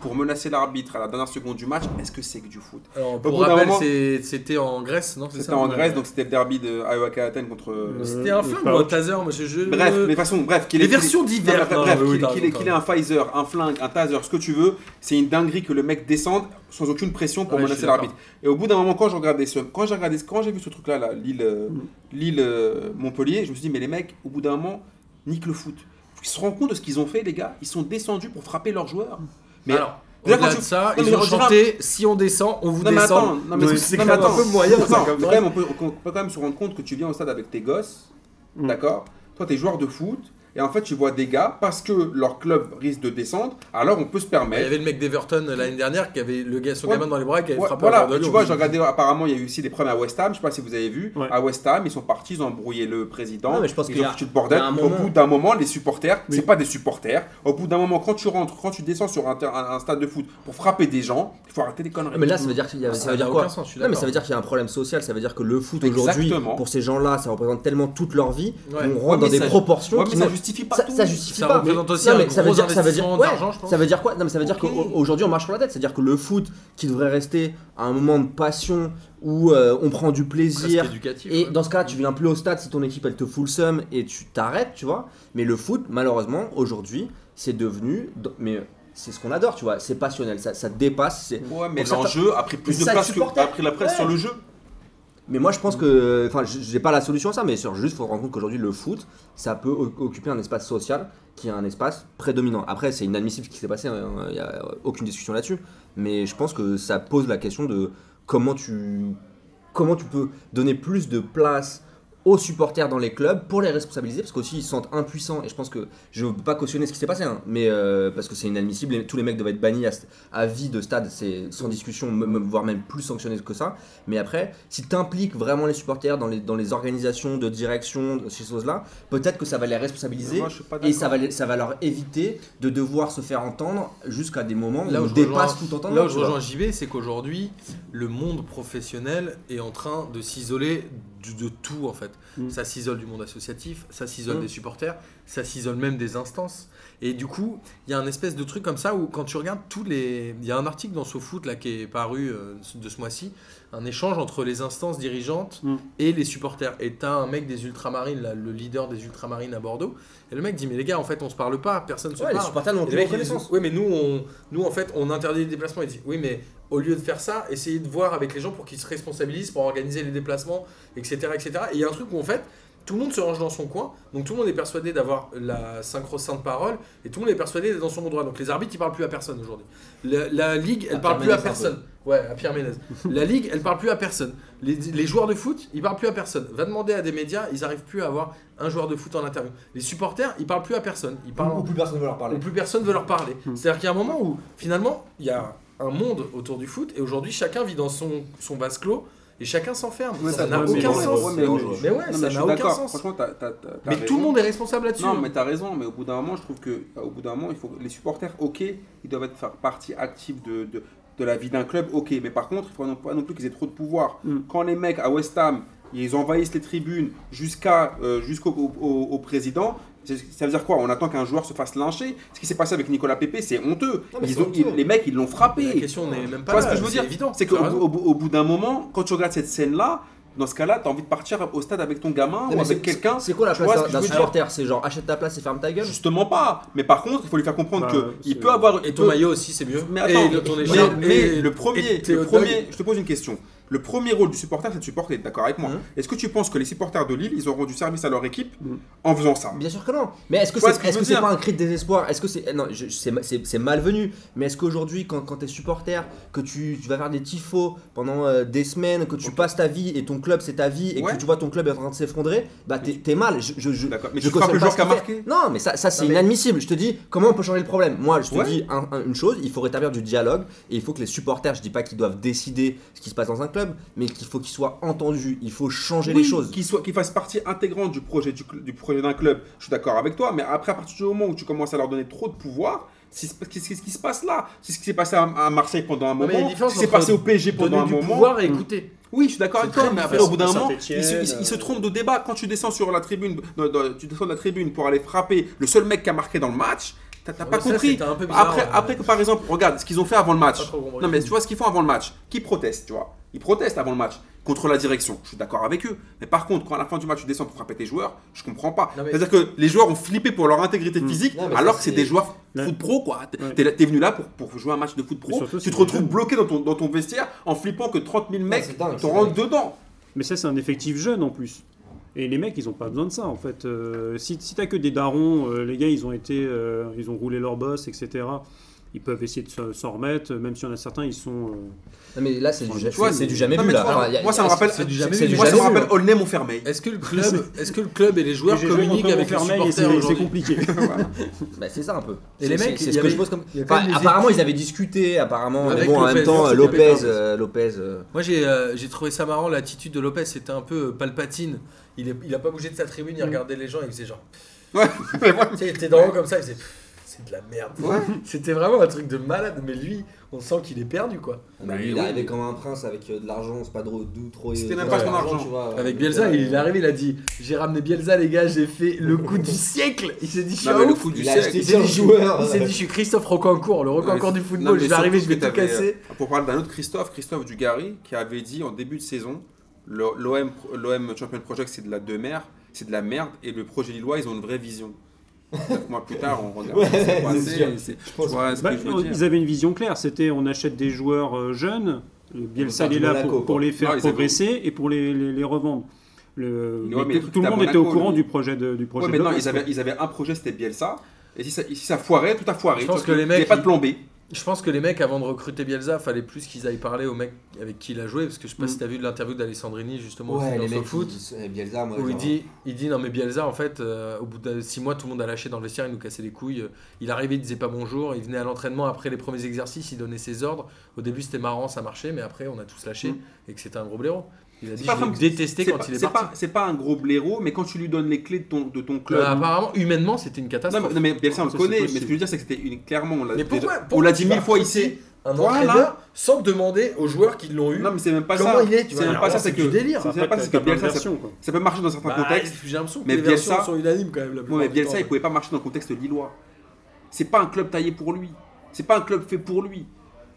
pour menacer l'arbitre à la dernière seconde du match, est-ce que c'est que du foot
Alors,
Au
pour
bout d'un
rappel,
moment-
c'est- c'était en Grèce, non c'est
C'était
ça
en Grèce, donc c'était le derby de AEK Athènes contre.
C'était un
Euh,
flingue
pas-
ou un taser, monsieur je...
Bref, mais de toute façon, bref, qu'il
Les
ait- qu'il ait-
versions
Non, mais
diverses.
bref,
Non, mais oui,
qu'il-
t'as
qu'il
raison,
ait- qu'il ait un phaser, un flingue, un taser, ce que tu veux, c'est une dinguerie que le mec descende sans aucune pression pour
Ouais, je
menacer
suis d'accord.
l'arbitre. Et au bout d'un moment, quand j'ai regardé ce, quand j'ai regardé, ce- quand j'ai vu ce truc-là, là, Lille, euh,
Mm.
Lille, euh, Montpellier, je me suis dit mais les mecs, au bout d'un moment, niquent le foot. Ils se rendent compte de ce qu'ils ont fait, les gars. Ils sont descendus pour frapper leurs joueurs. Mais
Mm. Alors,
Déjà,
au-delà
quand
de
tu-
ça,
Non, mais
ils ont
on dira-
chanté si on descend, on vous
non mais attends,
descend.
non mais
Oui,
c'est
c'est
non, mais
quand même un
attends.
peu moyen,
Attends,
ça, comme
mais quand
phrase.
même, on, peut, on peut quand même se rendre compte que tu viens au stade avec tes gosses,
Mm.
d'accord Toi, t'es joueur de foot, et en fait, tu vois des gars, parce que leur club risque de descendre, alors on peut se
Il y
permettre.
avait le mec d'Everton l'année dernière qui avait le gars, son
Ouais.
gamin dans les bras qui avait
Ouais,
frappé
voilà,
un ballon.
tu vois, j'ai regardé, apparemment, il y a eu aussi des problèmes à West Ham, je sais pas si vous avez vu.
Ouais.
À West Ham, ils sont partis, ils ont embrouillé le président,
Non, mais je pense qu'il
ils
y
ont
a-
foutu le bordel.
il y a un
Au
moment-
bout d'un moment, les supporters,
Oui.
c'est pas des supporters. Au bout d'un moment, quand tu rentres, quand tu descends sur un, ter- un- un stade de foot pour frapper des gens, il faut arrêter les
Non,
conneries.
Mais là, ça veut dire
Ah,
qu'il y a, ça veut dire quoi Non, mais ça veut dire qu'il y a un problème social, ça veut dire que le foot aujourd'hui,
Exactement.
pour ces gens-là, ça représente tellement toute leur vie
Ouais.
qu'on rentre
Ouais, mais
dans des
ça-
proportions
Ouais, mais
qui
ça
n'ont-
justifie pas
ça,
tout.
ça justifie
Ça
pas.
représente aussi
Non,
un
mais ça
gros
veut dire, ça veut dire,
investissement
ouais,
d'argent, je pense.
ça veut dire quoi Non, mais ça veut dire
Ok.
qu'aujourd'hui on marche sur la tête. C'est-à-dire que le foot, qui devrait rester à un moment de passion où euh, on prend du plaisir,
éducatif.
et dans ce cas, tu viens plus au stade si ton équipe elle te fout le seum et tu t'arrêtes, tu vois. Mais le foot, malheureusement, aujourd'hui, c'est devenu. Mais euh, c'est ce qu'on adore, tu vois. C'est passionnel, ça, ça dépasse. c'est-
Ouais, mais
Pour certains-
l'enjeu a pris plus de
Ça
place que
supporte.
a pris la presse
Ouais.
sur le jeu.
Mais moi, je pense que. Enfin, j- j'ai pas la solution à ça, mais sur- juste, faut se rendre compte qu'aujourd'hui, le foot, ça peut o- occuper un espace social qui est un espace prédominant. Après, c'est inadmissible ce qui s'est passé, il n'y a euh, aucune discussion là-dessus. Mais je pense que ça pose la question de comment tu. Comment tu peux donner plus de place aux supporters dans les clubs pour les responsabiliser parce qu'aussi ils se sentent impuissants et je pense que je ne veux pas cautionner ce qui s'est passé hein, mais euh, parce que c'est inadmissible et tous les mecs doivent être bannis à, st- à vie de stade c'est sans discussion me- me- voire même plus sanctionnés que ça mais après si tu impliques vraiment les supporters dans les, dans les organisations de direction de ces choses là peut-être que ça va les responsabiliser
Moi, je suis pas
et
d'accord.
ça va, les- ça va leur éviter de devoir se faire entendre jusqu'à des moments où
Là où
on
je
dépasse
rejoins-
tout entendre
Là où
hein, tu
je
vois.
rejoins JB, c'est qu'aujourd'hui, le monde professionnel est en train de s'isoler du- de, tout en fait.
Mm.
Ça s'isole du monde associatif, ça s'isole
Mm.
des supporters, ça s'isole même des instances. Et du coup, il y a un espèce de truc comme ça où quand tu regardes tous les. Il y a un article dans SoFoot là qui est paru euh, de ce mois-ci, un échange entre les instances dirigeantes
Mm.
et les supporters. Et t'as un mec des ultramarines, là, le leader des ultramarines à Bordeaux, et le mec dit Mais les gars, en fait, on se parle pas, personne se
Ouais, les
parle.
supporters n'ont
Et le
aucune
mec, il
reconnaissance.
dit, oui, mais nous, on, nous, en fait, on interdit les déplacements. Il dit, oui, mais au lieu de faire ça, essayez de voir avec les gens pour qu'ils se responsabilisent, pour organiser les déplacements, etc. etc. Et il y a un truc où, en fait, tout le monde se range dans son coin, donc tout le monde est persuadé d'avoir la synchro sainte parole, et tout le monde est persuadé d'être dans son bon droit. Donc les arbitres, ils parlent plus à personne aujourd'hui. La, la Ligue, elle
À
parle
Pierre
plus à
Ménès, un peu.
personne. Ouais, à Pierre Ménez. la Ligue, elle parle plus à personne. Les, les joueurs de foot, ils parlent plus à personne. Va demander à des médias, ils arrivent plus à avoir un joueur de foot en interview. Les supporters, ils parlent plus à personne. Ils parlent
Ou plus personne ne veut leur
où
parler Hmm.
plus personne veut leur parler. C'est-à-dire qu'il y a un moment où finalement il y a un monde autour du foot et aujourd'hui chacun vit dans son, son vase clos et chacun s'enferme.
Ouais,
ça
t'as-
n'a
ouais, mais
aucun
ouais,
sens.
ouais,
mais,
mais-
ouais,
Non,
ça
mais je
n'a
suis
aucun
d'accord.
sens.
Franchement, t'as- t'as- t'as- t'as
tout le
raison.
monde est responsable là-dessus.
Non, mais t'as raison, mais au euh, bout d'un moment, je trouve que au bout d'un moment, il faut les supporters, ok, ils doivent être faire partie active de, de- de la vie d'un club, ok. Mais par contre, il faut non- pas non plus qu'ils aient trop de pouvoir.
Mm.
Quand les mecs à West Ham, ils envahissent les tribunes jusqu'à euh, jusqu'au au, au- au président. c'est- Ça veut dire quoi On attend qu'un joueur se fasse lyncher Ce qui s'est passé avec Nicolas Pépé, c'est honteux.
mais
Ils
c'est
ont-
honteux.
ils- les mecs, ils l'ont frappé.
La question n'est même
Tu
pas.
vois ce
là,
que je veux
c'est
dire
évident.
C'est
tu as
qu'au
raison.
bout- au bout- au bout d'un moment, quand tu regardes cette scène-là, dans ce cas-là, tu as envie de partir au stade avec ton gamin
Non, mais
ou
c'est-
avec quelqu'un.
C'est quoi la
Tu vois ce
place
que
d'un
je veux dire
supporter C'est genre achète ta place et ferme ta gueule
Justement pas. Mais par contre, il faut lui faire comprendre
Bah,
que il
c'est-
peut avoir.
Et
il
ton
peut-
maillot aussi, c'est mieux.
Mais attends,
et le- ton
mais-
écharpe,
mais
et-
le premier,
et tes
le
hot
premier,
dogs.
je te pose une question. Le premier rôle du supporter, c'est de supporter. D'accord avec moi.
Hein
Mhm.
Est-ce que tu penses que les supporters de Lille, ils ont rendu service à leur équipe
Mm.
en faisant ça
Bien sûr que non. Mais est-ce que
Tu vois
c'est
ce que je
est-ce
veux
que c'est
dire
pas un cri de désespoir Est-ce que c'est eh non, je- je- c'est ma- c'est c'est malvenu. Mais est-ce qu'aujourd'hui, quand, quand t'es supporter, que tu, tu vas faire des tifos pendant euh, des semaines, que tu passes ta vie et ton club c'est ta vie et
Ouais.
que tu vois ton club est en train de s'effondrer, bah t'es t'es mal. Je, je, je,
D'accord. Mais
je
tu frappes
cautionne
le
pas
joueur
ce
qui a
qu'il fait.
marqué
Non, mais ça, ça c'est
Non, mais-
inadmissible. Je te dis comment on peut changer le problème. Moi, je te
Ouais.
dis un- un- une chose il faut rétablir du dialogue et il faut que les supporters, je dis pas qu'ils doivent décider ce qui se passe dans un club, mais qu'il faut qu'ils soient entendus. Il faut changer les
Oui,
choses.
Qu'il soit, qu'il fasse partie intégrante du projet du, cl- du projet d'un club, je suis d'accord avec toi. Mais après, à partir du moment où tu commences à leur donner trop de pouvoir, c'est ce c'est ce qui se passe là. C'est ce qui s'est passé à, à Marseille pendant un
mais il y a une
moment. C'est
différence
ce qui s'est
entre
passé au PSG pendant
Donner
un
du
moment. Mm.
pouvoir et écouter.
Oui, je suis d'accord avec
C'est
toi,
très
mais après,
bien
au bout d'un
passé.
moment,
Saint-Étienne,
il se, il se- il se
euh,
trompe de débat. Quand tu descends sur la tribune, dans- dans- tu descends de la tribune pour aller frapper le seul mec qui a marqué dans le match, t'as t'as
Ouais,
pas
Ah, ça,
compris.
c'était un peu bizarre,
après,
ouais.
après que, par exemple, regarde ce qu'ils ont fait avant le match.
Pas trop compris.
Non, mais tu vois ce qu'ils font avant le match. Qui protestent, tu vois Ils protestent avant le match contre la direction. Je suis d'accord avec eux. Mais par contre, quand à la fin du match, tu descends pour frapper tes joueurs, je comprends pas.
Non, mais-
C'est-à-dire que les joueurs ont flippé pour leur intégrité physique,
Non, mais
alors
ça,
que c'est
c'est-
des joueurs
Hmm. Ouais.
foot pro, quoi. T'es-
Ouais.
T'es là- t'es venu là pour, pour jouer un match de foot
Mais
pro.
surtout,
Tu
c'est
te
des
retrouves
jeunes.
bloqué dans ton, dans ton vestiaire en flippant que 30 000 mecs
c'est dingue,
te
c'est
rentrent
dingue.
dedans.
Mais ça, c'est un effectif jeune en plus. Et les mecs, ils n'ont pas besoin de ça en fait. Euh, si si t'as que des darons, euh, les gars, ils ont été, euh, ils ont roulé leur boss, etc. Ils peuvent essayer de se- s'en remettre, même s'il y en a certains, ils sont. euh,
Non, mais là, c'est du,
Tu
vois,
c'est du jamais
Non,
vu.
mais
Là.
tu vois,
Enfin, y a-
moi, ça me
est-ce que
rappelle-
c'est du
c'est-
jamais
c'est
vu.
du
Moi, ça me
jamais vu.
rappelle Aulnay Montfermeil.
Est-ce que le club, est-ce que le club et les joueurs
j'ai joué
communiquent
contre
avec les
Montfermeil et c'est-
supporters
C'est
aujourd'hui
compliqué.
Bah, c'est ça un peu.
Et
C'est-
les
c'est-
mecs, il
c'est
y
ce que
avait-
je pose comme.
il y avait
Enfin,
quand même des
apparemment, ils avaient discuté, apparemment. Mais
Avec
bon, en même
Lopez,
temps,
non, c'était
Lopez.
Lopez.
euh, Lopez. euh,
Moi, j'ai euh, j'ai trouvé ça marrant. L'attitude de Lopez, c'était un peu euh, palpatine. Il, est, il a pas bougé de sa tribune,
Mm.
il regardait les gens, il faisait genre.
Ouais, mais moi-
Tu sais, il était dans haut comme ça, il faisait. Pff, C'est de la merde. C'était vraiment un truc de malade, mais lui, on sent qu'il est perdu quoi.
bah, lui, il est arrivé comme un prince avec euh, de l'argent, c'est pas drôle d'où trop.
C'était même
trop
pas son
d'argent,
argent.
tu vois.
Avec
Donc,
Bielsa,
euh,
il est arrivé, il a dit J'ai ramené Bielsa, les gars, j'ai fait le coup du siècle. Il s'est dit Je suis
Non,
un
mais le
ouf.
coup du
Il a
siècle.
acheté
Il s'est dit,
15 joueurs.
il s'est dit, je suis Christophe Rocancourt, le Rocancourt du
Non,
football.
mais
Je vais arriver, je
surtout
vais
que
tout
t'avais,
casser.
euh, Pour parler d'un autre Christophe, Christophe Dugarry, qui avait dit en début de saison le- l'OM pro- l'OM Champion Project, c'est de la demeure, c'est de la merde, et le projet Lillois, ils ont une vraie vision. Neuf mois plus tard, on regarde ce qui s'est
Ouais, c'est sûr.
passé. c'est- Tu vois ce
Bah,
que je veux dire
ils avaient une vision claire. C'était on achète des joueurs euh, jeunes. Le Bielsa
faire
il est
du
là
Monaco,
pour, pour
quoi.
les faire
Non, ils avaient-
progresser et pour les, les- les revendre. Le,
Ouais, mais
mais tout-
le truc
tout le
à
monde était au
Monaco,
courant
le-
du projet de, du projet.
Ouais,
de
mais non,
Lopez,
ils avaient, ils avaient un projet, c'était Bielsa. Et si ça, si ça foirait, tout a foiré.
Je pense
Tu vois,
que les
il y avait
mecs,
pas de
ils-
plan B.
Je pense que les mecs, avant de recruter Bielsa, fallait plus qu'ils aillent parler au mec avec qui il a joué. Parce que je sais pas
Mm.
si t'as vu l'interview d'Alessandrini justement
Ouais,
dans
les
le
mecs.
foot.
ils disent, eh, Bielsa, moi.
Où il
genre,
dit, il dit non mais Bielsa en fait euh, au bout de 6 mois tout le monde a lâché dans le vestiaire, il nous cassait les couilles, Euh, il arrivait, il disait pas bonjour, il venait à l'entraînement après les premiers exercices, il donnait ses ordres, au début c'était marrant, ça marchait mais après on a tous lâché et que c'était un gros blaireau. Il a dit
pas
je l'ai
comme-
détesté
Mm. C'est
quand
pas-
il est
c'est
parti.
pas- C'est pas un gros blaireau, mais quand tu lui donnes les clés de ton, de ton club,
Euh, apparemment humainement c'était une
Non,
catastrophe.
mais, non, mais Bielsa, on le
Ça, c'est
connaît, mais
possible.
ce que je veux dire, c'est que c'était une... clairement. On l'a
Mais pourquoi-
déjà- on
pourquoi
l'a
tu
dit mille
vas
fois
recruter
ici.
un
Voilà.
entraîneur sans demander aux joueurs qui l'ont eu.
Non, mais c'est même pas
Comment
ça.
il est, tu vois,
C'est même
alors
pas
là,
ça,
c'est
c'est
du
que.
délire.
c'est
Après,
même pas
t'as-
ça, c'est
t'as
que
plein de
Bielsa, ça-
versions, quoi.
ça peut marcher dans certains
Bah,
contextes.
J'ai l'impression que
Mais
les versions
Bielsa-
sont unanimes quand même la
Non, mais
plupart du
Bielsa,
temps. hein.
il pouvait pas marcher dans le contexte lillois. C'est pas un club taillé pour lui. C'est pas un club fait pour lui.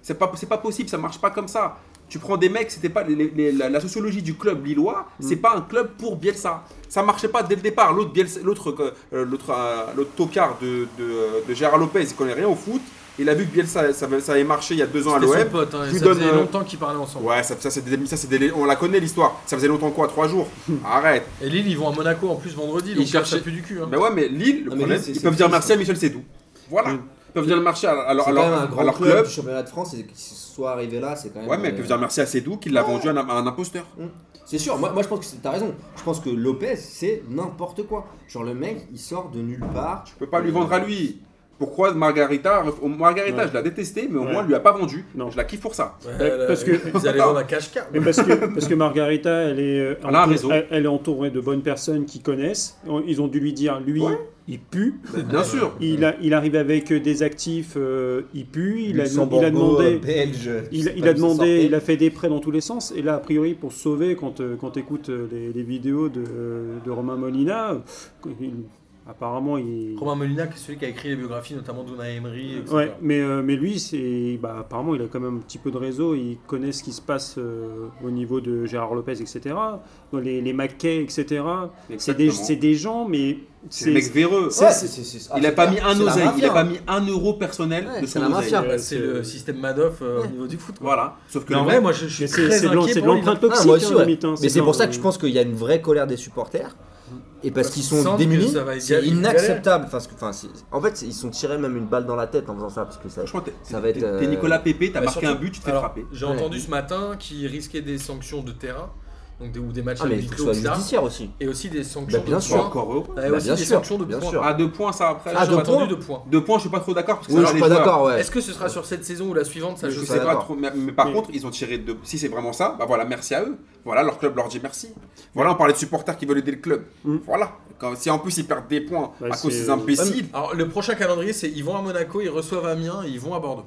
C'est pas, c'est pas possible, ça marche pas comme ça. Tu prends des mecs, c'était pas les- les- la, la sociologie du club lillois,
Mm.
c'est pas un club pour Bielsa. Ça marchait pas dès le départ. L'autre Bielsa- l'autre euh, l'autre euh, l'autre tocard de, de, de Gérard Lopez, il connaît rien au foot. Il a vu que Bielsa ça, avait- ça avait marché il y a deux ans à
C'était
l'OM.
son pote, hein,
je
et
lui
ça
donne,
faisait
euh,
longtemps qu'ils parlaient ensemble.
Ouais, ça, ça, c'est des, ça, c'est des- on la connaît l'histoire. Ça faisait longtemps quoi Trois jours Arrête.
Et Lille ils vont à Monaco en plus vendredi donc ça
cherchaient-
pue du cul. hein.
Ben ouais, mais Lille, le
Non, Ah, mais
problème,
Lille, c'est-
ils
c'est
peuvent dire
triste, hein.
merci à Michel Sédou. Voilà.
Mm.
Ils peuvent dire merci à, à- à leur,
C'est
à
quand
leur-
même un
à
grand
leur
club,
club.
du championnat de France et qu'ils soient arrivés là, c'est quand même.
Ouais, mais ils peuvent
euh,
dire merci à Sédou qui l'a vendu à un, à un imposteur.
C'est sûr, moi, moi je pense que c'est- t'as raison. Je pense que Lopez, c'est n'importe quoi. Genre le mec, il sort de nulle part.
Tu peux pas lui vendre à lui. pourquoi Margarita. Margarita,
Ouais.
je l'ai détesté, mais au
Ouais.
moins, elle lui a pas vendu.
Non.
Je la kiffe pour ça.
Ouais, là,
parce que-
Ils allaient vendre un cache-car.
Mais parce que, parce que Margarita, elle est, euh,
Elle a un
entourée-
réseau.
elle- elle est entourée de bonnes personnes qui connaissent. Oh, Ils ont dû lui dire, lui,
Ouais.
il pue.
Euh,
Bien sûr.
Il, a- il arrive avec des actifs, euh, il pue. Il euh, a, il a
Luxembourgeois,
demandé.
Belge.
Il, il
pas
a
d'où ça sortait.
demandé, il a fait des prêts dans tous les sens, et là, a priori, pour se sauver, quand, euh, quand tu écoutes les, les vidéos de, euh, de Romain Molina, euh, il- apparemment, il.
Romain Molina, qui est celui qui a écrit les biographies, notamment d'Una Emery, etc.
Ouais, mais, euh, mais lui, c'est, bah, apparemment, il a quand même un petit peu de réseau, il connaît ce qui se passe euh, au niveau de Gérard Lopez, etc., dans les, les Mackay, etc. C'est des,
Exactement.
c'est des gens, mais
C'est des mecs véreux.
Ouais,
c'est-
c'est- c'est- ah,
Il a pas mis
c'est
un
la
oseille, il a
mafia.
pas mis un euro personnel
euh, Ouais,
de
c'est
son
la
oseille.
mafia.
Bah, c'est le système Madoff euh, au
Ouais.
niveau du foot. quoi.
Voilà. Sauf que
Mais en
les
vrai,
mecs-
moi, je, je suis
mais c'est,
très
c'est de l'en-
inquiet
c'est de
pour lui.
l'empreinte
Ah,
toxique,
moi aussi,
hein,
ouais.
limite, hein,
Mais c'est
ça,
pour ça
euh,
que je pense qu'il y a une vraie colère des supporters. Et parce
Parce
qu'ils
qu'ils sentent
sont
que
démunis,
ça va être
c'est
galère.
inacceptable. Enfin, ce que- enfin, c'est- en fait, c'est- ils sont tirés même une balle dans la tête en faisant ça. Parce que ça... Ah,
Franchement, t'es-
Ça va être,
t'es- t'es
euh,
Nicolas Pépé, t'as
Bah,
marqué un
surtout-
but, tu te fais
alors,
frapper.
J'ai
Ouais.
entendu ce matin qu'il risquait des sanctions de terrain, donc des, ou des matchs
Ah,
à
mais il
huis
faut que
clos,
ce soit
etc.
judiciaire aussi.
Et aussi des sanctions
bien
de
sûr.
points.
Encore heureux.
Et
Bah,
aussi
bien
des
sûr,
sanctions de
bien
points.
sûr.
À deux points, ça après.
Ça,
Ah,
j'ai
deux
entendu
points
deux points.
Deux points, je suis pas trop d'accord parce que
Oui,
ça
je
va
suis
les
pas
joueurs.
d'accord, ouais.
Est-ce que ce sera sur cette saison ou la suivante Ça,
Je,
je
sais
sais
pas
d'accord.
trop, mais, mais par
Oui.
contre, ils ont tiré deux. Si c'est vraiment ça, bah voilà, merci à eux. Voilà, leur club leur dit merci. Voilà, on parlait de supporters qui veulent aider le club.
Mm.
Voilà. Quand, si en plus ils perdent des points
Ouais,
à cause de
c'est-
ces imbéciles,
Alors, le prochain calendrier, c'est ils vont à Monaco, ils reçoivent Amiens, ils vont à Bordeaux.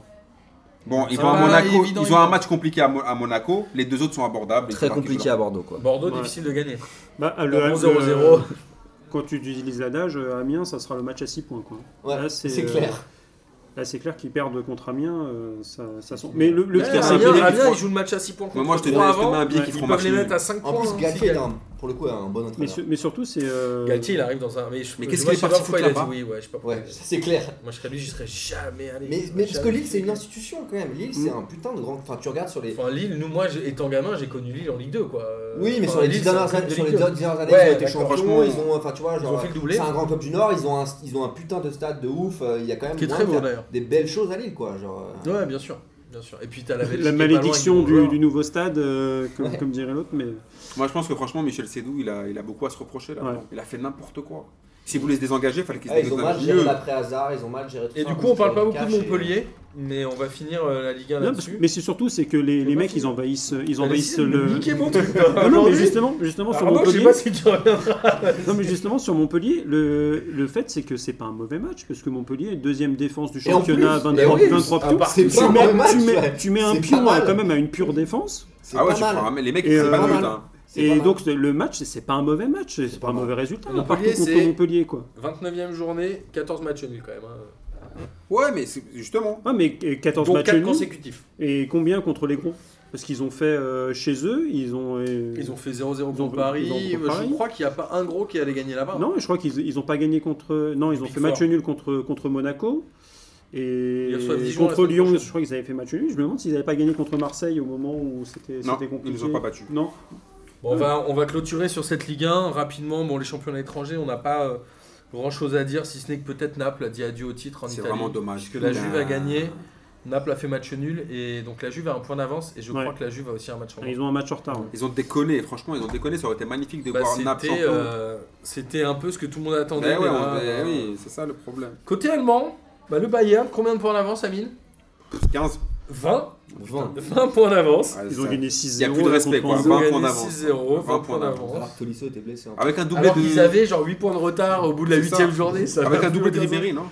bon, ils
Ah,
vont à
bah,
Monaco,
évident,
ils ont un
évident.
match compliqué à, Mo- à Monaco. Les deux autres sont abordables.
Très
Ils font leur
compliqué à Bordeaux, quoi.
Bordeaux,
Ouais.
difficile de gagner.
Bah, le,
Le
le-
0-0.
Quand tu utilises l'adage, euh, Amiens, ça sera le match à 6 points. Quoi.
Ouais,
Là,
c'est
euh,
clair.
Là, c'est clair qu'ils perdent contre Amiens. euh, ça, ça sent- Mais le, le
Ouais,
pire, c'est
Amiens,
que.
Pédé qui
Amiens,
fera-
ils jouent le match à 6 points.
Mais
contre
moi, je te,
trois
donne- je te
avant.
mets un billet
ouais,
qui
Ils
fera
peuvent
match
les
nul.
mettre à 5 points.
En plus,
s'ils
Galtier, hein. est
gagnent.
un- pour le coup, est un bon
Mais,
entraîneur.
su- mais surtout, c'est. euh,
Galtier, il arrive dans un. Mais, je-
Mais qu'est-ce
moi,
qu'il
je sais
est parti
pas pourquoi
foutre
il a dit
là-bas
oui, ouais, je sais pas pourquoi.
Ouais, ça, c'est clair.
Moi, je serais lui, j'y serais jamais allé.
Mais, mais parce que Lille, c'est une institution quand même. Lille, c'est
Mm.
un putain de grand. Enfin, tu regardes sur les.
Enfin, Lille, nous, moi, j'ai- étant gamin, j'ai connu Lille en Ligue 2, quoi. Euh,
Oui, mais
enfin,
sur les
Lille,
10
c'est un
dernières
club
années,
de
sur les
Ligue 2.
dix dernières années,
Ouais,
ils ont été
d'accord.
champions,
Franchement,
ils ont, enfin tu vois,
Ils
genre,
ont fait le doublé.
c'est un grand club du Nord, ils ont un, ils ont un putain de stade de ouf, euh, il y a quand même
Qui est
moyen
très
de
bon,
faire
d'ailleurs.
des belles choses à Lille quoi, genre. euh,
Ouais, bien sûr. Bien sûr. Et puis, t'as la Belgique qui
La
est pas loin,
malédiction
avec des bons
du,
joueurs.
du nouveau stade, euh, comme,
Ouais.
comme dirait l'autre, mais
Moi, je pense que franchement, Michel Sédou, il a, il a beaucoup à se reprocher là.
Ouais.
Il a fait n'importe quoi. Si vous voulez se désengager, il fallait qu'il se
ah, ils ont mal
désengage
géré
mieux.
l'après hasard, ils ont mal géré tout
Et
ça,
du
parce
coup, on
que
parle
le
pas beaucoup de
cash est-
Montpellier, mais on va finir euh, la Ligue 1
Non, parce-
là-dessus.
mais c'est surtout c'est que les,
C'est
les
pas
mecs
fini.
ils envahissent ils
T'as
envahissent
laissé
le. Ah,
niquer mon truc,
Non, non, mais justement justement sur
Pardon, Ah, je sais
Montpellier.
pas si tu reviendras.
Non mais justement sur Montpellier le, le fait c'est que c'est pas un mauvais match parce que Montpellier est deuxième défense du
Et en
championnat
plus,
23,
et oui,
23
à
pions.
part-
C'est
Tu
pas un
mets,
mauvais match,
tu mets-
ouais.
tu mets un
C'est
pion
pas
à-
mal.
quand même à une pure défense
C'est
Ah ouais,
pas
tu
mal.
prends un- mais les mecs,
Et,
ils font
euh,
pas
pas
de but.
mal.
hein.
C'est
et
pas mal.
donc le- le match c'est pas un mauvais match c'est pas
pas
un
mal.
mauvais résultat hein,
Montpellier,
partout contre
c'est-
Montpellier quoi.
29ème journée, 14 matchs nuls quand même. hein.
Ouais, mais c'est- justement.
Ah mais 14
Donc
matchs
4
nuls
consécutifs.
et combien contre les gros parce qu'ils ont fait euh, chez eux ils ont euh,
Ils ont fait 0-0
Ils ont-
contre Paris.
ils ont contre
Je
Paris.
crois qu'il n'y a pas un gros qui allait gagner là-bas.
Non, je crois qu'ils ils ont pas gagné contre. Non, ils ont
Big
fait match
Four.
nul contre, contre Monaco. Et
Ils reçoivent Dijon la
contre
semaine
Lyon,
prochaine.
je crois qu'ils avaient fait match nul. Je me demande s'ils n'avaient pas gagné contre Marseille au moment où c'était
Non,
c'était
ils
compliqué.
nous ont pas battus.
Non,
Bon, on, va, on va clôturer sur cette Ligue 1 rapidement. Bon, les championnats étrangers, on n'a pas euh, grand-chose à dire, si ce n'est que peut-être Naples a dit adieu au titre en
C'est
Italie.
vraiment dommage.
Parce que la
Putain.
Juve a gagné, Naples a fait match nul, et donc la Juve a un point d'avance, et je
Ouais.
crois que la Juve a aussi un match en
Ah,
moins.
ils ont un match en retard. ouais.
Ils ont déconné, franchement, ils ont déconné, ça aurait été magnifique de
Bah,
voir Naples
c'était,
champion.
euh, c'était un peu ce que tout le monde attendait.
Eh ouais,
mais là,
on- eh
euh,
oui, c'est ça le problème.
Côté allemand, bah, le Bayern, combien de points d'avance, Amine
15.
20
Vingt.
20 points d'avance.
Ah,
Ils ont
ça-
gagné
Il
6-0.
n'y a plus de respect, quoi.
contre
Ils ont
11.
20
gagné
points d'avance.
6-0, 20 points
20 points
d'avance.
Alors que Tolisso était blessé. hein.
Avec un doublé
Alors qu'ils
de.
avaient genre 8 points de retard au bout de la
C'est ça.
8ème journée. Ça
Avec
va
un doublé de
plus
Ribéry, non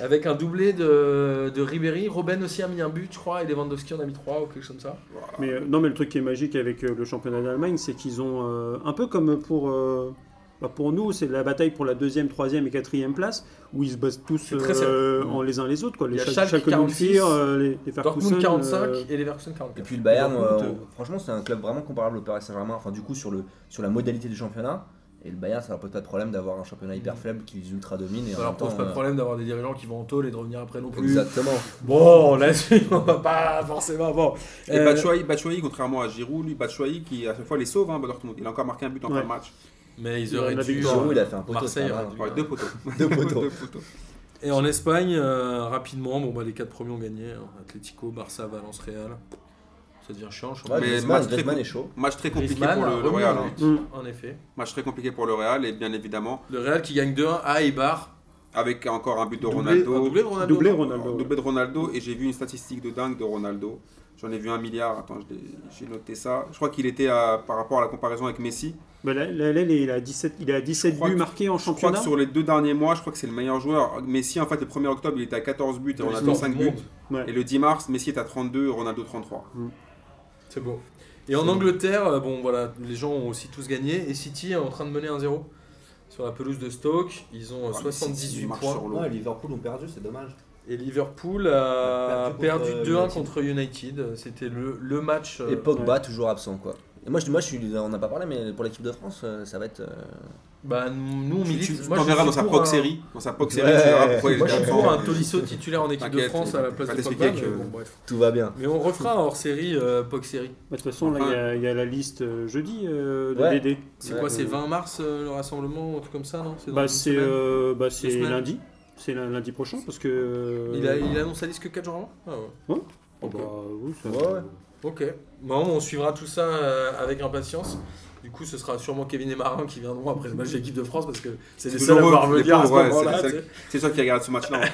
Avec un doublé de, de Ribéry, Robben aussi a mis un but, je crois, et Lewandowski en a mis 3 ou quelque chose comme ça.
Mais euh, non, mais le truc qui est magique avec euh, le championnat d'Allemagne, c'est qu'ils ont euh, un peu comme pour. euh, bah, pour nous, c'est la bataille pour la deuxième, troisième et quatrième place, où ils se battent tous
C'est très
euh, en les uns les autres, quoi.
Il
Les
y a
Schalke
Schalke 46,
46, euh, les, les Ferguson,
Dortmund
euh,
45 et Leverkusen
Et
44.
puis le Bayern,
Dortmund,
euh, on- franchement, c'est un club vraiment comparable au Paris Saint-Germain, enfin du coup sur, le, sur la modalité du championnat. Et le Bayern, ça leur pose pas de problème d'avoir un championnat hyper faible qui les ultra domine. Et
Ça
en
leur
même temps,
Bah, pose pas de
euh,
problème d'avoir des dirigeants qui vont en taule et de revenir après non plus.
Exactement.
Bon, là-dessus, on va pas forcément. Bon.
Et
Euh,
Batshuayi, Batshuayi, contrairement à Giroud, lui, Batshuayi qui à chaque fois les sauve, hein, Dortmund. Il a encore marqué un but en fin
Ouais.
de match.
mais ils
la
auraient dû. euh,
victoire.
Giroud, il a fait un poteau,
Marseille
c'est pas
aurait
mal.
dû- euh,
Ouais, deux poteaux.
Deux poteaux.
deux poteaux.
Et en Espagne, euh, rapidement, bon, bah, les 4 premiers ont gagné hein. Atlético, Barça, Valence, Real. Ça devient chiant, je
Ouais,
Mais
Griezmann,
match très
Griezmann
con-
est chaud.
Match très compliqué
Griezmann
pour
a
le, le
remis
Real.
un
hein.
but,
Mm.
En effet.
Match très compliqué pour le Real et bien évidemment
Le Real qui gagne 2-1 à Eibar.
avec encore un but de
Doublé- un
Ronaldo.
doublé de Ronaldo.
Doublé
non
Ronaldo. ouais.
Doublé de Ronaldo et j'ai vu une statistique de dingue de Ronaldo. J'en ai vu un milliard. Attends, je l'ai- j'ai noté ça. Je crois qu'il était à- par rapport à la comparaison avec Messi.
Bah, là, là, là, il a 17, il a 17
crois
buts
que-
marqués en
Je crois que
championnat.
sur les deux derniers mois, je crois que c'est le meilleur joueur. Messi, en fait, le 1er octobre, il était à 14 buts et
Dans
Ronaldo
l'histoire
5
du
buts.
monde.
Et le 10 mars, Messi est à 32, Ronaldo 33.
Oh, C'est beau. Et en Angleterre, euh, bon voilà, les gens ont aussi tous gagné. Et City est en train de mener 1-0 sur la pelouse de Stoke. Ils ont euh,
Ah, mais City
78
marche
points.
sur l'eau.
Liverpool ont perdu, c'est dommage.
Et Liverpool a
Perdu
perdu,
contre, euh,
2-1
United.
contre United. C'était le, le match. euh,
Et Pogba toujours absent quoi. Et moi, je, moi je suis, on n'a pas parlé, mais pour l'équipe de France, euh, ça va être. euh,
bah, nous, on
Tu-
milite.
Tu
Moi, je
t'enverras
suis
dans sa
pour
proc
un-
série. Dans sa proc série,
Ouais.
tu verras pourquoi il
Moi,
Moi,
est
je suis
Attends,
pour un
absent.
Tolisso titulaire en équipe de
T'inquiète,
France à la
t'inquiète,
place
je
de
vais
Pogba. Mais,
t'expliquer que-
bon, bref.
tout va bien.
Mais on refera hors série euh, POC série.
Bah, De toute façon, là, il y a- il y, a la liste euh, jeudi euh, de
Ouais.
DD.
C'est
Ouais,
quoi C'est
ouais.
20 mars euh, le rassemblement ou un truc comme ça, non dans
Bah,
une
c'est
semaine
euh, bah, c'est
semaines.
lundi. C'est l- lundi prochain parce que. euh,
Il, a- il annonce la liste que 4 jours avant Ah ouais.
bah, oui, ça-
Ouais, ouais.
Ok. Bon, on suivra tout ça euh, avec impatience. Du coup, ce sera sûrement Kevin et Marin qui viendront après le match de l'équipe de France parce que c'est les
C'est
seuls à
toujours
pouvoir
eux, les
venir à ce
pauvres, ouais,
moment-là.
c'est les
tu
seuls.
sais.
C'est toi qui regarde ce match-là. en fait.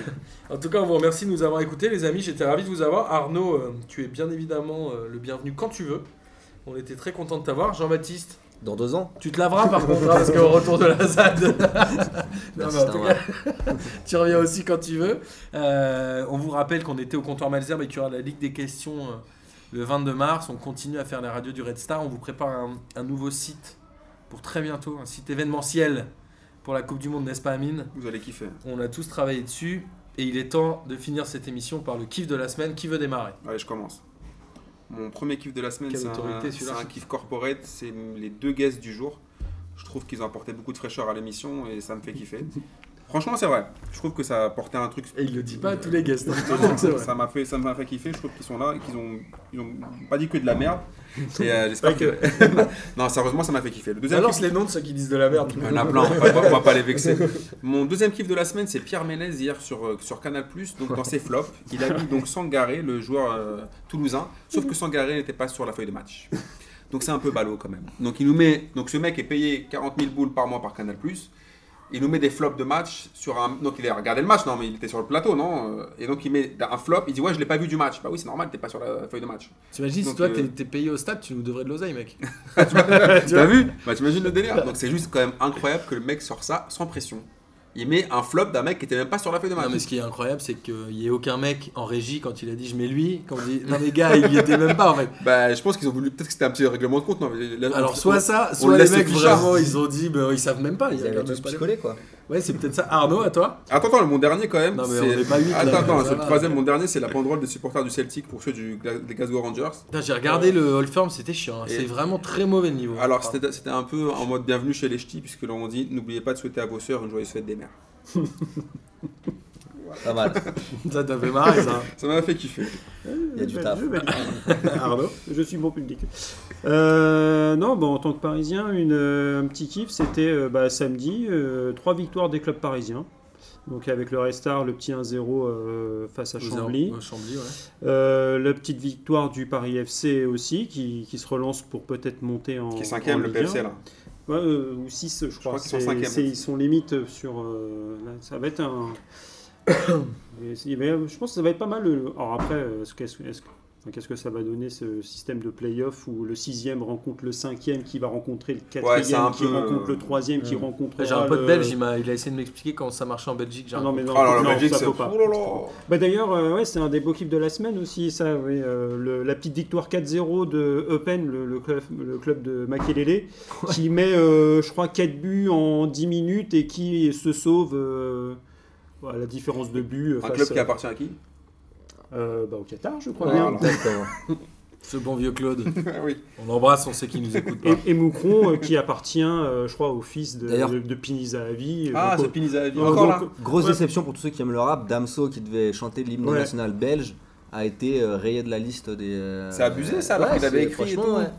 En tout cas, on vous remercie de nous avoir écoutés, les amis. J'étais ravi de vous avoir. Arnaud, euh, tu es bien évidemment euh, le bienvenu quand tu veux. On était très content de t'avoir. Jean-Baptiste,
Dans deux ans.
tu te laveras par contre, hein, parce qu'au retour de la ZAD.
Ah,
Bah,
non, mais en tout cas, tu reviens aussi quand tu veux. Euh, on vous rappelle qu'on était au comptoir Malzerbe et qu'il y aura la Ligue des questions euh, le 22 mars. On continue à faire la radio du Red Star. On vous prépare un, un nouveau site pour très bientôt, un site événementiel pour la Coupe du Monde, n'est-ce pas, Amine
Vous allez kiffer.
On a tous travaillé dessus et il est temps de finir cette émission par le kiff de la semaine. Qui veut démarrer
Allez, je commence. Mon premier kiff de la semaine,
Quelle
c'est
autorité,
un, c'est
celui-là.
un kiff corporate. C'est les deux guests du jour. Je trouve qu'ils ont apporté beaucoup de fraîcheur à l'émission et ça me fait kiffer. Franchement, c'est vrai. Je trouve que ça a apporté un truc.
Et il le dit pas à tous les guests. hein. C'est vrai.
ça m'a fait, ça m'a fait kiffer. Je trouve qu'ils sont là et qu'ils ont, ils ont pas dit que de la merde. Et euh, j'espère que. non, sérieusement, ça m'a fait kiffer. Le deuxième
Balance
kiff-
les noms de ceux qui disent de la merde.
il y en a plein, on va, pas- on va pas les vexer. Mon deuxième kiff de la semaine, c'est Pierre Ménez hier sur, euh, sur Canal+, donc dans ses flops. Il a mis donc Sangaré, le joueur euh, toulousain, sauf que Sangaré n'était pas sur la feuille de match. Donc c'est un peu ballot quand même. Donc il nous met, donc ce mec est payé 40 000 boules par mois par Canal+, il nous met des flops de match sur un... Donc il a regardé le match, non mais il était sur le plateau, non Euh, Et donc il met un flop, il dit ouais je l'ai pas vu du match. Bah oui c'est normal, t'es pas sur la feuille de match.
T'imagines si
Donc,
toi
euh,
t'es t'es payé au stade, tu nous devrais de l'oseille, mec.
T'as vu Bah t'imagines le délire. Donc c'est juste quand même incroyable que le mec sort ça sans pression. Il met un flop d'un mec qui était même pas sur la feuille de match.
Non, mais ce qui est incroyable, c'est qu'il n'y ait aucun mec en régie quand il a dit je mets lui, quand on dit non, les gars, il y était même pas en fait.
Bah je pense qu'ils ont voulu peut-être que c'était un petit règlement de compte. Non, mais là, on-
Alors, soit ça,
on
soit
le
les
laisse
mecs
au fichard.
vraiment, ils ont dit, bah, ils savent même pas. Ils
Ils avaient
regardent même
tous
pas les-
picolé quoi.
Ouais, c'est peut-être ça. Arnaud, à toi
Attends, attends, mon dernier quand même.
Non, mais
c'est-
on est pas huit, là.
Attends, attends,
Ça
c'est le
va.
troisième. Mon dernier, c'est la banderole des supporters du Celtic pour ceux du, Gla- des Glasgow Rangers.
Putain, J'ai regardé le Old Firm, c'était chiant. hein.
Et-
C'est vraiment très mauvais le niveau.
Alors c'était c'était un peu en mode bienvenue chez les ch'tis puisque l'on dit n'oubliez pas de souhaiter à vos sœurs une joyeuse fête des mères.
Pas mal.
Ça t'a fait marrer, ça. hein.
Ça m'a fait kiffer.
Il y a du taf.
Je valide. Je suis bon public. Euh, non, bon, en tant que Parisien, une, euh, un petit kiff, c'était euh, bah, samedi, euh, trois victoires des clubs parisiens. Donc avec le Restar, le petit 1-0 euh, face à Chambly.
Au Chambly, ouais.
Euh, la petite victoire du Paris FC aussi, qui, qui se relance pour peut-être monter en.
Qui est cinquième
en
le
Ligue un.
PFC
hein.
là.
Ouais, euh, ou 6, je crois.
crois qu'ils sont
C'est-
cinquième.
c'est- Ils sont limite sur. euh, là, ça va être un. Et c'est- mais, euh, je pense que ça va être pas mal. euh, Alors après, euh, est-ce que- est-ce que- est-ce que- enfin, qu'est-ce que ça va donner ce système de play-off où le sixième rencontre le cinquième qui va rencontrer le quatrième
un
qui
peu, euh,
rencontre le troisième qui
euh,
rencontre.
J'ai un pote belge, il m'a- il a essayé de m'expliquer comment ça marchait en Belgique. j'ai
Ah Non, mais
un-
non,
Oh là là,
non,
Belgique,
ça
c'est.
faut pas.
Oh là là.
Bah d'ailleurs, euh, ouais, c'est un des beaux clips de la semaine aussi, ça. oui, euh, le- la petite victoire 4-0 de Eupen, le, le club, le club de Makelele, qui met, euh, je crois, 4 buts en 10 minutes et qui se sauve euh, à la différence de but. euh,
Un
face
club qui
à-
appartient à qui
euh, bah, au Qatar, je crois
Ah,
bien.
alors.
Exactement.
Ce bon vieux Claude.
Oui.
On l'embrasse, on sait qu'il nous écoute pas.
Et, et Moucron, euh, qui appartient, euh, je crois, au fils de,
D'ailleurs-
de, de Pinizahavi, euh,
Ah,
donc,
c'est Pinizavi.
euh,
Encore là.
donc,
Grosse
Ouais.
déception pour tous ceux qui aiment le rap, Damso qui devait chanter l'hymne
Ouais.
national belge a été euh, rayé de la liste des. euh,
C'est abusé, ça, alors
ouais,
qu'il avait
c'est-
écrit et
franchement,
tout.
ouais.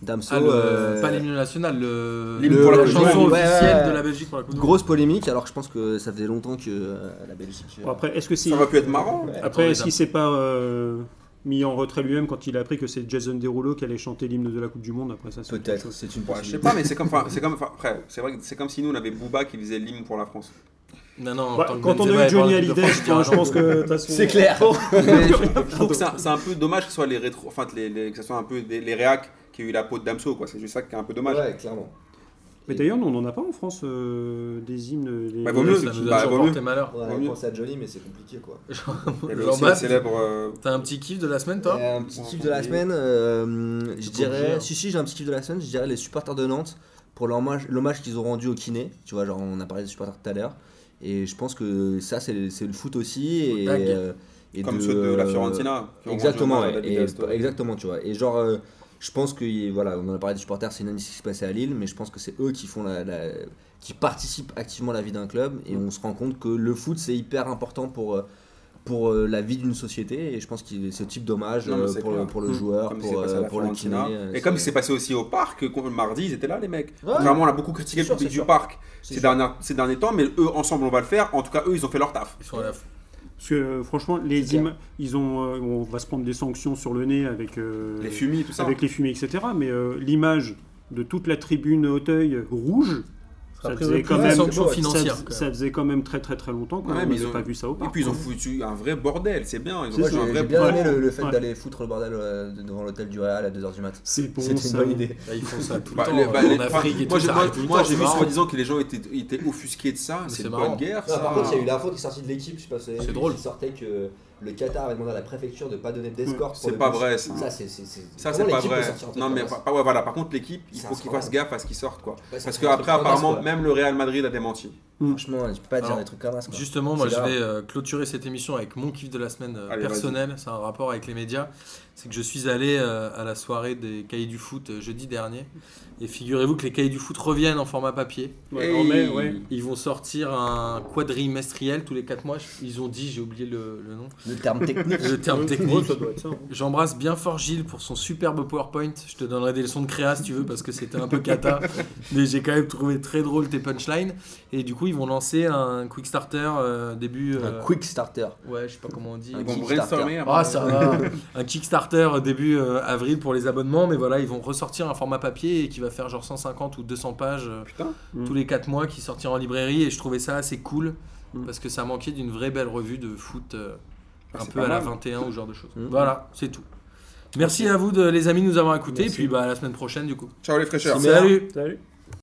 Damso.
Ah, le-
euh,
Pas l'hymne national, le...
L'hymne pour la Coupe du
chanson
Monde. Ouais,
officielle
ouais.
de la Belgique pour la Coupe du Monde.
Grosse polémique, alors que je pense que ça faisait longtemps que euh, la Belgique. euh,
Bah,
bon, après, est-ce que c'est.
Ça aurait pu être marrant.
Attends,
Après, est-ce
les
qu'il s'est pas euh, mis en retrait lui-même quand il a appris que c'est Jason Derulo qui allait chanter l'hymne de la Coupe du Monde Après ça, c'est autre
Peut-être,
chose.
c'est une
Ouais, je sais
possibilité.
pas, mais c'est comme, enfin, c'est comme, enfin, après, c'est vrai, que c'est comme si nous on avait Booba qui faisait l'hymne pour la France.
Non, non, en
Bah,
tant que
quand on
Benzema
a eu
est
Johnny
parle de
Hallyday,
France,
je
tu diras
pense, je pense
non.
que de toute façon-
C'est clair.
Je trouve que c'est un, c'est un peu dommage que ce soit les rétro, enfin que, les- les- que ce soit un peu des- les réacs qui aient eu la peau de Damso, quoi. C'est juste ça qui est un peu dommage.
Ouais, clairement.
Mais d'ailleurs, nous, on n'en a pas en France euh, des hymnes. des-
Bah, vaut
Vaut
mieux,
mieux,
c'est
ça
qu'il-
nous
bah,
a
vaut
toujours
mieux.
porté malheur.
Ouais,
Vaut
on
mieux.
pense à Johnny, mais c'est compliqué quoi.
Il y avait
Jean
aussi le
Matt,
célèbre. euh,
T'as un petit kiff de la semaine, toi
Euh, un petit
Ouais,
kiff de la
oublié.
semaine, euh, je
C'est pas obligé,
dirais.
hein.
Si, si, j'ai un petit kiff de la semaine, je dirais les supporters de Nantes pour l'hommage l'hommage qu'ils ont rendu au kiné. Tu vois, genre, on a parlé des supporters tout à l'heure. Et je pense que ça, c'est c'est le foot aussi. Et,
Tag.
euh, et
comme ceux de
euh,
la Fiorentina. qui ont rendu
Exactement,
hommage à
ouais,
David
et-
Astor.
exactement, tu vois. Et genre, euh, je pense que, y- voilà, on en a parlé des supporters, c'est une année qui se passait à Lille, mais je pense que c'est eux qui font la, la- qui participent activement à la vie d'un club, et on se rend compte que le foot, c'est hyper important pour, euh, pour euh, la vie d'une société, et je pense que ce type d'hommage
Non, mais
euh,
c'est
pour, le-
clair.
pour le
Mm.
joueur,
Comme c'est
pour,
passé à
euh,
la
pour le kiné.
Fiorentina.
euh,
Et comme
c'est-
c'est passé aussi au parc, qu'on- le mardi, ils étaient là, les mecs.
Ouais.
Vraiment, on a beaucoup critiqué
C'est sûr,
le public
c'est
du
sûr.
parc
c'est-
ces, dernières- ces derniers temps, mais eux, ensemble, on va le faire. En tout cas, eux, ils ont fait leur taf.
Ils sont à la
Parce que euh, franchement, les
C'est clair.
hymnes, ils ont, euh, on va se prendre des sanctions sur le nez avec euh,
Les fumis, tout ça.
avec les fumées, etc. Mais euh, l'image de toute la tribune Hauteuil euh, rouge,
Ça
ça
faisait
faisait quand
plus de
même-
sanctions
ça-
ça,
financières.
fais-
quand
ça
même.
faisait quand même très très très longtemps qu'on
Ouais, mais ils
n'avait
ont-
pas vu ça au
Et
parc.
puis, ils ont foutu un vrai bordel. C'est bien, ils ont
Moi,
foutu un
j'ai
vrai
j'ai bien
bordel.
aimé le, le fait
Ouais.
d'aller foutre le bordel euh, devant l'hôtel du Real à 2h du mat.
C'est bon,
C'était une
ça.
bonne idée.
Bah, Ils font ça tout le
Bah, les-
temps
bah,
euh,
les-
en Afrique et tout
moi, j'ai-
ça.
moi,
arrive tout le
moi,
temps,
j'ai
c'est
vu
marrant.
soi-disant que les gens étaient, étaient offusqués de ça.
Mais
C'est
c'est
une
marrant. Ah,
bonne guerre.
Non,
ça.
par contre, il y a eu l'info qui est sortie de l'équipe, je sais pas si vous avez
C'est
vu,
drôle.
qui sortait que le Qatar avait demandé à la préfecture de pas donner d'escorte. pour
Hmm. C'est
le
pas
bus.
vrai, ça.
Ça, c'est c'est- c'est-
Ça, c'est
comment
pas
l'équipe
vrai.
peut sortir un truc
Non,
comme
mais
ça
pas- ouais, voilà. Par contre, l'équipe, il
C'est
faut qu'ils
incroyable.
fassent gaffe à ce qu'ils sortent, quoi.
Ouais, c'est
Parce
un
que
truc
après,
de connasse,
apparemment,
quoi.
même le Real Madrid a démenti.
Franchement, tu peux pas dire
Alors,
des trucs comme ça. quoi.
Justement, moi
C'est
je
grave.
vais euh, clôturer cette émission avec mon kiff de la semaine euh,
Allez,
personnel. C'est un rapport avec les médias. C'est que je suis allé euh, à la soirée des cahiers du foot euh, jeudi dernier. Et figurez-vous que les cahiers du foot reviennent en format papier.
Ouais,
Et-
en mai, ouais.
Ils vont sortir un quadrimestriel tous les 4 mois. Ils ont dit, j'ai oublié le, le nom,
Le terme technique.
le terme
Ouais,
technique.
ça doit être ça, hein.
J'embrasse bien fort Gilles pour son superbe PowerPoint. Je te donnerai des leçons de créa si tu veux parce que c'était un peu cata. mais j'ai quand même trouvé très drôle tes punchlines. Et du coup, ils vont lancer un quick starter euh, début. euh,
Un quick starter.
Ouais, je sais pas comment on dit.
Un
Ils vont
Kickstarter.
brainstormer.
Ah,
apparemment.
ça va. un Kickstarter début euh, avril pour les abonnements, mais voilà, ils vont ressortir un format papier et qui va faire genre 150 ou 200 pages euh,
Putain.
Mm.
tous les 4 mois qui sortira en librairie. Et je trouvais ça assez cool
Mm.
parce que ça manquait d'une vraie belle revue de foot euh,
Ah,
un
c'est
peu
pas
à la
mal.
21 ou ce genre de choses.
Mm.
Voilà, c'est tout. Merci à vous, de, les amis, de nous avoir écoutés. Et
Merci.
puis bah, à la semaine prochaine, du coup.
Ciao les fraîcheurs.
Merci.
Salut!
Salut.